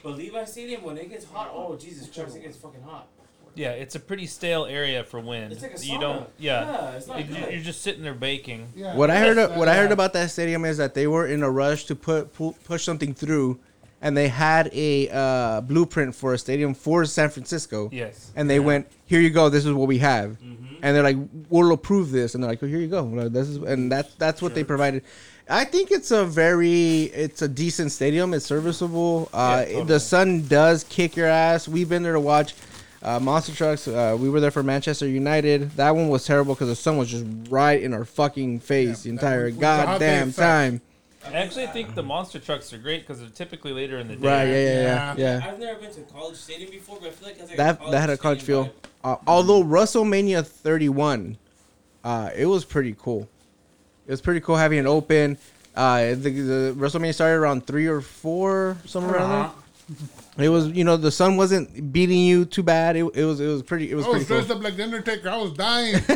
S7: But Levi's Stadium, when it gets hot, oh Jesus Christ, it gets fucking hot.
S4: Yeah, it's a pretty stale area for wind.
S7: It's like a sauna.
S4: you don't. Yeah,
S7: it's not
S4: You-
S7: good.
S4: you're just sitting there baking.
S5: Yeah.
S2: What I heard,
S5: Yeah.
S2: what I heard about that stadium is that they were in a rush to put pu- push something through, and they had a uh, blueprint for a stadium for San Francisco.
S4: Yes.
S2: And they went, here you go. This is what we have.
S5: Mm-hmm.
S2: And they're like, we'll approve this. And they're like, well, here you go. Like, This is, and that's that's what they provided. I think it's a very, it's a decent stadium. It's serviceable.
S4: Yeah,
S2: Uh,
S4: totally.
S2: The sun does kick your ass. We've been there to watch. Uh, Monster Trucks. Uh, we were there for Manchester United. That one was terrible because the sun was just right in our fucking face the
S5: that
S2: entire
S5: was- was the hot
S2: goddamn
S5: day sucked.
S2: time.
S4: I actually think the monster trucks are great because they're typically later in the day.
S2: Right? Yeah, yeah, yeah.
S5: Yeah.
S2: yeah.
S7: I've never been to a college stadium before, but I feel like that's like a
S2: That
S7: college
S2: that had a college
S7: stadium
S2: feel. Uh, although WrestleMania 31, uh, it was pretty cool. It was pretty cool having it open. Uh, the, the WrestleMania started around three or four, somewhere around there.
S5: Uh-huh.
S2: It was, you know, the sun wasn't beating you too bad. It, it was, it was pretty, it was
S5: I was
S2: pretty
S5: dressed
S2: cool.
S5: up like Oh, the Undertaker. I was dying.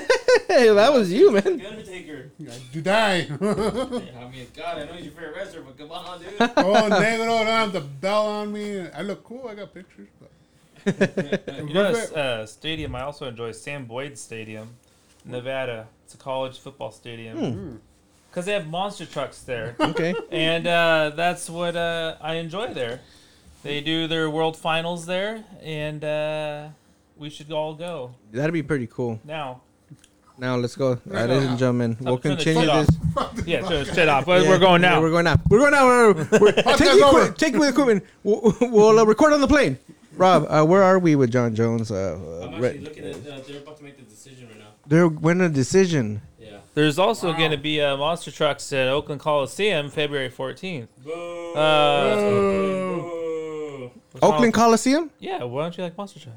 S2: Hey, that was you, man.
S7: vibe. The Undertaker.
S5: you die. oh,
S7: Yeah, I mean, God, I know he's your favorite wrestler, but come on, dude.
S5: negro, now I have the bell on me. I look cool. I got pictures. But
S4: You know, uh, stadium I also enjoy Sam Boyd Stadium, Nevada. It's a college football
S2: Hmm.
S7: Hmm.
S4: stadium. Because they have monster trucks there,
S2: Okay.
S4: and uh, that's what uh, I enjoy there. They do their world finals there, and uh, we should all go
S2: That'd be pretty cool.
S4: now.
S2: Now let's go.
S4: Let's
S2: Alright,
S4: go.
S2: ladies and gentlemen,
S4: Stop
S2: we'll
S4: turning the
S2: continue
S4: shit off.
S2: this.
S4: Yeah, turn the shit off. But we're going now.
S2: We're going now. We're going now. We're, we're, take, the equipment, take the equipment. We'll, we'll uh, record on the plane. Rob, uh, where are we with John Jones? Uh,
S7: I'm
S2: uh,
S7: actually
S2: re-
S7: looking at. Uh, they're about to make the decision right now.
S2: they're winning a decision.
S4: There's also going to be uh, monster trucks at Oakland Coliseum February 14th. Uh, what's wrong?
S2: Oakland Coliseum?
S4: Yeah, why don't you like monster truck?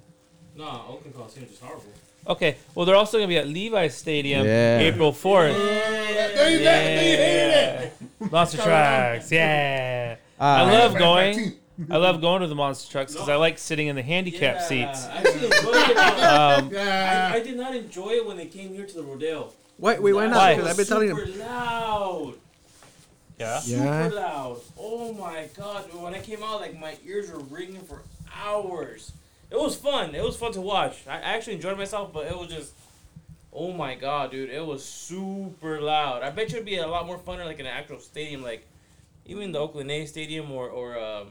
S7: No, Oakland Coliseum is horrible.
S4: Okay, well they're also going to be at Levi's Stadium
S2: Yeah.
S4: April 4th.
S7: there you-
S4: yeah.
S7: there
S4: Monster
S7: Come on.
S4: trucks, yeah.
S2: Uh,
S4: I love
S2: Right,
S4: going. I love going to the monster trucks because I like sitting in the handicap seats.
S7: Actually, it's funny about-
S4: Um,
S7: I, I did not enjoy it when they came here to the Rodale.
S2: Wait, wait, why
S7: That
S2: not?
S7: was
S2: 'Cause I've been telling
S7: super loud.
S4: Yeah.
S7: Super
S2: Yeah.
S7: loud. Oh my god! When I came out, like my ears were ringing for hours. It was fun. It was fun to watch. I I actually enjoyed myself, but it was just, oh my god, dude! It was super loud. I bet you it'd be a lot more funner like in an actual stadium, like even the Oakland A Stadium or or um,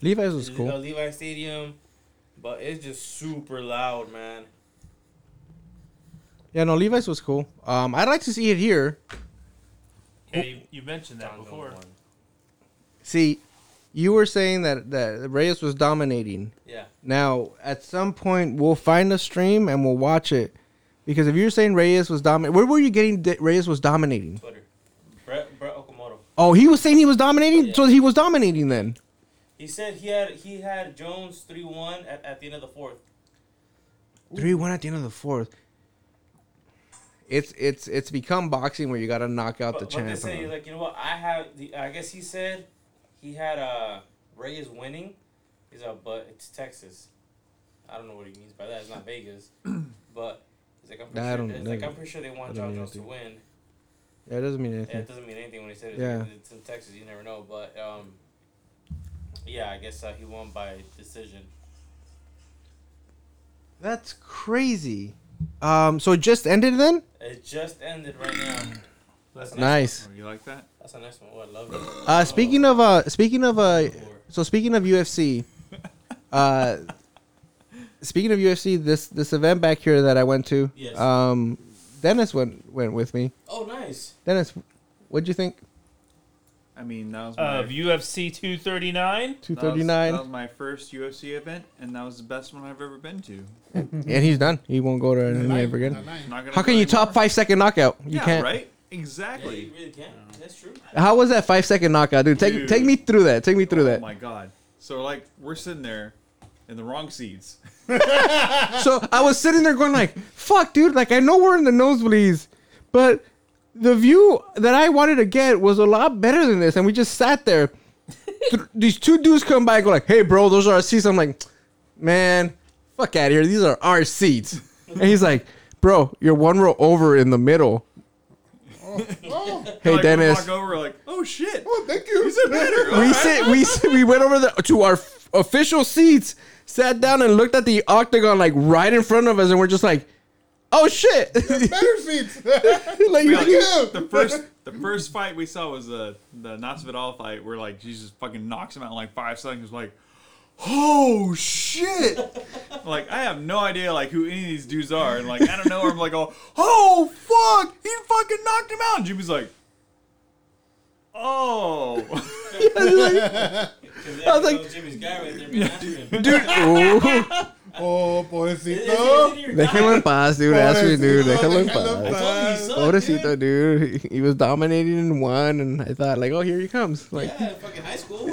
S2: Levi's was
S7: uh,
S2: cool.
S7: Levi Stadium. But it's just super loud, man.
S2: Yeah, no, Levi's was cool. Um, I'd like to see it here.
S4: Yeah, you, you mentioned that before.
S2: See, you were saying that that Reyes was dominating.
S7: Yeah.
S2: Now, at some point, we'll find a stream and we'll watch it, because if you're saying Reyes was dominating, where were you getting that Reyes was dominating?
S7: Twitter. Brett, Brett Okamoto.
S2: Oh, he was saying he was dominating, so he was dominating then.
S7: He said he had he had Jones three one at, at the end of the fourth.
S2: Three one at the end of the fourth. It's it's it's become boxing where you got to knock out
S7: But,
S2: the uh-huh.
S7: but they
S2: champ.
S7: say like you know what I have. The, I guess he said he had uh Ray is winning. He's like, but it's Texas. I don't know what he means by that. It's not Vegas. but he's like I'm
S2: Nah,
S7: pretty
S2: I don't
S7: sure. It's like
S2: know.
S7: I'm pretty sure they
S2: I
S7: want
S2: don't
S7: John
S2: know
S7: Jones to
S2: anything.
S7: win.
S2: Yeah, it doesn't mean
S7: Yeah,
S2: anything.
S7: it doesn't mean anything when he said it.
S2: Yeah.
S7: It's in Texas. You never know. But um, yeah, I guess uh, he won by decision.
S2: That's crazy. Um, so it just ended then.
S7: It just ended right now. That's a
S2: Nice.
S7: one.
S6: Oh, You like that?
S7: That's the next one. Oh, I love it.
S2: Uh, speaking of uh, speaking of uh, so speaking of UFC, uh, speaking of UFC, this this event back here that I went to,
S7: Yes.
S2: um, Dennis went went with me.
S7: Oh, nice.
S2: Dennis, what'd you think?
S6: I mean, that was
S2: Uh,
S6: my,
S4: Of UFC 239.
S2: Two
S6: that was-
S2: thirty nine,
S6: That was my first UFC event, and that was the best one I've ever been to.
S2: and he's done. He won't go to any ever again.
S6: Not gonna
S2: How can
S6: go
S2: you top five second knockout? You
S6: yeah,
S2: can't.
S6: right? Exactly.
S7: You really can. That's true.
S2: How was that five second knockout, dude? Take
S6: Dude.
S2: take me through that. Take me through
S6: Oh my god. So like we're sitting there in the wrong seats.
S2: that. so I was sitting there going like, "Fuck, dude! Like I know we're in the nosebleeds, but the view that I wanted to get was a lot better than this, and we just sat there. Th- These two dudes come by and go like, "Hey, bro, those are our seats." I'm like, "Man, fuck out of here! These are our seats." And he's like, "Bro, you're one row over in the middle." Hey,
S6: like,
S2: Dennis.
S6: We walk over like, oh shit.
S5: Oh, thank you.
S6: Is it better?
S2: we sit, we sit, we went over the, to our f- official seats, sat down, and looked at the octagon like right in front of us, and we're just like, "Oh shit!"
S5: Better seats.
S2: like,
S6: We, like,
S5: you.
S6: the first the first fight we saw was the the Nasvidal fight where like she just fucking knocks him out in like five seconds like Oh shit! like I have no idea like who any of these dudes are, and like I don't know. I'm like, all, oh fuck, he fucking knocked him out. And Jimmy's like, oh,
S7: I
S2: was like-
S7: Jimmy's guy right there being after him.
S2: dude, ooh,
S5: Oh,
S7: Is
S5: pobrecito.
S7: it- is it your
S2: déjalo
S7: guy?
S2: en paz, dude. That's me, dude. Déjalo en paz.
S7: Oh, he sucked, dude.
S2: Pobrecito, dude. He was dominating in one, and I thought, like, oh, here he comes. Like,
S7: Yeah, fucking high school.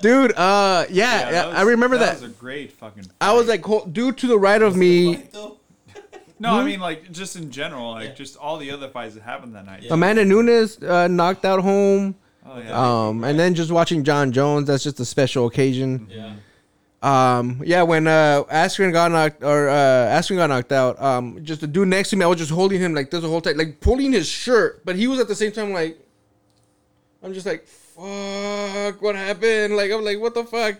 S2: dude, uh,
S6: that
S2: yeah, yeah,
S6: was-
S2: I remember that.
S6: was a great fucking.
S2: I was like, ho- dude, to the right of me,
S7: Though.
S6: no, I mean like just in general, like just all the other fights that happened that night.
S2: Amanda Nunes uh, knocked out home.
S6: Oh yeah.
S2: Um, and then just watching John Jones, that's just a special occasion.
S7: Yeah.
S2: Um, yeah, when uh Askren got knocked or uh Askren got knocked out, um, just the dude next to me, I was just holding him like this the whole time, like pulling his shirt, but he was at the same time like, I'm just like, fuck, what happened? Like I'm like, what the fuck?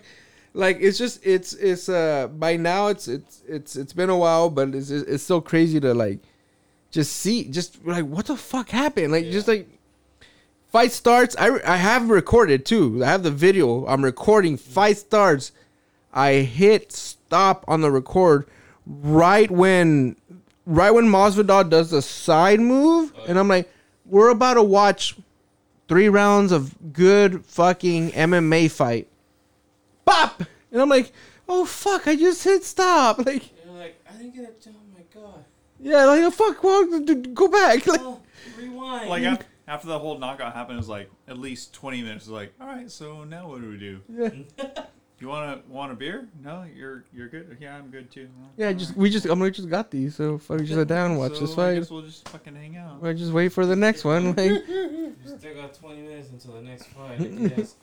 S2: Like it's just it's it's uh by now it's it's it's it's been a while, but it's it's it's so crazy to like just see just like what the fuck happened? Like just like
S11: fight starts, I, I have recorded too. I have the video. I'm recording. Fight starts. I hit stop on the record right when right when Masvidal does the side move,
S6: Oh,
S11: and I'm like, we're about to watch three rounds of good fucking MMA fight. Bop, and I'm like, oh fuck, I just hit stop. Like,
S7: You're like, I didn't get it. Oh my god. Oh,
S11: yeah, like oh, fuck, well, d- d- go back. Like,
S7: Rewind.
S6: Like after, after the whole knockout happened, it was like at least twenty minutes. It was like, all right, so now what do we do? Hmm?
S11: Yeah.
S6: You want to want a beer? No, you're you're good. Yeah, I'm good too.
S11: yeah, just we just I'm like just got these, so fuck, just sit down, and watch this
S6: So I
S11: fight.
S6: guess we'll just fucking hang out.
S11: Or just wait for the next one. Like,
S7: You still got 20 minutes until the next fight. if you guys-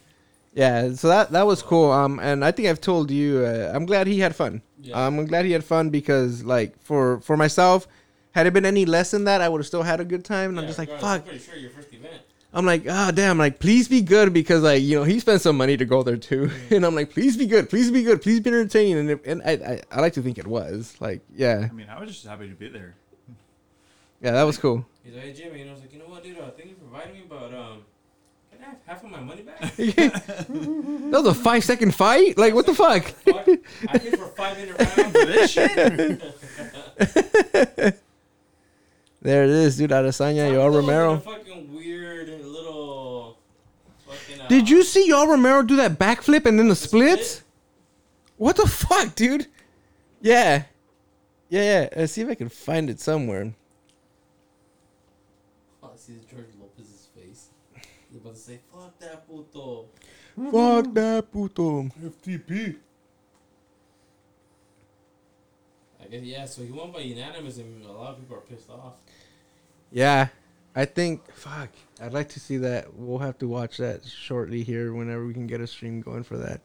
S11: yeah, so that that was cool. Um, and I think I've told you, uh, I'm glad he had fun. Um,
S7: Yeah.
S11: I'm glad he had fun because, like, for for myself, had it been any less than that, I would have still had a good time. And I'm
S7: Yeah,
S11: just like,
S7: regardless,
S11: fuck.
S7: I'm pretty sure your first event.
S11: I'm like, ah, damn. Like, please be good because, like, you know, he spent some money to go there too. and I'm like, please be good, please be good, please be entertaining. And if, and I, I I like to think it was like, yeah,
S6: I mean, I was just happy to be there.
S11: yeah, that was cool.
S7: He's like, hey, Jimmy. And I was like, you know what, dude? Uh, thank you for inviting me, but um, can I have half of my money back?
S11: that was a five second fight. Like, what the fuck?
S7: Fuck, I paid for five minute round for
S6: this shit.
S11: there it is, dude. Adesanya,
S7: That
S11: Yoel
S7: was a
S11: Romero.
S7: fucking weird little. Fucking, uh,
S11: Did you see Yoel Romero do that backflip and then the splits? What the fuck, dude? Yeah. Yeah, yeah. Let's see if I can find it somewhere.
S7: Oh, I see George Lopez's face. He's about to say, fuck that puto.
S11: Fuck that puto.
S5: FTP.
S7: I guess, yeah, so he won by unanimous, and a lot of people are pissed off.
S11: Yeah. I think fuck. I'd like to see that. We'll have to watch that shortly here whenever we can get a stream going for that.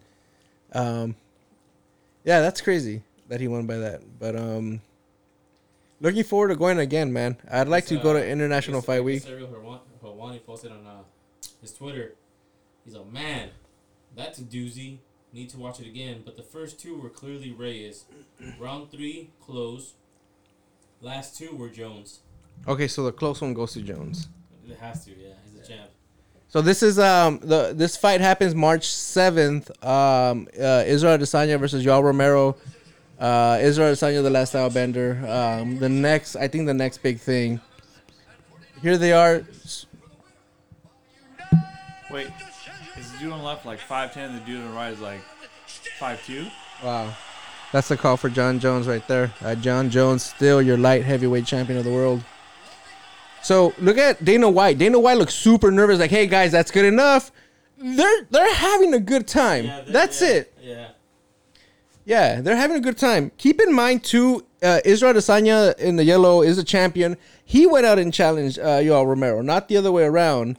S11: Um Yeah, that's crazy that he won by that. But um looking forward to going again, man. I'd like
S7: It's,
S11: to
S7: uh,
S11: go to International
S7: it's-
S11: Fight
S7: it's
S11: Week.
S7: Ariel Helwan- Helwani posted on uh, his Twitter. He's like, man, that's a doozy. Need to watch it again. But the first two were clearly Reyes. Round three, close. Last two were Jones.
S11: Okay, so the close one goes to Jones.
S7: It has to, yeah. He's a champ.
S11: So this is um the this fight happens March seventh. Um, uh, Israel Adesanya versus Yoel Romero. Uh, Israel Adesanya, the last outbender. Um, the next, I think, the next big thing. Here they are.
S6: Wait, is the dude on the left like five ten? The dude on the right is like five two.
S11: Wow, that's a call for John Jones right there. Uh, John Jones, still your light heavyweight champion of the world. So look at Dana White. Dana White looks super nervous. Like, hey guys, that's good enough. They're they're having a good time.
S7: Yeah, they-
S11: that's
S7: yeah,
S11: it.
S7: Yeah.
S11: Yeah, they're having a good time. Keep in mind too, uh, Israel Adesanya in the yellow is a champion. He went out and challenged uh, Yoel Romero, not the other way around.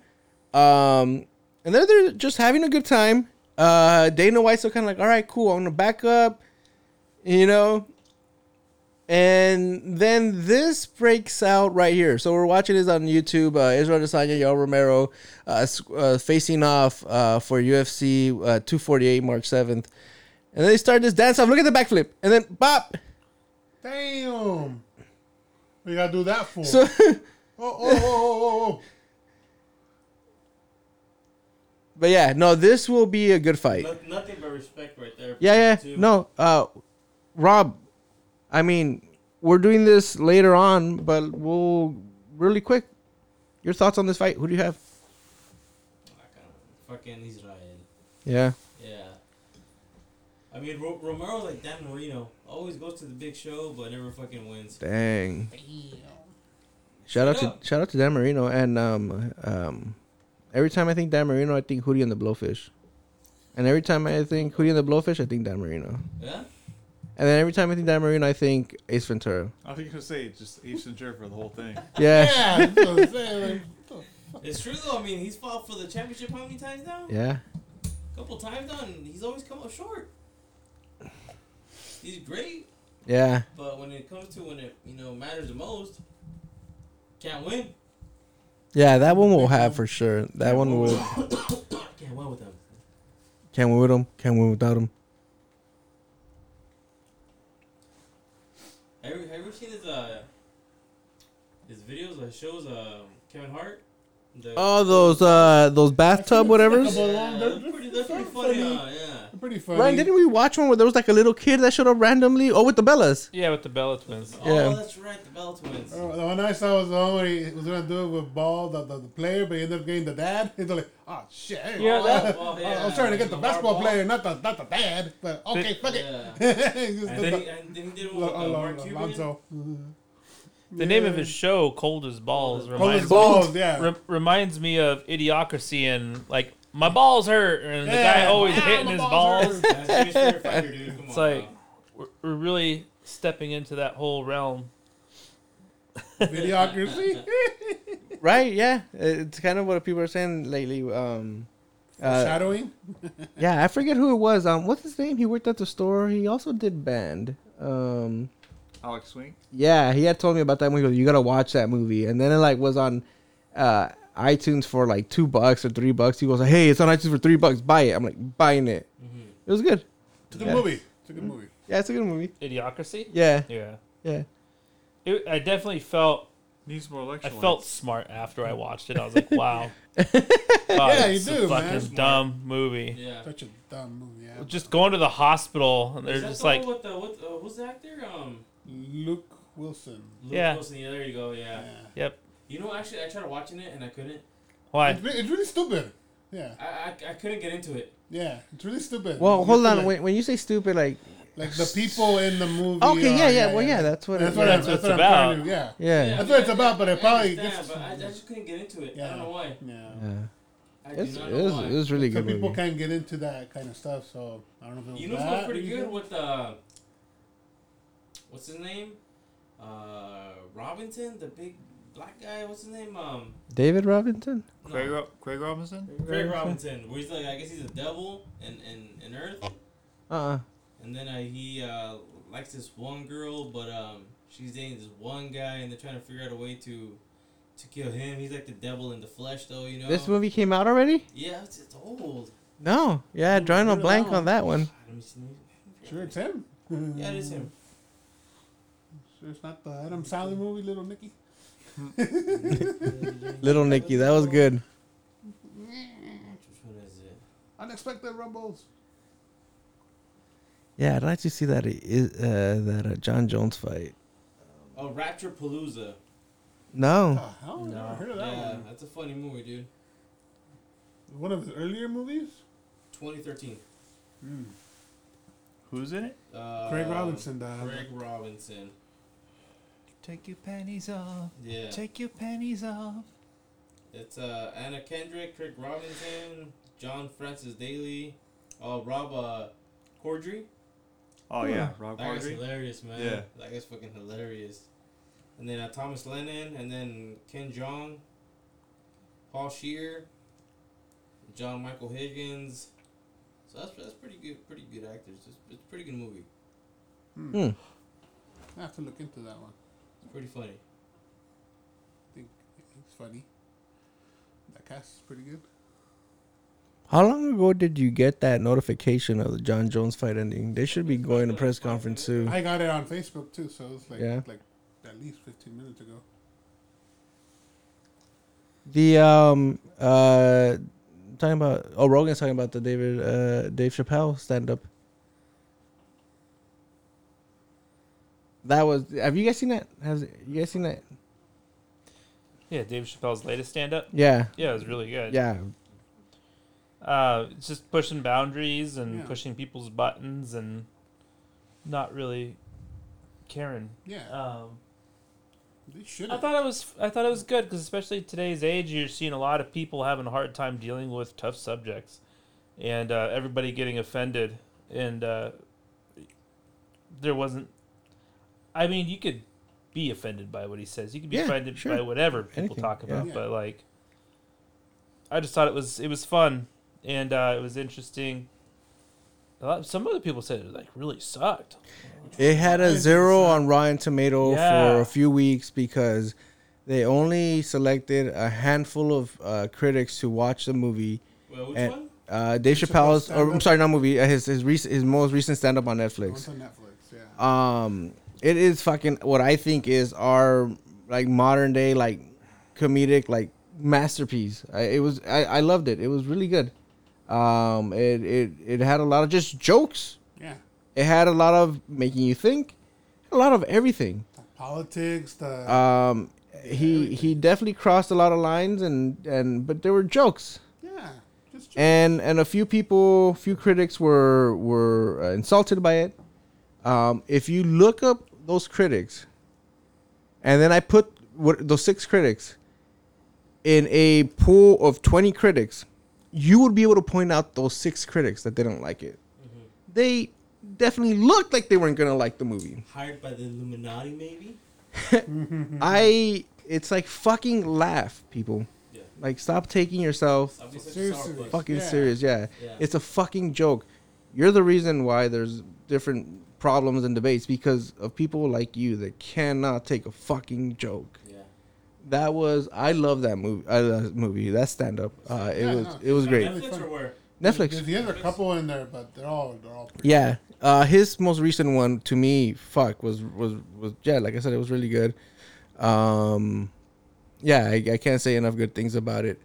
S11: Um, and they're, they're just having a good time. Uh, Dana White's still kind of like, all right, cool, I'm gonna back up, you know. And then this breaks out right here. So we're watching this on YouTube. Uh, Israel Adesanya, Yoel Romero, uh, s- uh, facing off uh, for UFC uh, 248 March 7th. And then they start this dance off. Look at the backflip. And then bop.
S5: Damn. We gotta do that for.
S11: So
S5: oh, oh, oh, oh, oh,
S11: but yeah, no, this will be a good fight.
S7: No- nothing but respect right there.
S11: Yeah, yeah.
S7: Two.
S11: No, uh Rob, I mean, we're doing this later on, but we'll really quick. Your thoughts on this fight? Who do you have?
S7: Fucking Israel.
S11: Yeah.
S7: Yeah. I mean, Ro- Romero's like Dan Marino. Always goes to the big show, but never fucking wins.
S11: Dang.
S7: Damn.
S11: Shout out
S7: Straight
S11: to shout out to Dan Marino and um um every time I think Dan Marino, I think Hootie and the Blowfish. And every time I think Hootie and the Blowfish, I think Dan Marino.
S7: Yeah?
S11: And then every time I think Dan Marino, I think Ace Ventura.
S6: I think you gonna say just Ace Ventura for the whole thing.
S11: Yeah.
S5: Yeah, that's what I'm saying, like,
S7: It's true though. I mean, he's fought for the championship how many times now?
S11: Yeah.
S7: A couple times now, and he's always come up short. He's great,
S11: Yeah.
S7: but when it comes to when it you know matters the most, can't win.
S11: Yeah, that one we'll have for sure. That one will
S7: Can't win with them.
S11: can't win with him, can't win without him.
S7: Have you, have you ever seen his uh his videos that shows uh um, Kevin Hart
S2: Oh, those uh, those bathtub whatever's.
S7: That's pretty funny. Uh, yeah.
S5: Pretty funny.
S2: Ryan, didn't we watch one where there was like a little kid that showed up randomly? Oh, with the Bellas.
S4: Yeah, with the Bella twins.
S2: Yeah.
S7: Oh, that's right, the Bell twins.
S5: Uh, the one I saw was the one where he was gonna do it with ball, the, the, the player, but he ended up getting the dad. He's like, oh shit, hey,
S4: Yeah,
S5: oh,
S4: that-
S5: I-
S7: well,
S5: I was
S7: yeah,
S5: trying to get the
S7: the
S5: basketball
S7: hardball.
S5: player, not the not the dad. But okay, fuck it. He just
S7: and,
S5: did
S7: then he,
S5: the-
S7: and then he did it with
S5: Lo-
S7: uh,
S5: Lo-
S7: Mark Cuban.
S5: Alonso.
S4: The name of his show, Cold as Balls,
S5: Cold
S4: reminds
S5: as balls, yeah.
S4: re- reminds me of Idiocracy and like my balls hurt, and the
S5: Yeah.
S4: guy always
S5: Ah,
S4: hitting
S5: my
S4: his
S5: balls
S4: balls.
S7: That's Jimmy Stewart Fighter, dude. Come
S4: It's
S7: on.
S4: like we're, we're really stepping into that whole realm.
S5: Videocracy.
S2: Right? Yeah, it's kind of what people are saying lately. Um, uh,
S5: Shadowing.
S2: yeah, I forget who it was. Um, what's his name? He worked at the store. He also did band. Um,
S6: Alex Swing.
S2: yeah, he had told me about that movie. He goes, You gotta watch that movie, and then it like was on uh, iTunes for like two bucks or three bucks. He goes, Hey, it's on iTunes for three bucks. Buy it. I'm like buying it. It was good.
S5: It's a good
S2: Yeah.
S5: movie. It's a good movie.
S2: Yeah, it's a good movie.
S4: Idiocracy.
S2: Yeah.
S4: Yeah.
S2: Yeah.
S4: It, I definitely felt
S6: Needs more
S4: I
S6: electrolytes.
S4: felt smart after I watched it. I was like, wow.
S5: Yeah, you
S4: it's
S5: do,
S4: a fucking
S5: man.
S4: dumb movie.
S7: yeah.
S5: Such a dumb movie. Yeah.
S4: Just going to the hospital and they're
S7: Is that
S4: just
S7: the
S4: like,
S7: one with the, with, uh, who's the actor? Um,
S5: Luke Wilson.
S7: Luke
S4: Yeah.
S7: Wilson. Yeah, there you go. Yeah.
S5: Yeah.
S4: yep.
S7: You know, actually, I tried watching it and I couldn't.
S4: Why?
S5: It's, re- it's really stupid. Yeah,
S7: I, I, I couldn't get into it.
S5: yeah. It's really stupid.
S2: Well,
S5: It's
S2: hold
S5: stupid,
S2: on.
S5: Like,
S2: When, when you say stupid, like
S5: like the people in the movie.
S2: okay, yeah,
S5: are-
S2: yeah. Well, yeah, that's what.
S5: That's
S2: It,
S5: what,
S2: yeah.
S5: I'm,
S4: That's
S5: that's what
S4: what
S5: I'm
S4: it's
S5: trying
S4: about.
S5: to. Yeah.
S2: Yeah.
S5: That's what it's about, but it
S7: I
S5: probably
S7: understand,
S5: gets-
S7: But I, I just couldn't get into it. I
S5: Yeah.
S7: don't know why.
S5: Yeah.
S2: Yeah.
S7: I do
S2: It's,
S7: not
S2: it,
S7: know
S2: was,
S7: why.
S2: it was really
S5: Some
S2: good
S5: people
S2: movie.
S5: can't get into that kind of stuff, so I don't know if it was
S7: You know
S5: that
S7: what's pretty
S5: reason.
S7: good with uh, what's his name? Uh, Robinson, the big black guy. What's his name? Um,
S2: David Robinson.
S7: no,
S6: Craig, Ro- Craig Robinson.
S7: Craig Robinson. Where he's like, I guess he's a devil and and and Earth,
S2: Uh. uh
S7: and then uh, he uh likes this one girl, but um, she's dating this one guy, and they're trying to figure out a way to to kill him. He's like the devil in the flesh, though. You know.
S2: This movie came out already?
S7: Yeah, it's, it's old.
S2: No. Yeah,
S7: Ooh,
S2: drawing a
S7: really
S2: blank
S7: long.
S2: on that one.
S7: Let me see.
S5: Sure, it's him.
S7: Yeah, it is him.
S5: Sure, it's not the Adam Sandler movie, Little Nicky.
S2: Little Nicky, that was good.
S5: Mm.
S7: Which one is it?
S5: Unexpected Rumbles.
S2: Yeah, I'd like to see that uh, uh, that uh, John Jones fight.
S7: Oh, Rapture Palooza.
S2: No.
S5: The hell? No. Oh, Never heard of that
S7: Yeah,
S5: one.
S7: that's a funny movie, dude.
S5: One of his earlier movies. Hmm.
S7: 2013.
S6: Who's in it?
S7: Uh,
S5: Craig Robinson, the,
S7: Craig Robinson.
S6: Take your panties off.
S7: Yeah.
S6: Take your panties off.
S7: It's uh, Anna Kendrick, Craig Robinson, John Francis Daly, uh, Rob uh, Corddry.
S6: Oh yeah, Rob
S7: That guy's
S6: Corddry.
S7: hilarious, man.
S6: Yeah.
S7: That guy's fucking hilarious. And then uh, Thomas Lennon, and then Ken Jong, Paul Shear, John Michael Higgins. So that's, that's pretty good, pretty good actors. It's, it's a pretty good movie.
S5: I have to look into that one.
S7: It's pretty funny.
S5: I think it's funny. That cast is pretty good.
S2: How long ago did you get that notification of the John Jones fight ending? They should be going to press conference soon.
S5: I got it on Facebook too, so it's like
S2: Hmm. Yeah.
S5: like at least 15 minutes ago.
S2: The um uh talking about oh Rogan's talking about the David uh Dave Chappelle stand up. That was have you guys seen that? Has you guys seen that?
S4: Yeah, Dave Chappelle's latest stand up.
S2: Yeah.
S4: Yeah, it was really good.
S2: Yeah.
S4: Uh, it's just pushing boundaries and
S5: Yeah.
S4: pushing people's buttons and not really caring.
S5: Yeah,
S7: Uh,
S4: Um,
S5: they should.
S4: I thought it was I thought it was good because especially today's age, you're seeing a lot of people having a hard time dealing with tough subjects, and uh, everybody getting offended. And uh, there wasn't. I mean, you could be offended by what he says. You could be
S2: Yeah,
S4: offended
S2: sure.
S4: by whatever people
S2: Anything,
S4: talk
S2: yeah.
S4: about.
S5: Yeah.
S4: But like, I just thought it was it was fun, and uh, it was interesting. A lot, some other people said it like really sucked.
S2: It had a zero on Rotten Tomato
S4: Yeah.
S2: for a few weeks because they only selected a handful of uh, critics to watch the movie.
S7: Well, which
S2: And-
S7: one?
S2: Uh, Dave
S5: Dave
S2: Chappelle's,
S5: Chappelle's
S2: or I'm
S5: stand-up?
S2: sorry, not movie. Uh, his his, rec- his most recent stand up on
S5: Oh,
S2: Netflix.
S5: it's on Netflix. Yeah.
S2: Um, it is fucking what I think is our like modern day like comedic like masterpiece. I, it was I, I loved it. It was really good. Um, it, it it had a lot of just jokes.
S5: Yeah.
S2: It had a lot of making you think, a lot of everything.
S5: Politics, the
S2: Um, he he definitely crossed a lot of lines and and but there were jokes.
S5: yeah, just
S2: and and a few people, few critics were were uh, insulted by it. Um, if you look up those critics, and then I put what, those six critics in a pool of twenty critics, you would be able to point out those six critics that didn't like it. They definitely looked like they weren't gonna like the movie.
S7: Hired by the Illuminati, maybe?
S2: I it's like fucking laugh, people. Like stop taking yourself
S7: Stop being such a Seriously. sourpuss.
S2: fucking
S7: Yeah.
S2: serious. Yeah.
S7: Yeah.
S2: it's a fucking joke. You're the reason why there's different problems and debates because of people like you that cannot take a fucking joke.
S7: Yeah.
S2: That was I love that movie. I love that movie that stand up. Uh, it
S5: Yeah,
S2: was
S5: no,
S2: it was
S5: it's
S2: great.
S5: really funny.
S2: Netflix.
S5: There's the other couple in there, but they're all they're all pretty
S2: Yeah. Uh, his most recent one to me, fuck, was was was yeah. Like I said, it was really good. Um, yeah, I, I can't say enough good things about it.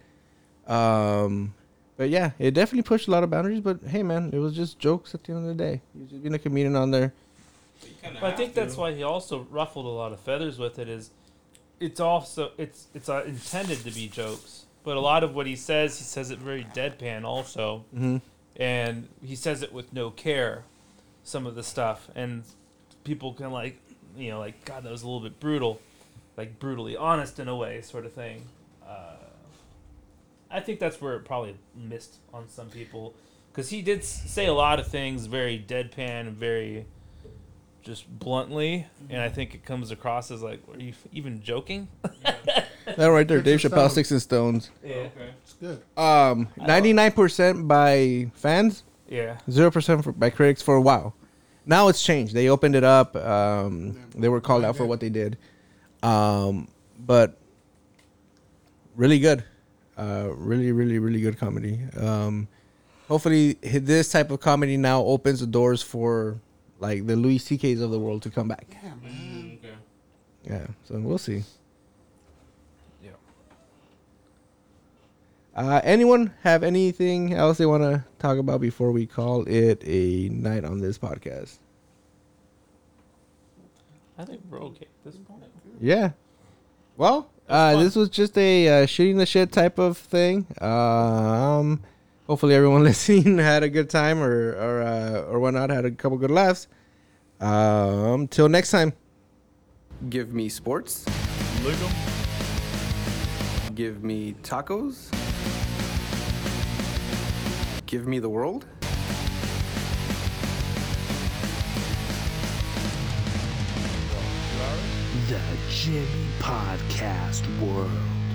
S2: Um, but yeah, it definitely pushed a lot of boundaries. But hey, man, it was just jokes at the end of the day. He was just being a comedian on there.
S4: But I think that's why he also ruffled a lot of feathers with it. Is it's also it's it's uh, intended to be jokes, but a lot of what he says, he says it very deadpan also,
S2: Mhm.
S4: and he says it with no care. Some of the stuff, and people can like, you know, like God, that was a little bit brutal, like brutally honest in a way, sort of thing. Uh, I think that's where it probably missed on some people because he did s- say a lot of things very deadpan, very just bluntly, and I think it comes across as like, are you f- even joking?
S2: That right there, Dave
S4: Sticks and
S2: Chappelle,
S4: Stones.
S2: Sticks and Stones.
S4: Yeah. Okay.
S5: It's good.
S2: Um, ninety nine percent by fans.
S4: Yeah.
S2: Zero percent by critics for a while. Now it's changed. They opened it up. Um, they were called out for what they did. Um, but really good. Uh, really, really, really good comedy. Um, hopefully, hi- this type of comedy now opens the doors for like the Louis C.K.s of the world to come back.
S5: Yeah,
S7: man. Mm, okay.
S2: Yeah, so we'll see. Yeah. Uh, anyone have anything else they want to talk about before we call it a night on this podcast?
S4: I think we're okay at this point.
S2: Yeah. Well, uh, this was just a uh, shooting the shit type of thing. Um, hopefully, everyone listening had a good time or or uh, or whatnot, had a couple good laughs. Um, till next time. Give me sports. Give me tacos. Give me the world.
S16: The Jimmy Podcast World.